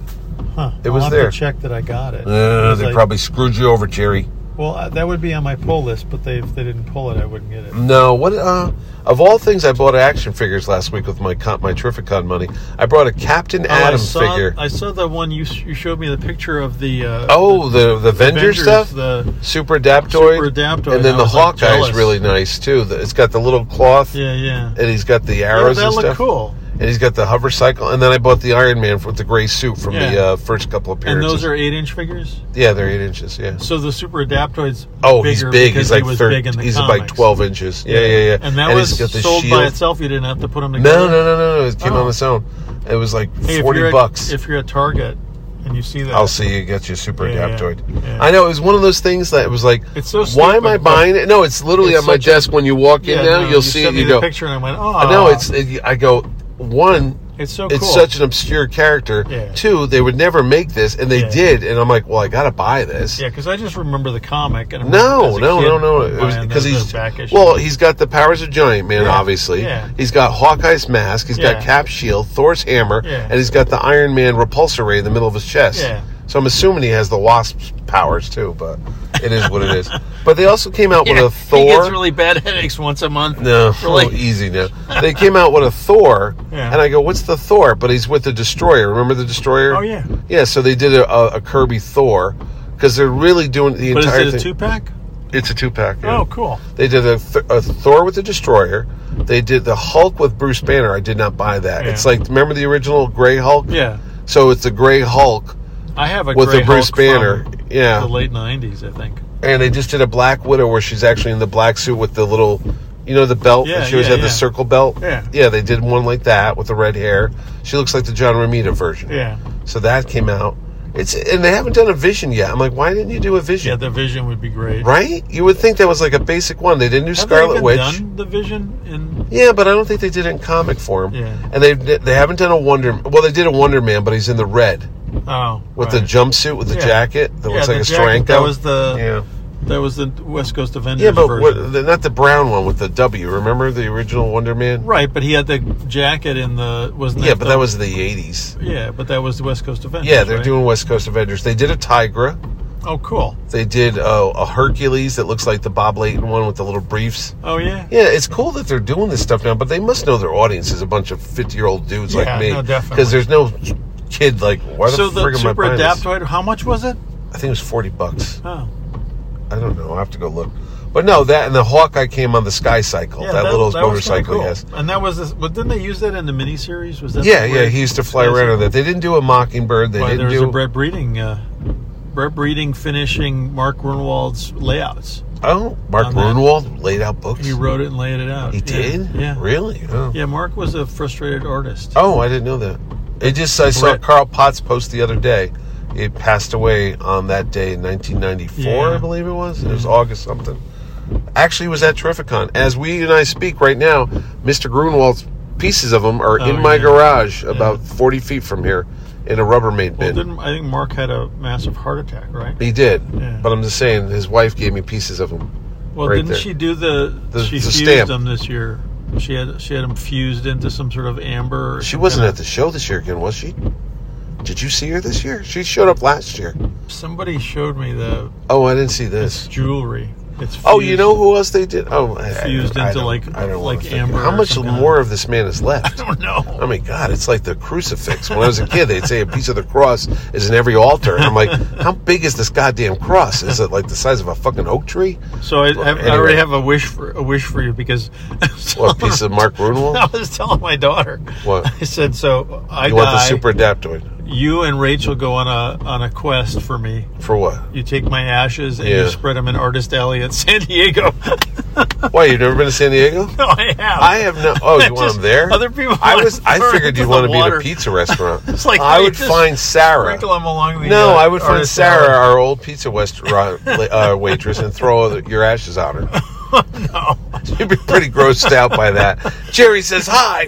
Huh. it I'll was have there. To check that I got Uh, it. Because they I- probably screwed you over, Jerry. Well, I- that would be on my pull list, but they if they didn't pull it, I wouldn't get it. No, what uh of all things I bought action figures last week with my comp, my Terrificon money. I brought a Captain Oh, I Adam saw, figure. I saw the one you sh- you showed me the picture of the. Uh, oh, the the Avenger Avengers, stuff, The Super Adaptoid, Super Adaptoid. and then I the was, like, Hawkeye's jealous. really nice too. The- It's got the little cloth, yeah yeah. and he's got the yeah arrows that and looked stuff, cool. and he's got the hover cycle. And then I bought the Iron Man with the gray suit from Yeah. the uh, first couple And appearances. those are eight inch figures. yeah, they're eight inches. Yeah. So the super adaptoids. Oh, he's big. He's like he was thir- big in the He's comics. like twelve inches. Yeah, yeah, yeah. And that he's was got the sold by shield. itself. You didn't have to put them together. No, no, no, no, no. It came on Oh. its own. It was like Hey, if forty you're at- bucks. if you're at Target and you see that, I'll see you get your super Yeah, yeah, adaptoid. yeah. I know it was one of those things that it was like, It's so why am stupid, I but- buying it? No, it's literally It's on my such a- desk. when you walk in Yeah, now, no, you'll see it. sent me You the go, picture, and I went, oh, I know it's. It, I go one. it's so Oh, cool. It's such an obscure character. Yeah. Two, they would never make this, and they Yeah. did. And I'm like, well, I gotta buy this. yeah, because I just remember the comic. And I No, remember as a no, kid no, no. It was buying because the- he's the back issue. well, he's got the powers of Giant Man, Yeah, obviously. yeah. He's got Hawkeye's mask. he's got Yeah. Cap shield, Thor's hammer, Yeah. and he's got the Iron Man repulsor ray in the middle of his chest. Yeah. So I'm assuming he has the Wasp's powers too, but it is what it is. But they also came out yeah, with a He Thor. gets really bad headaches once a month. no, really. oh, easy now. They came out with a Thor, Yeah. and I go, "What's the Thor?" But he's with the Destroyer. Remember the Destroyer? Oh, yeah. yeah. So they did a, a, a Kirby Thor because they're really doing the but entire is it thing. a two pack? It's a two pack. Oh, cool. They did a, th- a Thor with the Destroyer. They did the Hulk with Bruce Banner. I did not buy that. Yeah. It's like remember the original Gray Hulk. Yeah. So it's the Gray Hulk, I have a With the Grey Bruce Hulk Banner, from yeah. the late '90s, I think. and they just did a Black Widow where she's actually in the black suit with the little, you know, the belt. Yeah, that she always yeah, had yeah. the circle belt. Yeah. Yeah. They did one like that with the red hair. She looks like the John Romita version. Yeah, So that came out. It's and they haven't done a Vision yet. I'm like, why didn't you do a Vision? yeah. The Vision would be great. Right? You would think that was like a basic one. They didn't do Have Scarlet they even Witch. done the Vision in? Yeah, but I don't think they did it in comic form. Yeah. And they they haven't done a Wonder. Well, they did a Wonder Man, but he's in the red Oh, with the right. jumpsuit with the Yeah. jacket that Yeah, looks the like a jacket. Stranko. That was the yeah. that was the West Coast Avengers Yeah, but version. what, the, not the brown one with the W. Remember the original Wonder Man? right, but he had the jacket in the wasn't Yeah, but the- that was the '80s. yeah, but that was the West Coast Avengers. Yeah, they're right? doing West Coast Avengers. They did a Tigra. Oh, cool. They did uh, a Hercules that looks like the Bob Layton one with the little briefs. Oh yeah. Yeah, it's cool that they're doing this stuff now, but they must know their audience is a bunch of fifty-year-old dudes Yeah, like me. no, definitely. Because there's no kid like why So the the frig am I super buying this? adaptoid, how much was it? I think it was forty bucks. Oh, I don't know. I will have to go look. But no, that and the Hawkeye came on the Sky Cycle. that, little was kinda motorcycle, cool. yes. And that was this. But didn't they use that in the miniseries? Was that Yeah, the yeah. way- He used to fly around on that. They didn't do a Mockingbird. They Why didn't there was do. a Brett Breeding, uh, Brett Breeding finishing Mark Grunwald's layouts. oh, Mark on that. Grunewald laid out books. He wrote it and laid it out. He Yeah, did. Yeah. Really? Oh. Yeah. Mark was a frustrated artist. Oh, I didn't know that. It just I saw Brett. Carl Potts post the other day. He passed away on that day in 1994, Yeah. Mm-hmm. I believe it was. It was August something. Actually, he was at Terrificon. As we and I speak right now, Mr. Grunewald's pieces of them are Oh, in my yeah. garage, about 40 feet from here, in a Rubbermaid Well, bin. didn't I think Mark had a massive heart attack, right? he did, Yeah. but I'm just saying, his wife gave me pieces of them. Well, right didn't there. she do the? The- she the fused stamp. them this year. She had she had them fused into some sort of amber. She wasn't at the show this year again, was she? Did you see her this year? She showed up last year. Somebody showed me the Oh, I didn't see this. it's jewelry. It's Oh, fused. you know who else they did? Oh, I- I- Fused I into, don't- like- I don't wanna like think. amber How or much some kind of- more of this man is left? I don't know. I mean, God, it's like the crucifix. When I was a kid, they'd say a piece of the cross is in every altar. And I'm like, how big is this goddamn cross? Is it like the size of a fucking oak tree? So I, I, I anyway. already have a wish for a wish for you because What piece of Mark I Grunewald? was telling my daughter. What? I said, so I You die. want the super adaptoid you and Rachel go on a on a quest for me. for what? You take my ashes and Yeah. you spread them in Artist Alley at San Diego. Why you've never been to San Diego? no, I have. I have no. Oh, you want Just them there? other people I want was. them I thrown figured into you'd the want to be at a water. pizza restaurant. It's like, I wait, would just find Sarah. Sprinkle them along the. No, uh, I would find Artist Sarah, Alley. our old pizza restaurant uh, waitress, and throw the- your ashes on her. Oh, no, she'd be pretty grossed out by that. Jerry says hi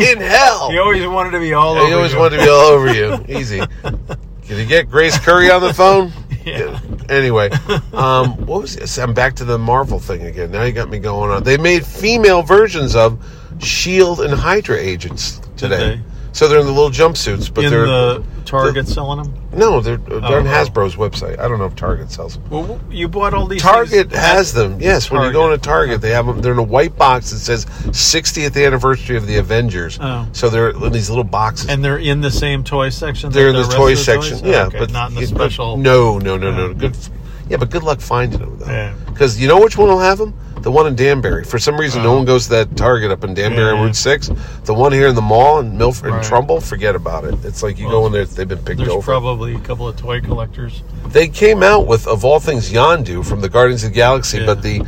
in hell. He always wanted to be all He over. always you. wanted to be all over you. Easy. Did you get Grace Curry on the phone? Yeah. Anyway, um, what was this? I'm back to the Marvel thing again. Now you got me going on. They made female versions of Shield E and Hydra agents today. they? So they're in the little jumpsuits, but in they're the Target selling them. no, they're, they're on oh. Hasbro's website. I don't know if Target sells them. Well, you bought all these. Target things at- has them. Yes, when you go Target. into Target, they have them. They're in a white box that says 60th anniversary of the Avengers. Oh. So they're in these little boxes. and they're in the same toy section. they're that in the rest toy of the toys? section. Oh, Yeah, okay, but not in the you- but special. No, no, no, no. Good. f- Yeah, but good luck finding them Yeah. though. Because you know which one will have them? The one in Danbury. For some reason, no one goes to that Target up in Danbury Oh. Yeah. Route Six. The one here in the mall in Milford Right. and Trumbull, forget about it. It's like you go in there; they've been picked There's over. probably a couple of toy collectors. They came out with, of all things, Yondu from the Guardians of the Galaxy, Yeah. but the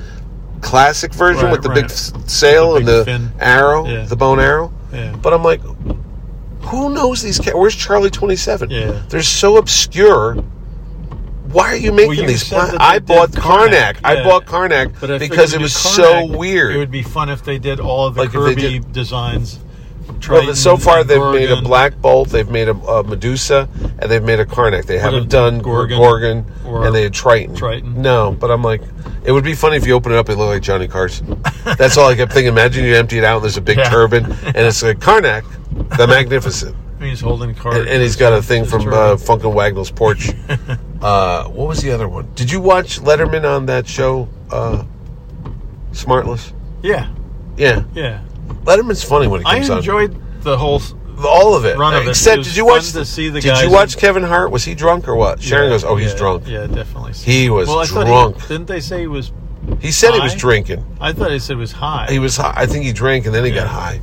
classic version Right, with the right. big s- sail The and big the fin. arrow, Yeah. the bone arrow. Yeah. But I'm like, who knows these? Ca- Where's Charlie Twenty Seven? Yeah. They're so obscure. Why are you making you these? said pla- that they I did bought Karnak. Karnak, I yeah. bought Karnak But I because figured it you was Karnak, so weird. It would be fun if they did all of the Like, if they Kirby did- designs. Well, Triton, th- so far and they've Gorgon. made a Black Bolt, they've made a, a Medusa, and they've made a Karnak. They haven't have done done Gorgon, Gorgon Gorgon or and they had Triton. Triton. No, but I'm like, it would be funny if you open it up, it looked like Johnny Carson. That's all I kept thinking. Imagine you empty it out, and there's a big Yeah. turban, and it's like Karnak, the Magnificent, I mean, he's holding card, and, and he's got a thing It's from true. uh, Funk and Wagnall's porch. Uh, what was the other one? Did you watch Letterman on that show, uh, Smartless? yeah, Yeah, yeah. Letterman's funny when he I comes on. enjoyed the whole all of it. Run of it. Except, It was did you fun watch? to see the did guys you watch in- Kevin Hart? Was he drunk or what? Sharon goes, "Oh, he's yeah, drunk." Yeah, definitely. He was well, I thought drunk. He, didn't they say he was? He said he was High? drinking. I thought he said he was high. He was. High. I think he drank and then he got high.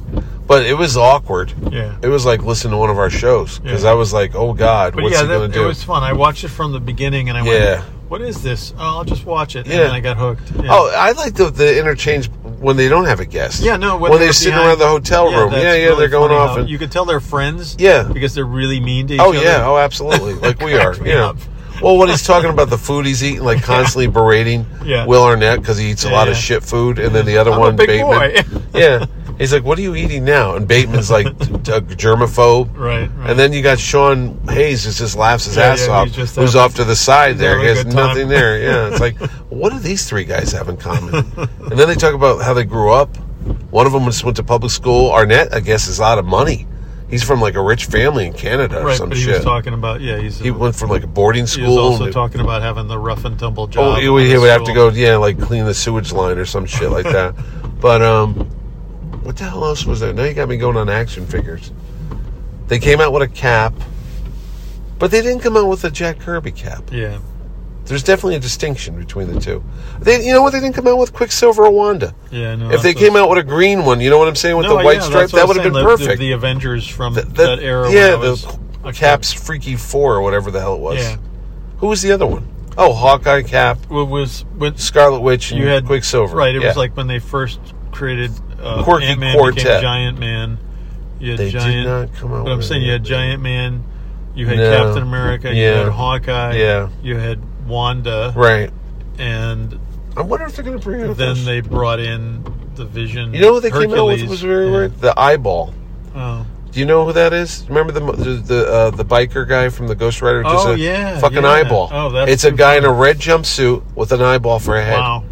But it was awkward. Yeah. It was like listening to one of our shows because Yeah. I was like, "Oh God, but what's yeah, he that, going to it do?" was fun. I watched it from the beginning, and I Yeah. went, "What is this? Oh, I'll just watch it." Yeah. And then I got hooked. Yeah. Oh, I like the, the interchange when they don't have a guest. yeah, no. When, they they're were sitting behind- around the hotel room. Yeah, that's yeah, really they're going funny off. how- And, you can tell they're friends. Yeah. because they're really mean to each oh other. yeah, oh absolutely. Like we are. Cracked me Yeah. up. Well, when he's talking about the food he's eating, like constantly berating Yeah. Will Arnett because he eats a Yeah, lot of yeah. shit food, and then the other I'm a one, big Bateman. boy. yeah, he's like, "What are you eating now?" And Bateman's like, a "Germaphobe." Right, right. And then you got Sean Hayes who just laughs his Yeah, ass yeah, off, he's just who's having- off to the side there. He having a has good time. nothing there. Yeah, it's like, what do these three guys have in common? and then they talk about how they grew up. One of them just went to public school. Arnett, I guess, is out of money. He's from like a rich family in Canada or right. uh, some But he shit. was talking about yeah. He's He went from like a boarding he school. was also to- talking about having the rough and tumble job. oh, he, at he the would have to go, school. yeah, like clean the sewage line or some shit like that. But um, what the hell else was there? Now you got me going on action figures. They came out with a cap, but they didn't come out with a Jack Kirby cap. Yeah. There's definitely a distinction between the two. They, you know what? They didn't come out with Quicksilver or Wanda. Yeah, no, if they that's- came out with a green one, you know what I'm saying, with No, the white yeah, stripe, that's what I that was would have been saying, the- the- perfect. The, Avengers from The- that, the- era. yeah, when I was the a kid. Cap's Freaky Four or whatever the hell it was. Yeah. Who was the other one? Oh, Hawkeye, Cap, What was when Scarlet Witch, and you had Quicksilver. Right. It Yeah. was like when they first created uh, Quirky Ant-Man Quartet. became Giant Man. You had They did Giant, not come out But I'm with saying you had anything. Giant Man. You had No. Captain America. You Yeah. had Hawkeye. Yeah. You had Wanda. right. And I wonder if they're going to bring out. then those- they brought in the Vision. You know what they came out with Hercules. was very Yeah. weird. The eyeball. Oh. Do you know who that is? Remember the the the, uh, the biker guy from the Ghost Rider? Oh, a yeah, fucking yeah. eyeball. Oh, that's it's a too guy in a red jumpsuit with an eyeball for a head. Wow.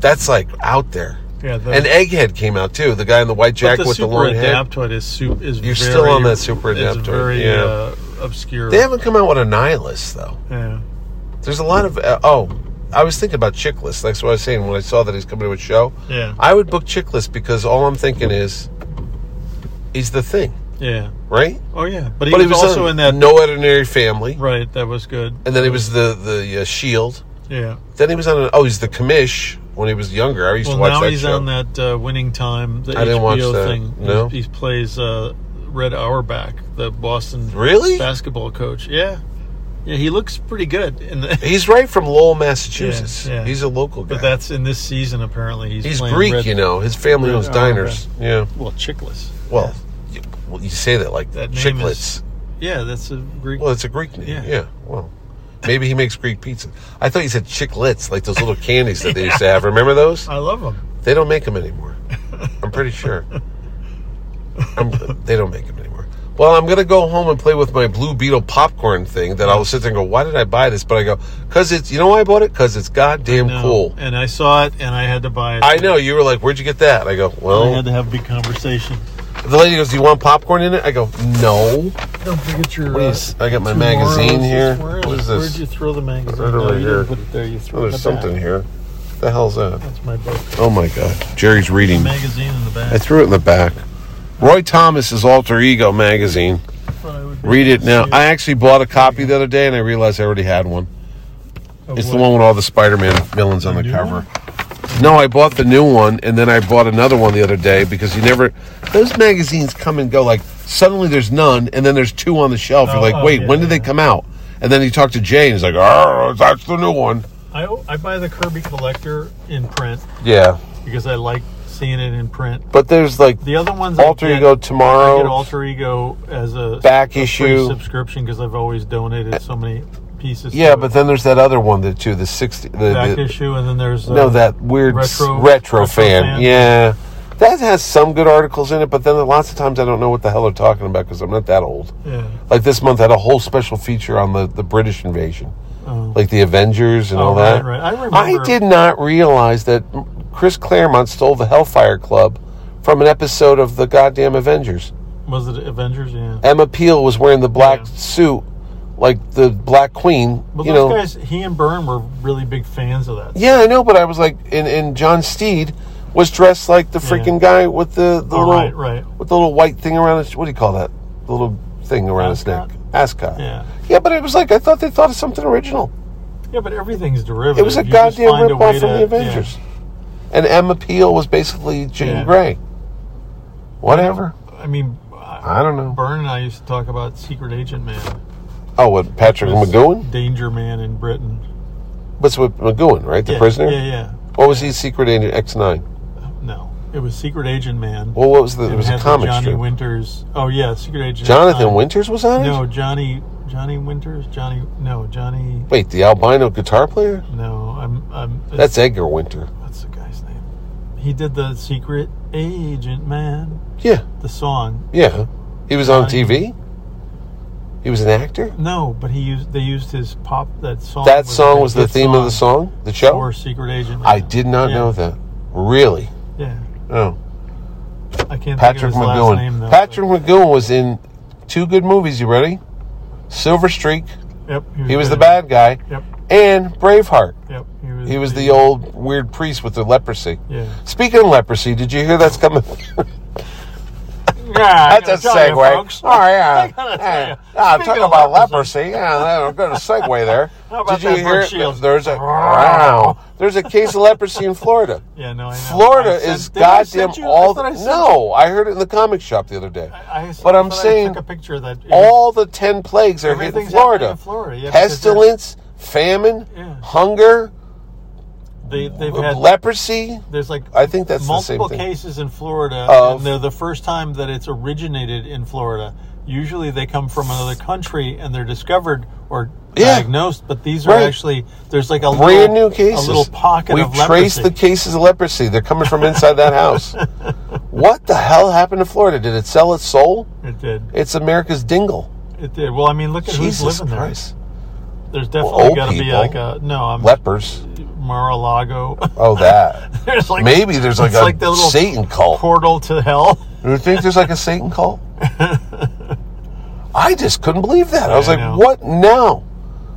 That's like out there. Yeah. The, And Egghead came out too. The guy in the white but jacket the with the super long head. adaptoid is soup is You're very, still on that super is adaptoid, very yeah. uh, obscure. They haven't come out with a nihilist though. yeah. There's a lot of uh, oh, I was thinking about Chicklist. That's what I was saying when I saw that he's coming to a show. Yeah. I would book Chicklist because all I'm thinking is, he's the thing, Yeah. right? Oh yeah, but he But was, also on in that. No Ordinary Family, Right, that was good. and then he was the the uh, Shield. Yeah. Then he was on. An, oh, he's the commish when he was younger. I used Well, to watch now that he's show. on that uh, winning time. The I HBO didn't watch that. thing. No? he, he plays uh, Red Auerbach, the Boston Really? basketball coach. Yeah, yeah, he looks pretty good in the. He's right from Lowell, Massachusetts. Yeah, yeah. He's a local guy. But that's in this season. Apparently, he's he's playing Greek, Red- you know. His family Red owns Auerbach. diners. Yeah. Well, Chickless. Well, you, well, you say that like That name chicklets. is- Yeah, that's a Greek. Well, it's a Greek name. Yeah. Yeah. Well, maybe he makes Greek pizza. I thought you said chiclets, like those little candies that they used to have. Remember those? I love him. They don't make them anymore. I'm pretty sure. I'm, they don't make them anymore. Well, I'm gonna go home and play with my Blue Beetle popcorn thing. That I'll sit there and go, "Why did I buy this?" But I go, "Cause it's you know why I bought it? Cause it's goddamn No. cool." And I saw it, and I had to buy it. I know you were like, "Where'd you get that?" I go, I had "Well," to have a big conversation. the lady goes, "Do you want popcorn in it?" I go, "No." Don't forget your. What uh, is- I got my tomorrow's- magazine here. Where is What it? is this? Where'd you throw the magazine? Right no, over you here. didn't put it there. You threw Oh, it in the there's something back. here. the hell's that? That's my book. Oh my god. Jerry's reading. Magazine in the back. I threw it in the back. Roy Thomas's alter ego magazine. Thought I would be Read it able to now. see I actually bought a copy the other day and I realized I already had one. Of It's the what? one with all the Spider-Man villains on the new cover. No, I bought the new one and then I bought another one the other day because you never those magazines come and go like suddenly there's none and then there's two on the shelf. You're Oh, like, oh, "Wait, yeah, when did yeah. they come out?" And then you talk to Jay and he's like, "Oh, that's the new one." I, I buy the Kirby Collector in print Yeah. because I like seeing it in print. But there's like The other ones Alter I get, Ego I get tomorrow. Alter Ego as a Back a free issue. subscription because I've always donated so many pieces. Yeah, to but it. then there's that other one that too, the sixty, the, back the issue and then there's uh, no, that weird s- retro- retro, retro fan. fan. Yeah, that has some good articles in it, but then lots of times I don't know what the hell they're talking about because I'm not that old. Yeah. Like this month had a whole special feature on the the British invasion, Oh. like the Avengers and Oh, all right, that. right. I remember- did not realize that Chris Claremont stole the Hellfire Club from an episode of the goddamn Avengers. Was it Avengers? Yeah. Emma Peel was wearing the black Yeah. suit, like the Black Queen. But you those know, guys, he and Byrne were really big fans of that. Yeah, I know, but I was like, and, and John Steed was dressed like the freaking guy with the, the Oh, little, right, right. with the little white thing around his. What do you call that? the little thing around his Ascot? neck. Ascot. Yeah. Yeah, but it was like I thought they thought of something original. Yeah, but everything's derivative. It was a You just goddamn find a way ripoff from to- the Avengers. And Emma Peel was basically Jean Yeah. Grey. Whatever. yeah. I mean, I don't know. Byrne and I used to talk about Secret Agent Man. Oh, what Patrick Was McGowan? Danger Man in Britain. What's with McGowan, right? The yeah, prisoner? Yeah, yeah. What was he? Secret Agent X Nine. No, it was Secret Agent Man. Well, what was the? It And was a had the comic Johnny strip. Winters. Oh yeah, Secret Agent. Jonathan Winters. Winters was on it. No, Johnny. Johnny Winters. Johnny. No, Johnny. Wait, the albino guitar player? No, I'm. I'm. That's Edgar Winter. What's the guy's name? He did the Secret Agent Man. Yeah, The song. yeah. He was on TV. He was an actor. No, but he used. They used his pop. That song. That a song big was the hit theme of the song, the show. For Secret Agent. Man. I did not Yeah, know that. Really? Yeah. No. I Patrick can't think of his last McGowan. name though. Patrick McGowan was in two good movies. You ready? Silver Streak. Yep. He was the bad good. guy. Yep. And Braveheart. Yep. He was. He was the old weird priest with the leprosy. Yeah. Speaking of leprosy, did you hear that's coming? Yeah, That's a segue. Oh yeah. yeah. Ah, Speaking talking of about leprosy. leprosy, yeah, I'm going to segue there. How about Did you that hear? Brooke Shields? There's a wow. There's a case of leprosy in Florida. Yeah, no, I know. Florida I sent- is didn't I send goddamn you- I all. thought I sent no, I heard it in the comic shop the other day. I, I- But I'm thought I saying took a picture of that It was- all the ten plagues are hitting Everything's Florida. happening in Florida, yeah, because Pestilence, famine, Yeah. hunger, They, they've had leprosy. there's like I think that's the same multiple thing. cases in Florida, Of- and they're the first time that it's originated in Florida. Usually they come from another country and they're discovered or Yeah. diagnosed, but these are Right. actually there's like a brand little, new cases. a little pocket We've of leprosy. traced the cases of leprosy. They're coming from inside that house. What the hell happened to Florida? Did it sell its soul? it did, It's America's dingle. it did. Well, I mean, look at who's Jesus living Christ. there. There's definitely old got to be people. like a no. I'm Lepers. Mar-a-Lago. Oh, that. there's like Maybe there's like it's a like the little Satan cult. portal to hell. Do you think there's like a Satan cult? I just couldn't believe that. I was I like, know. what now?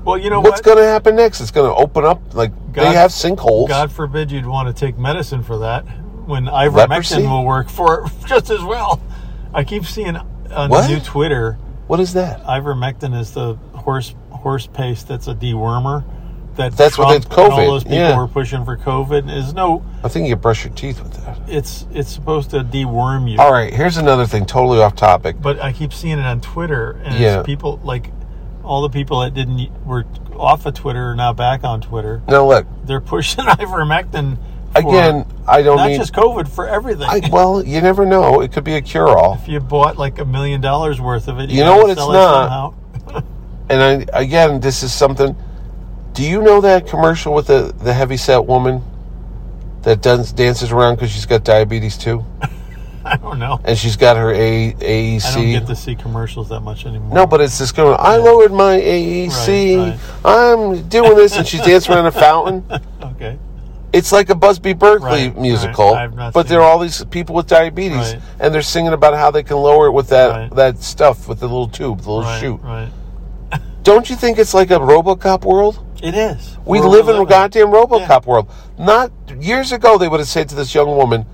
Well, you know What's what? going to happen next? It's going to open up. Like, they God- have sinkholes. God forbid you'd want to take medicine for that. When ivermectin Leprosy? will work for it just as well. I keep seeing on What? new Twitter, What is that? ivermectin is the horse horse paste that's a dewormer. That That's what Trump they- and COVID, all those people yeah. were pushing for COVID is no. I think you brush your teeth with that. It's it's supposed to deworm you. All right, here's another thing totally off topic. But I keep seeing it on Twitter, and Yeah. it's people like all the people that didn't were off of Twitter are now back on Twitter. Now look, They're pushing ivermectin for- again, I don't not mean. just COVID for everything. I, well, you never know. It could be a cure-all. if you bought like a million dollars worth of it, You know gotta what it's sell it not? somehow. And I, again, this is something. Do you know that commercial with the the heavy set woman that does, dances around because she's got diabetes too, I don't know. and she's got her a AEC? I don't get to see commercials that much anymore. No, but it's this girl. I lowered my AEC. Right, I'm doing this, and she's dancing around a fountain. okay. It's like a Busby Berkeley Right, musical, right. I've not but seen there are it. all these people with diabetes, Right. and they're singing about how they can lower it with that Right. that stuff with the little tube, the little Right, chute. right. Don't you think it's like a RoboCop world? It is. We We're live in a living- goddamn RoboCop world. Not years ago, they would have said to this young woman,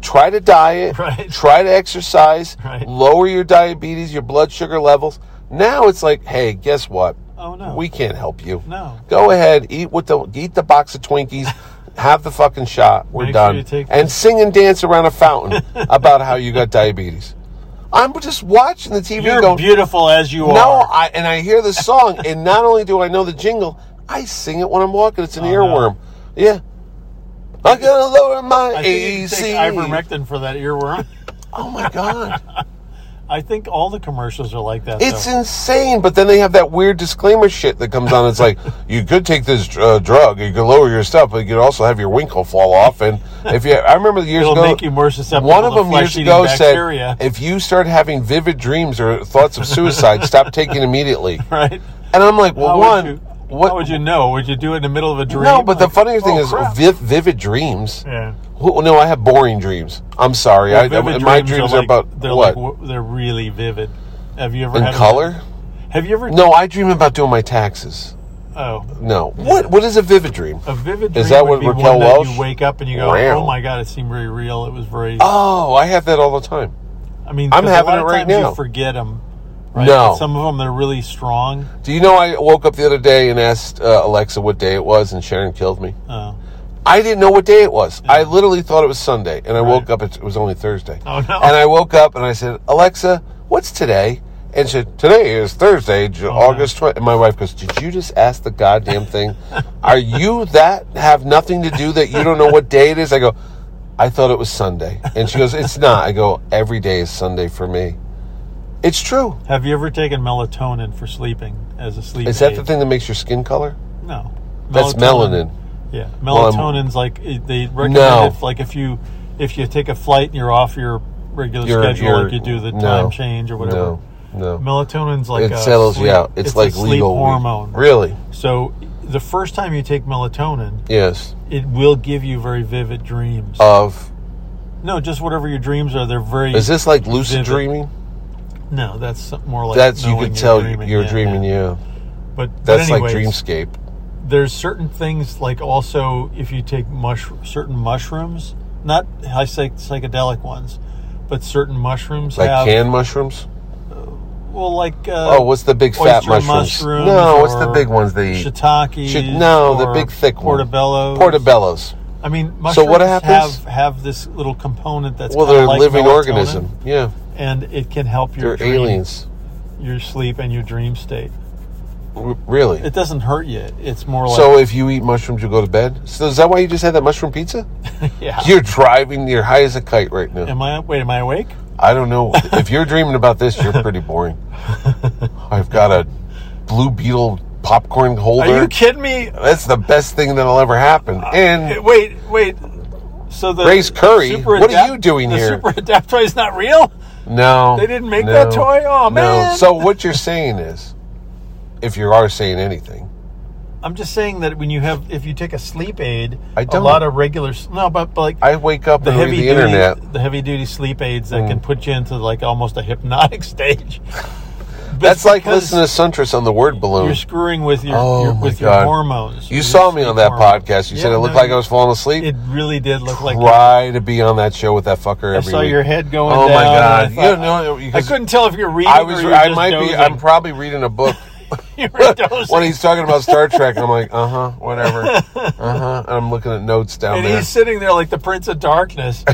"Try to diet, Right. try to exercise, Right. lower your diabetes, your blood sugar levels." Now it's like, "Hey, guess what? Oh no. We can't help you. No. Go ahead, eat with the eat the box of Twinkies, have the fucking shot. We're Make sure done. you take and the- sing and dance around a fountain about how you got diabetes. I'm just watching the TV You're going. beautiful as you No, are. I and I hear the song, and not only do I know the jingle, I sing it when I'm walking. It's an Oh, earworm. Yeah. I'm gonna lower my I think you can AC. take ivermectin for that earworm. Oh my god. I think all the commercials are like that. It's though. insane, but then they have that weird disclaimer shit that comes on. It's like you could take this uh, drug, you could lower your stuff, but you could also have your winkle fall off. And if you, I remember years It'll ago, make you more susceptible One of to them years flesh-eating ago bacteria. said, if you start having vivid dreams or thoughts of suicide, stop taking immediately. right. And I'm like, well, How one, would you, what How would you know? Would you do it in the middle of a dream? No, but the Like, funnier thing oh, is crap. vi- vivid dreams. yeah. Who- No, I have boring dreams. I'm sorry. I, Well, vivid my dreams are, like- about they're what? Like, w- they're really vivid. Have you ever In had a- color? have you ever? No, I dream about doing my taxes. Oh, No. What? What is a vivid dream? a vivid. Dream Is that would what be Raquel one that Welch? You wake up and you go, Wow. "Oh my god, it seemed very real. It was very." Oh, I have that all the time. I mean, Uh, I'm 'cause a having lot it of right times now. You forget them. right? No. Some of them they're really strong. Do you know I woke up the other day and asked uh, Alexa what day it was, and Sharon killed me. Oh. I didn't know what day it was. I literally thought it was Sunday, and I woke up. It it was only Thursday. Oh, no. And I woke up and I said, "Alexa, what's today?" And she said, "Today is Thursday, Oh, Ju- August 20. And my wife goes, "Did you just ask the goddamn thing? Are you that have nothing to do that you don't know what day it is?" I go, "I thought it was Sunday," and she goes, "It's not." I go, "Every day is Sunday for me." It's true. Have you ever taken melatonin for sleeping as a sleep? Is that the aid? thing that makes your skin color? No. That's melanin. Yeah, Well, I'm- melatonin's like it- they recommend No. if like if you if you take a flight and you're off your regular Your- schedule, your- like you do the no. time change or whatever. No, no. Melatonin's like it a settles uh, sleep- you out. It's, a like sleep legal weed. hormone. Really? So the first time you take melatonin, Yes. it will give you very vivid Uh, dreams. Of no, just whatever your dreams are, they're very. is this like lucid Vivid. dreaming? no, that's more like That's you knowing could tell you're dreaming. you're yeah, dreaming. Yeah. Yeah, But that's but anyways, like dreamscape. there's certain things like also if you take mush certain mushrooms, not high psych- psychedelic ones, but certain mushrooms Like have canned mushrooms. well like uh, Oh, what's the big fat oyster mushrooms? mushrooms no, what's the or big ones they eat? shiitake. Shi- no, the big thick one. portobello. Portobellos. I mean, mushrooms So what happens? have have this little component that's well, kinda they're a like living melatonin, organism. Yeah, and it can help your they're dream- aliens. your sleep, and your dream state. R- really? It doesn't hurt you. It's more like so if you eat mushrooms, you go to bed. So is that why you just had that mushroom pizza? yeah. You're driving. You're high as a kite right now. Am I wait? Am I awake? I don't know. if you're dreaming about this, you're pretty boring. I've got a blue beetle popcorn holder. Are you Uh, kidding me? That's the best thing that'll ever happen. And Wait, wait. So the Grace Curry, super what are adapt- you doing the here? Super Adapt toy is not real. no, They didn't make that toy? Aw, man. So what you're saying is, if you are saying anything, I'm just saying that when you have, if you take a sleep aid, I a don't. lot of regular. s- No, but, but like I wake up the and read heavy the duty, internet. Mm. the heavy duty sleep aids that can put you into like almost a hypnotic stage. But That's like because listening to Suntress on the word balloon. You're screwing with your, Oh, your my with God. your hormones. You your saw me sleep on that hormones. podcast. You Yeah, said it no, looked like I was falling asleep. It really did look like. Try to be on that show with that fucker every I saw week. your head going. Oh my down, god! and I you thought- know, I because couldn't tell if you're reading. I was. Or you're I just might be. dozing. I'm probably reading a book You were dozing. when he's talking about Star Trek. and I'm like, uh huh, whatever, uh huh. And I'm looking at notes down and there. he's sitting there like the Prince of Darkness.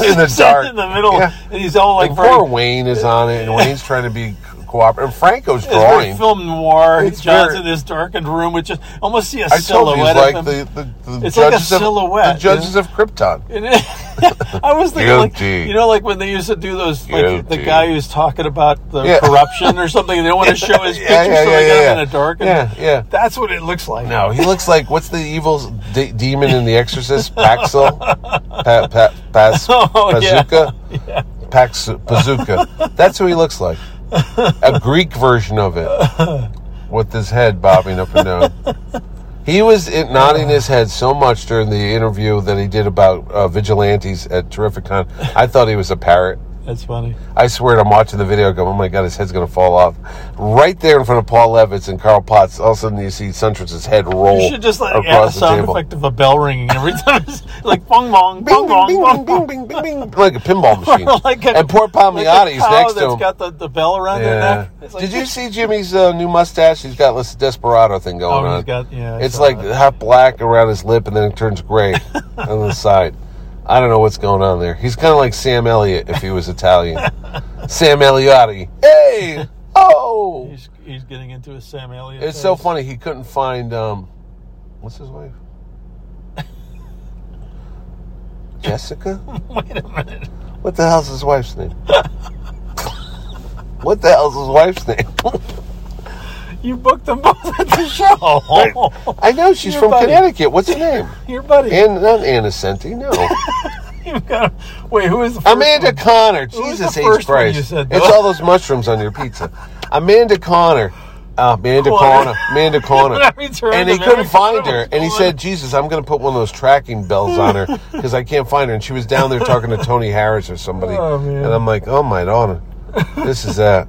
In the sitting dark. in the middle, Yeah. and he's all like, like very, poor Wayne is on it, and Wayne's trying to be co- cooperative. And Franco's it's very drawing. film noir. It's John's very- in this darkened room with just almost see a I told you, silhouette it's like of him. the, the, the It's like a judges of silhouette, the judges of Krypton. And it- I was thinking, like, Guilty. you know, like when they used to do those, like the Guilty. guy who's talking about the Yeah. corruption or something, and they want to show his Yeah, picture, yeah, so yeah, they got yeah, him yeah. in a darkened. Yeah, yeah. That's what it looks like. No, he looks like what's the evil de- demon in The Exorcist? Paxil, pa- pa- pas- Oh, yeah. Pazuka, Pax- Pazuka. That's who he looks like. A Greek version of it, with his head bobbing up and down. He was it, nodding his head so much during the interview that he did about uh, vigilantes at Terrificon. I thought he was a parrot. That's funny. I swear to, I'm watching the video. I Go, oh my god, his head's gonna fall off. Right there in front of Paul Levitz and Carl Potts. All of a sudden, you see Suntress's head roll You should just like add the Oh, across the sound table. effect of a bell ringing every time, it's like bong bong, Bing, bong bing, bong, bing, bong bong. bing, bing, bing, bing, like a pinball machine. Or like a- and poor like Palmiotti a is cow next to that's him. got the, the bell around their yeah. neck. It's like- Did you see Jimmy's uh, new mustache? He's got this desperado thing going Oh, on. he's got- yeah, I it's saw like that. half black around his lip, and then it turns gray on the side. I don't know what's going on there. He's kind of like Sam Elliott if he was Italian. Sam Elliotti. Hey, oh, He's, he's getting into a Sam Elliott. it's so phase. funny. He couldn't find um, what's his wife? Jessica. Wait a minute. What the hell's his wife's name? what the hell's his wife's name? You booked them both at the show. I know she's Your from buddy. Connecticut. What's her name? Your buddy. And not Anna Senti. No, You've got to, wait, who is the first Amanda one? Connor. was Jesus the H first one you Christ! said, though? it's all those mushrooms on your pizza. Amanda Connor. Uh, Amanda Connor. Connor. Amanda Connor. That means her and name he couldn't is find her. And he Connor. said, Jesus, I'm going to put one of those tracking bells on her because I can't find her. And she was down there talking to Tony Harris or somebody. Oh, man. And I'm like, oh, my daughter. This is that.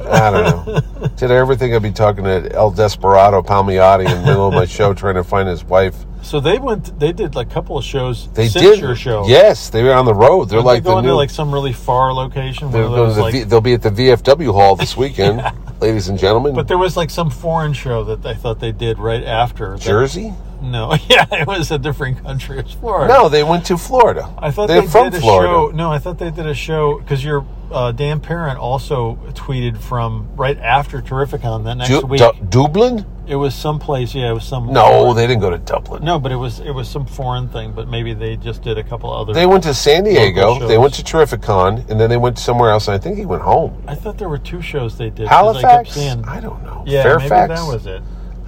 I don't know. Today, everything I'd be talking to El Desperado Palmiotti in the middle of my show trying to find his wife. So they went. They did like a couple of shows. They since did. your show. Yes, they were on the road. They're Didn't like they go the into new. like some really far location. One they're of going to those, the like, V- they'll be at the VFW hall this weekend, ladies and gentlemen. but there was like some foreign show that I thought they did right after. that- Jersey? No, yeah, it was a different country. It was Florida. No, they went to Florida. I thought they're they from did a Florida. show. No, I thought they did a show because your uh, Dan Parent also tweeted from right after Terrificon that next Du- week. Du- Dublin? it was someplace. Yeah, it was some. No, they didn't go to Dublin. No, but it was it was some foreign thing. But maybe they just did a couple other. They went to San Diego. Local They went to shows. Terrificon, and then they went somewhere else. And I think he went home. I thought there were two shows they did. 'cause I kept Halifax? seeing- I, don't know. Yeah, Fairfax? maybe that was Uh. it.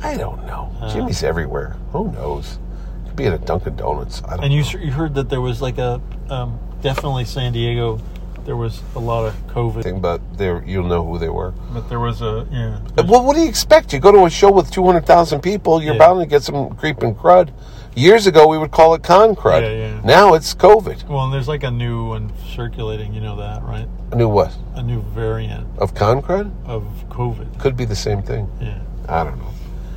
I don't know. Jimmy's everywhere. Who knows? Could be at a Dunkin' Donuts. I don't And know. you s- you heard that there was like a um, definitely San Diego. There was a lot of COVID, Thing, but they were- you'll know who they were. but there was a yeah. Well, what do you expect? You go to a show with 200,000 people, you're Yeah. bound to get some creeping crud. Years ago, we would call it con crud. Yeah, yeah. Now it's COVID. Well, and there's like a new one circulating. You know that, right? I knew what? A new variant Of con crud? of COVID. Could be the same thing. Yeah. I don't know.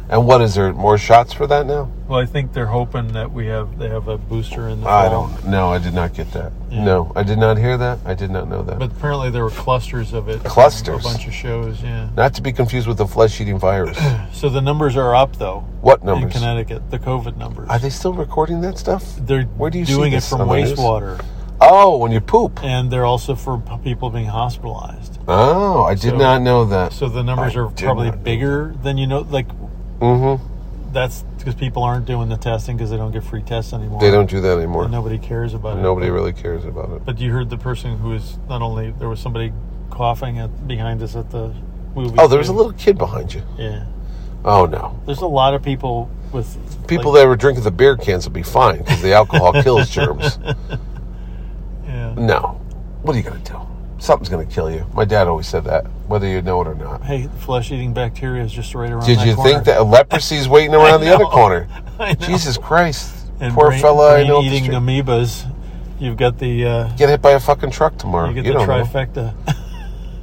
And what is there? More shots for that now? Well, I think they're hoping that we have they have a booster in the I fall. don't. No, I did not get that. No, I did not hear that. I did not know that. But apparently there were clusters of it. Clusters. A bunch of shows. Yeah. not to be confused with the flesh-eating virus. So the numbers are up though. What in numbers? Connecticut, the COVID numbers. Are they still recording that stuff? they're Where do you see doing this it from on the news? wastewater, Oh, when you poop. and they're also for p- people being hospitalized. Oh, I did So- not know that. So the numbers I are did probably not know bigger than you know. Like mm-hmm. that's because people aren't doing the testing because they don't get free tests anymore. They don't do that anymore. And nobody cares about it. Nobody really cares about it. But you heard the person who is not only there was somebody coughing at behind us at the movie. Oh, there was a too. little kid behind you. Yeah, Oh no! there's a lot of people with People like, that were drinking the beer cans will be fine because the alcohol kills germs. Yeah. No, what are you gonna do? Something's gonna kill you. My dad always said that, whether you know it or not. Hey, flesh-eating bacteria is just right around. Did that you corner. think that leprosy's waiting around the other know. corner? I know. Jesus Christ! and Poor brain, fella, I brain know. at the eating street- amoebas. You've got the uh, Get hit by a fucking truck tomorrow. you You, get the don't know. trifecta.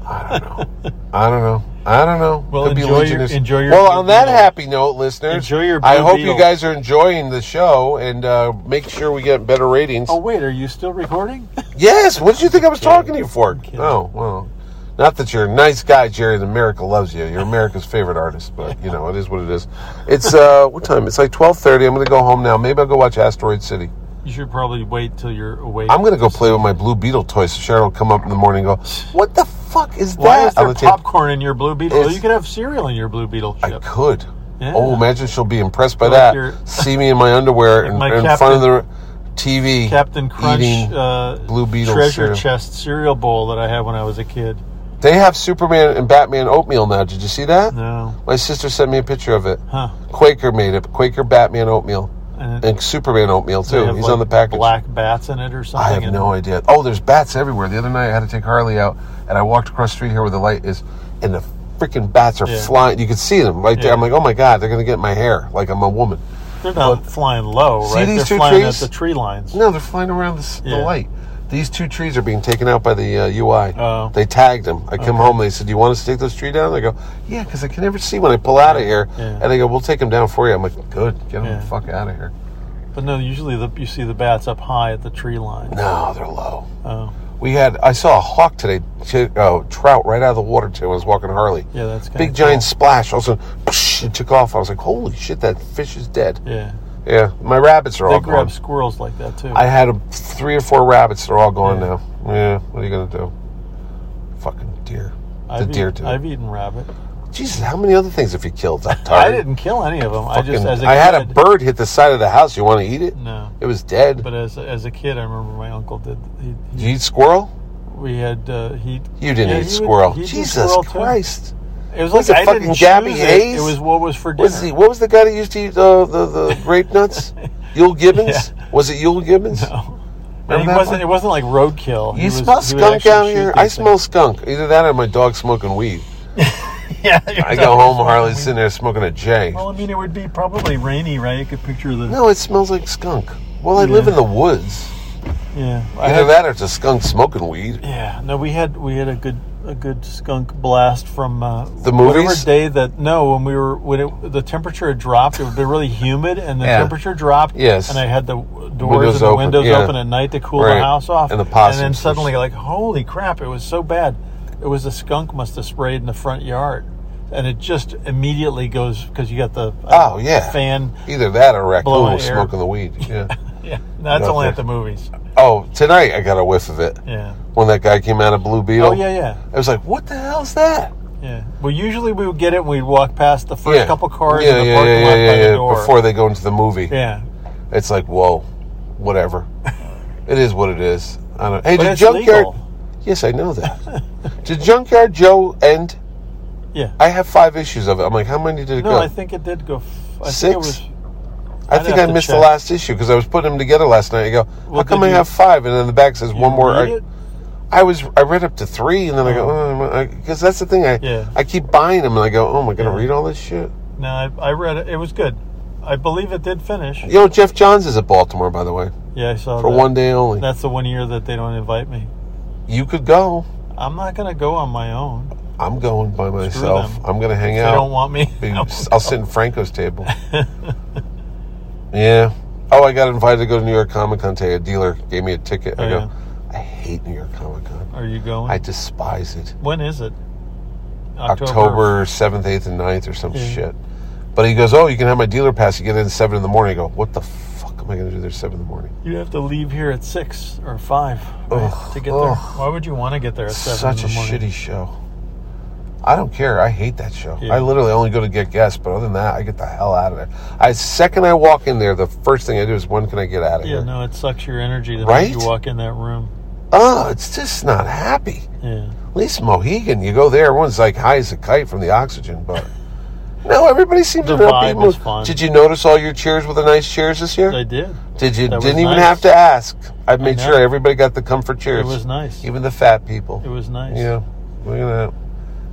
I don't know. I don't know. I don't know. Well, enjoy your- Legionnaires. enjoy your Well, Blue on that Beetle. happy note, listeners, Enjoy your I Blue hope Beetle. you guys are enjoying the show and uh, make sure we get better ratings. oh wait, are you still recording? Yes. What did you think I was talking to you for? kidding. Oh well, not that you're a nice guy, Jerry. And America loves you. You're America's favorite artist, but you know it is what it is. It's uh, what time? It's like twelve thirty. I'm gonna go home now. Maybe I'll go watch Asteroid City. You should probably wait till you're awake. I'm gonna go play with my Blue Beetle toys. So Sharon will come up in the morning and go, "What the fuck is that?" Why is on there the table?" popcorn in your Blue Beetle? It's- you could have cereal in your Blue Beetle. I Chip. could. Yeah. Oh, imagine she'll be impressed by Like that. your- See me in my underwear in, my in front of the TV. Captain Crunch eating uh, Blue Beetle treasure cereal. chest cereal bowl that I had when I was a kid. They have Superman and Batman oatmeal now. Did you see that? No, My sister sent me a picture of it. huh? Quaker made it. Quaker Batman oatmeal And it- and Superman oatmeal they too. have, He's like, on the package. Black bats in it or something. I have and- no idea. Oh, there's bats everywhere. The other night I had to take Harley out, and I walked across the street here where the light is, and the freaking bats are Yeah. flying. You could see them right there. Yeah. I'm like, oh my god, they're gonna get in my hair like I'm a woman. They're not flying low, See right? these They're two flying trees? at the tree lines. No, they're flying around the, s the Yeah. light. These two trees are being taken out by the uh, UI. Oh. They tagged them. I come home. They said, "Do you want us to take those tree down?" I go, "Yeah," because I can never see when I pull out of here. Yeah. And they go, "We'll take them down for you." I'm like, "Good, get them Yeah. the fuck out of here." But no, usually the, you see the bats up high at the tree line. No, they're low. Oh, We had. I saw a hawk today, t- uh, trout right out of the water too. When I was walking Harley. yeah, that's kind Big giant splash. Also, psh, it took off. I was like, "Holy shit, that fish is dead." Yeah, Yeah, my rabbits are they all grab gone. squirrels like that too. I had a, three or four rabbits. They're all gone Yeah. now. Yeah. What are you gonna do? Fucking deer. I've the deer eaten, too. I've eaten rabbit. Jesus, how many other things have you killed? I'm tired. I didn't kill any of them. I just Fucking- as a I had a kid- bird hit the side of the house. You want to eat it? No, It was dead. but as as a kid, I remember my uncle did. He, Did he, you eat squirrel? we had uh, he. You didn't eat yeah, he would- squirrel. he'd eat Jesus squirrel, too. Christ! It was Was like it I fucking didn't choose Gabby it. Hayes? It was what was for dinner. What, is he, what was the guy that used to eat uh, the the grape nuts? Yule Gibbons? Was it Yule Gibbons? No. And Remember he that wasn't. one? It wasn't like roadkill. He You was- smell he would skunk actually out shoot here? these I things. smell skunk. Either that or my dog smoking weed. Yeah, I go home, Harley's sitting there smoking a J. Well, I mean, it would be probably rainy, right? You could picture the. No, it smells like skunk. Well, I live Yeah. in the woods. Yeah. I Either had- that or it's a skunk smoking weed. Yeah. No, we had we had a good a good skunk blast from uh, The movies? Whatever day that no, when we were when it, the temperature had dropped, it would be really humid, and the Yeah. temperature dropped. Yes. and I had the doors Windows and the open, windows yeah. open at night to cool Right. the house off, And the and then possums. suddenly like holy crap, it was so bad. It was a skunk must have sprayed in the front yard, and it just immediately goes because you got the uh, Oh, yeah. fan. Either that or a Blowing raccoon air. smoking the weed. Yeah. Yeah, no, that's Nothing. only at the movies. oh, tonight I got a whiff of it Yeah. when that guy came out of Blue Beetle. Oh yeah, yeah. I was like, what the hell's that? Yeah. Well, usually we would get it when we'd walk past the first couple cars in the yeah, parking yeah, yeah, lot by yeah, the yeah, door. Before they go into the movie. yeah. It's like, whoa, whatever. it is what it is. I don't. Hey, But did it's junkyard? legal. Yes, I know that. did junkyard Joe end? Yeah. I have five issues of it. I'm like, how many did it No, go? I think it did go. F- I Think it Six? was, I I'd think have I to missed the check. last issue because I was putting them together last night. I go, how Well, come did I you- have five? And then the back says one you more. read I, it? Oh. I was I read up to three, and then I go because that's the thing. I Yeah. I keep buying them, and I go, oh, am I going to Yeah. read all this shit? No, I, I read it. It was good. I believe it did finish. You know, Jeff Johns is at Baltimore, by the way, Yeah, I saw for that. one day only. That's the one year that they don't invite me. You could go. I'm not gonna go on my own. I'm going by myself. them. I'm going to hang If out. They don't want me. Maybe I won't s- I'll sit in Franco's table. yeah. Oh, I got invited to go to New York Comic Con today. A dealer gave me a ticket. I Oh, go, yeah. I hate New York Comic Con. Are you going? I despise it. when is it? October seventh, eighth, and 9th or some Yeah. shit. But he goes, oh, you can have my dealer pass. You get in seven in the morning. I go, what the fuck am I going to do there seven in the morning? You have to leave here at six or five right, Ugh, to get there. ugh. Why would you want to get there at seven? Such in the a morning? shitty show. I don't care. I hate that show. Yeah. I literally only go to get guests, but other than that, I get the hell out of there. I second I walk in there, the first thing I do is when can I get out of Yeah, here? no, it sucks your energy the Right? minute you walk in that room. Oh, it's just not happy. Yeah. At least Mohegan, you go there, everyone's like high as a kite from the oxygen, but no, everybody seems The to be vibe upbeat. is fun. Did you notice all your cheers were the nice cheers this year? I did. Did you That was didn't even nice. have to ask? I made know. sure everybody got the comfort It cheers. was nice. Even the fat people. It was nice. Yeah, look at that.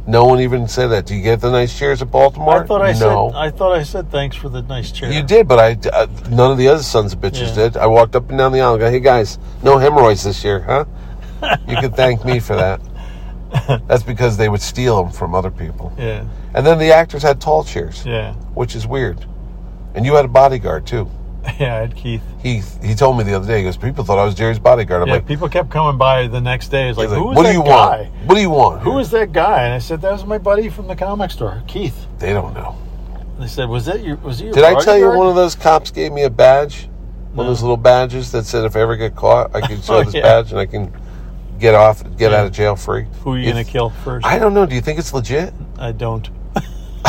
No one even said that. Do you get the nice chairs at Baltimore? I thought I no. said I thought I said thanks for the nice chair. you did, but I uh, none of the other sons of bitches Yeah. did. I walked up and down the aisle. and go, hey guys, no hemorrhoids this year, huh? you can thank me for that. That's because they would steal them from other people. Yeah. And then the actors had tall chairs, Yeah. which is weird. And you had a bodyguard too. Yeah, I had Keith. He he told me the other day. He goes, people thought I was Jerry's bodyguard. I'm yeah, like, people kept coming by the next day. It's like, he's like, who was what that do you guy? want? What do you want? Who was that guy? And I said, that was my buddy from the comic store, Keith. They don't know. And they said, was that your was he your Did I tell you bodyguard?" one of those cops gave me a badge? One of those little badges that said if I ever get caught, I can show Oh, this yeah. badge and I can get off, get out of jail free. Who are you If- gonna kill first? I don't know. Do you think it's legit? I don't.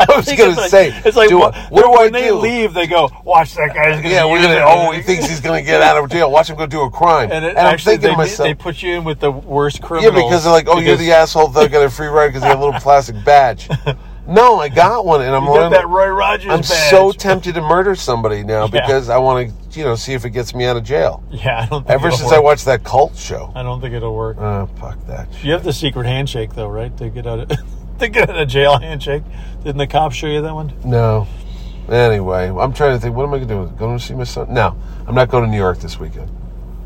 I was think going it's to like- say, it's like do what, I- what do I when they do? leave, they go, watch that guy's gonna yeah, we're use going to. it." Oh, he thinks he's going to get out of jail. Watch him go do a crime. And, And, it, I'm actually, thinking to they, they myself, put you in with the worst yeah, criminals. because they're like, oh, you're because the asshole that got a free ride because they had a little plastic badge. No, I got one, and I'm You got running. that Roy Rogers I'm badge. so tempted to murder somebody now Yeah. because I want to, you know, see if it gets me out of jail. yeah, I don't. Think Ever it'll since work. I watched that cult show. I don't think it'll work. Oh, fuck that shit. You have the secret handshake though, right? To get out of to get out of jail handshake. Didn't the cops show you that one? No. Anyway, I'm trying to think, what am I going to do? Go to see my son? No, I'm not going to New York this weekend.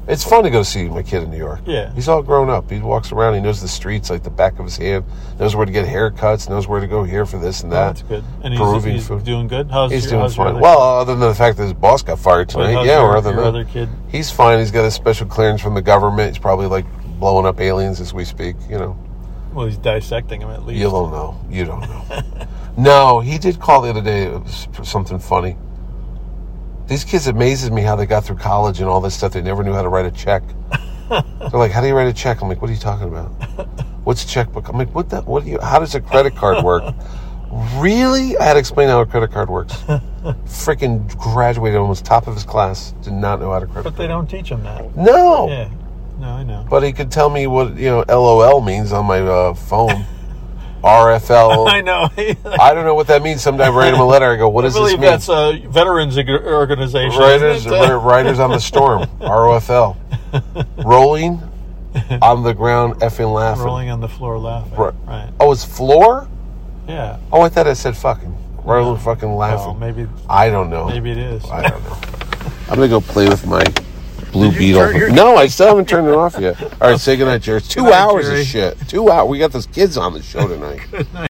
It's fun to go see my kid in New York. Yeah. He's all grown up. He walks around. He knows the streets like the back of his hand, knows where to get haircuts, knows where to go here for this and that. Oh, That's good. And he's, Peruvian he's food. doing good. How's He's your, doing how's your fine. other- Well, other than the fact that his boss got fired but tonight, how's yeah, your, or other than your that. other kid? He's fine. He's got a special clearance from the government. He's probably like blowing up aliens as we speak, you know. Well, he's dissecting him at least. You don't know. You don't know. no, he did call the other day. It was something funny. These kids amazes me how they got through college and all this stuff. They never knew how to write a check. They're like, "How do you write a check?" I'm like, "What are you talking about? What's checkbook?" I'm like, "What the? What do you? How does a credit card work?" really? I had to explain how a credit card works. Freaking graduated almost top of his class. Did not know how to credit. But they don't teach him that. No. Yeah. No, I know. But he could tell me what you know LOL means on my uh, phone. RFL. I know. I I don't know what that means. Sometimes I write him a letter. I go, "What does this believe mean?" that's a veterans ag- organization. Riders, isn't it? ri- riders on the storm. ROFL. Rolling on the ground, effing laughing. rolling on the floor laughing. Right. Right. Oh, it's floor. Yeah. Oh, I thought I said fucking. Rolling, fucking laughing. Well, maybe I don't know. maybe it is. I don't know. I'm gonna go play with my Blue you Beetle. turn your- no, I still haven't turned it off yet. All right, say goodnight, Jerry. It's two Goodnight, hours Jerry. of shit. Two hours. We got those kids on the show tonight.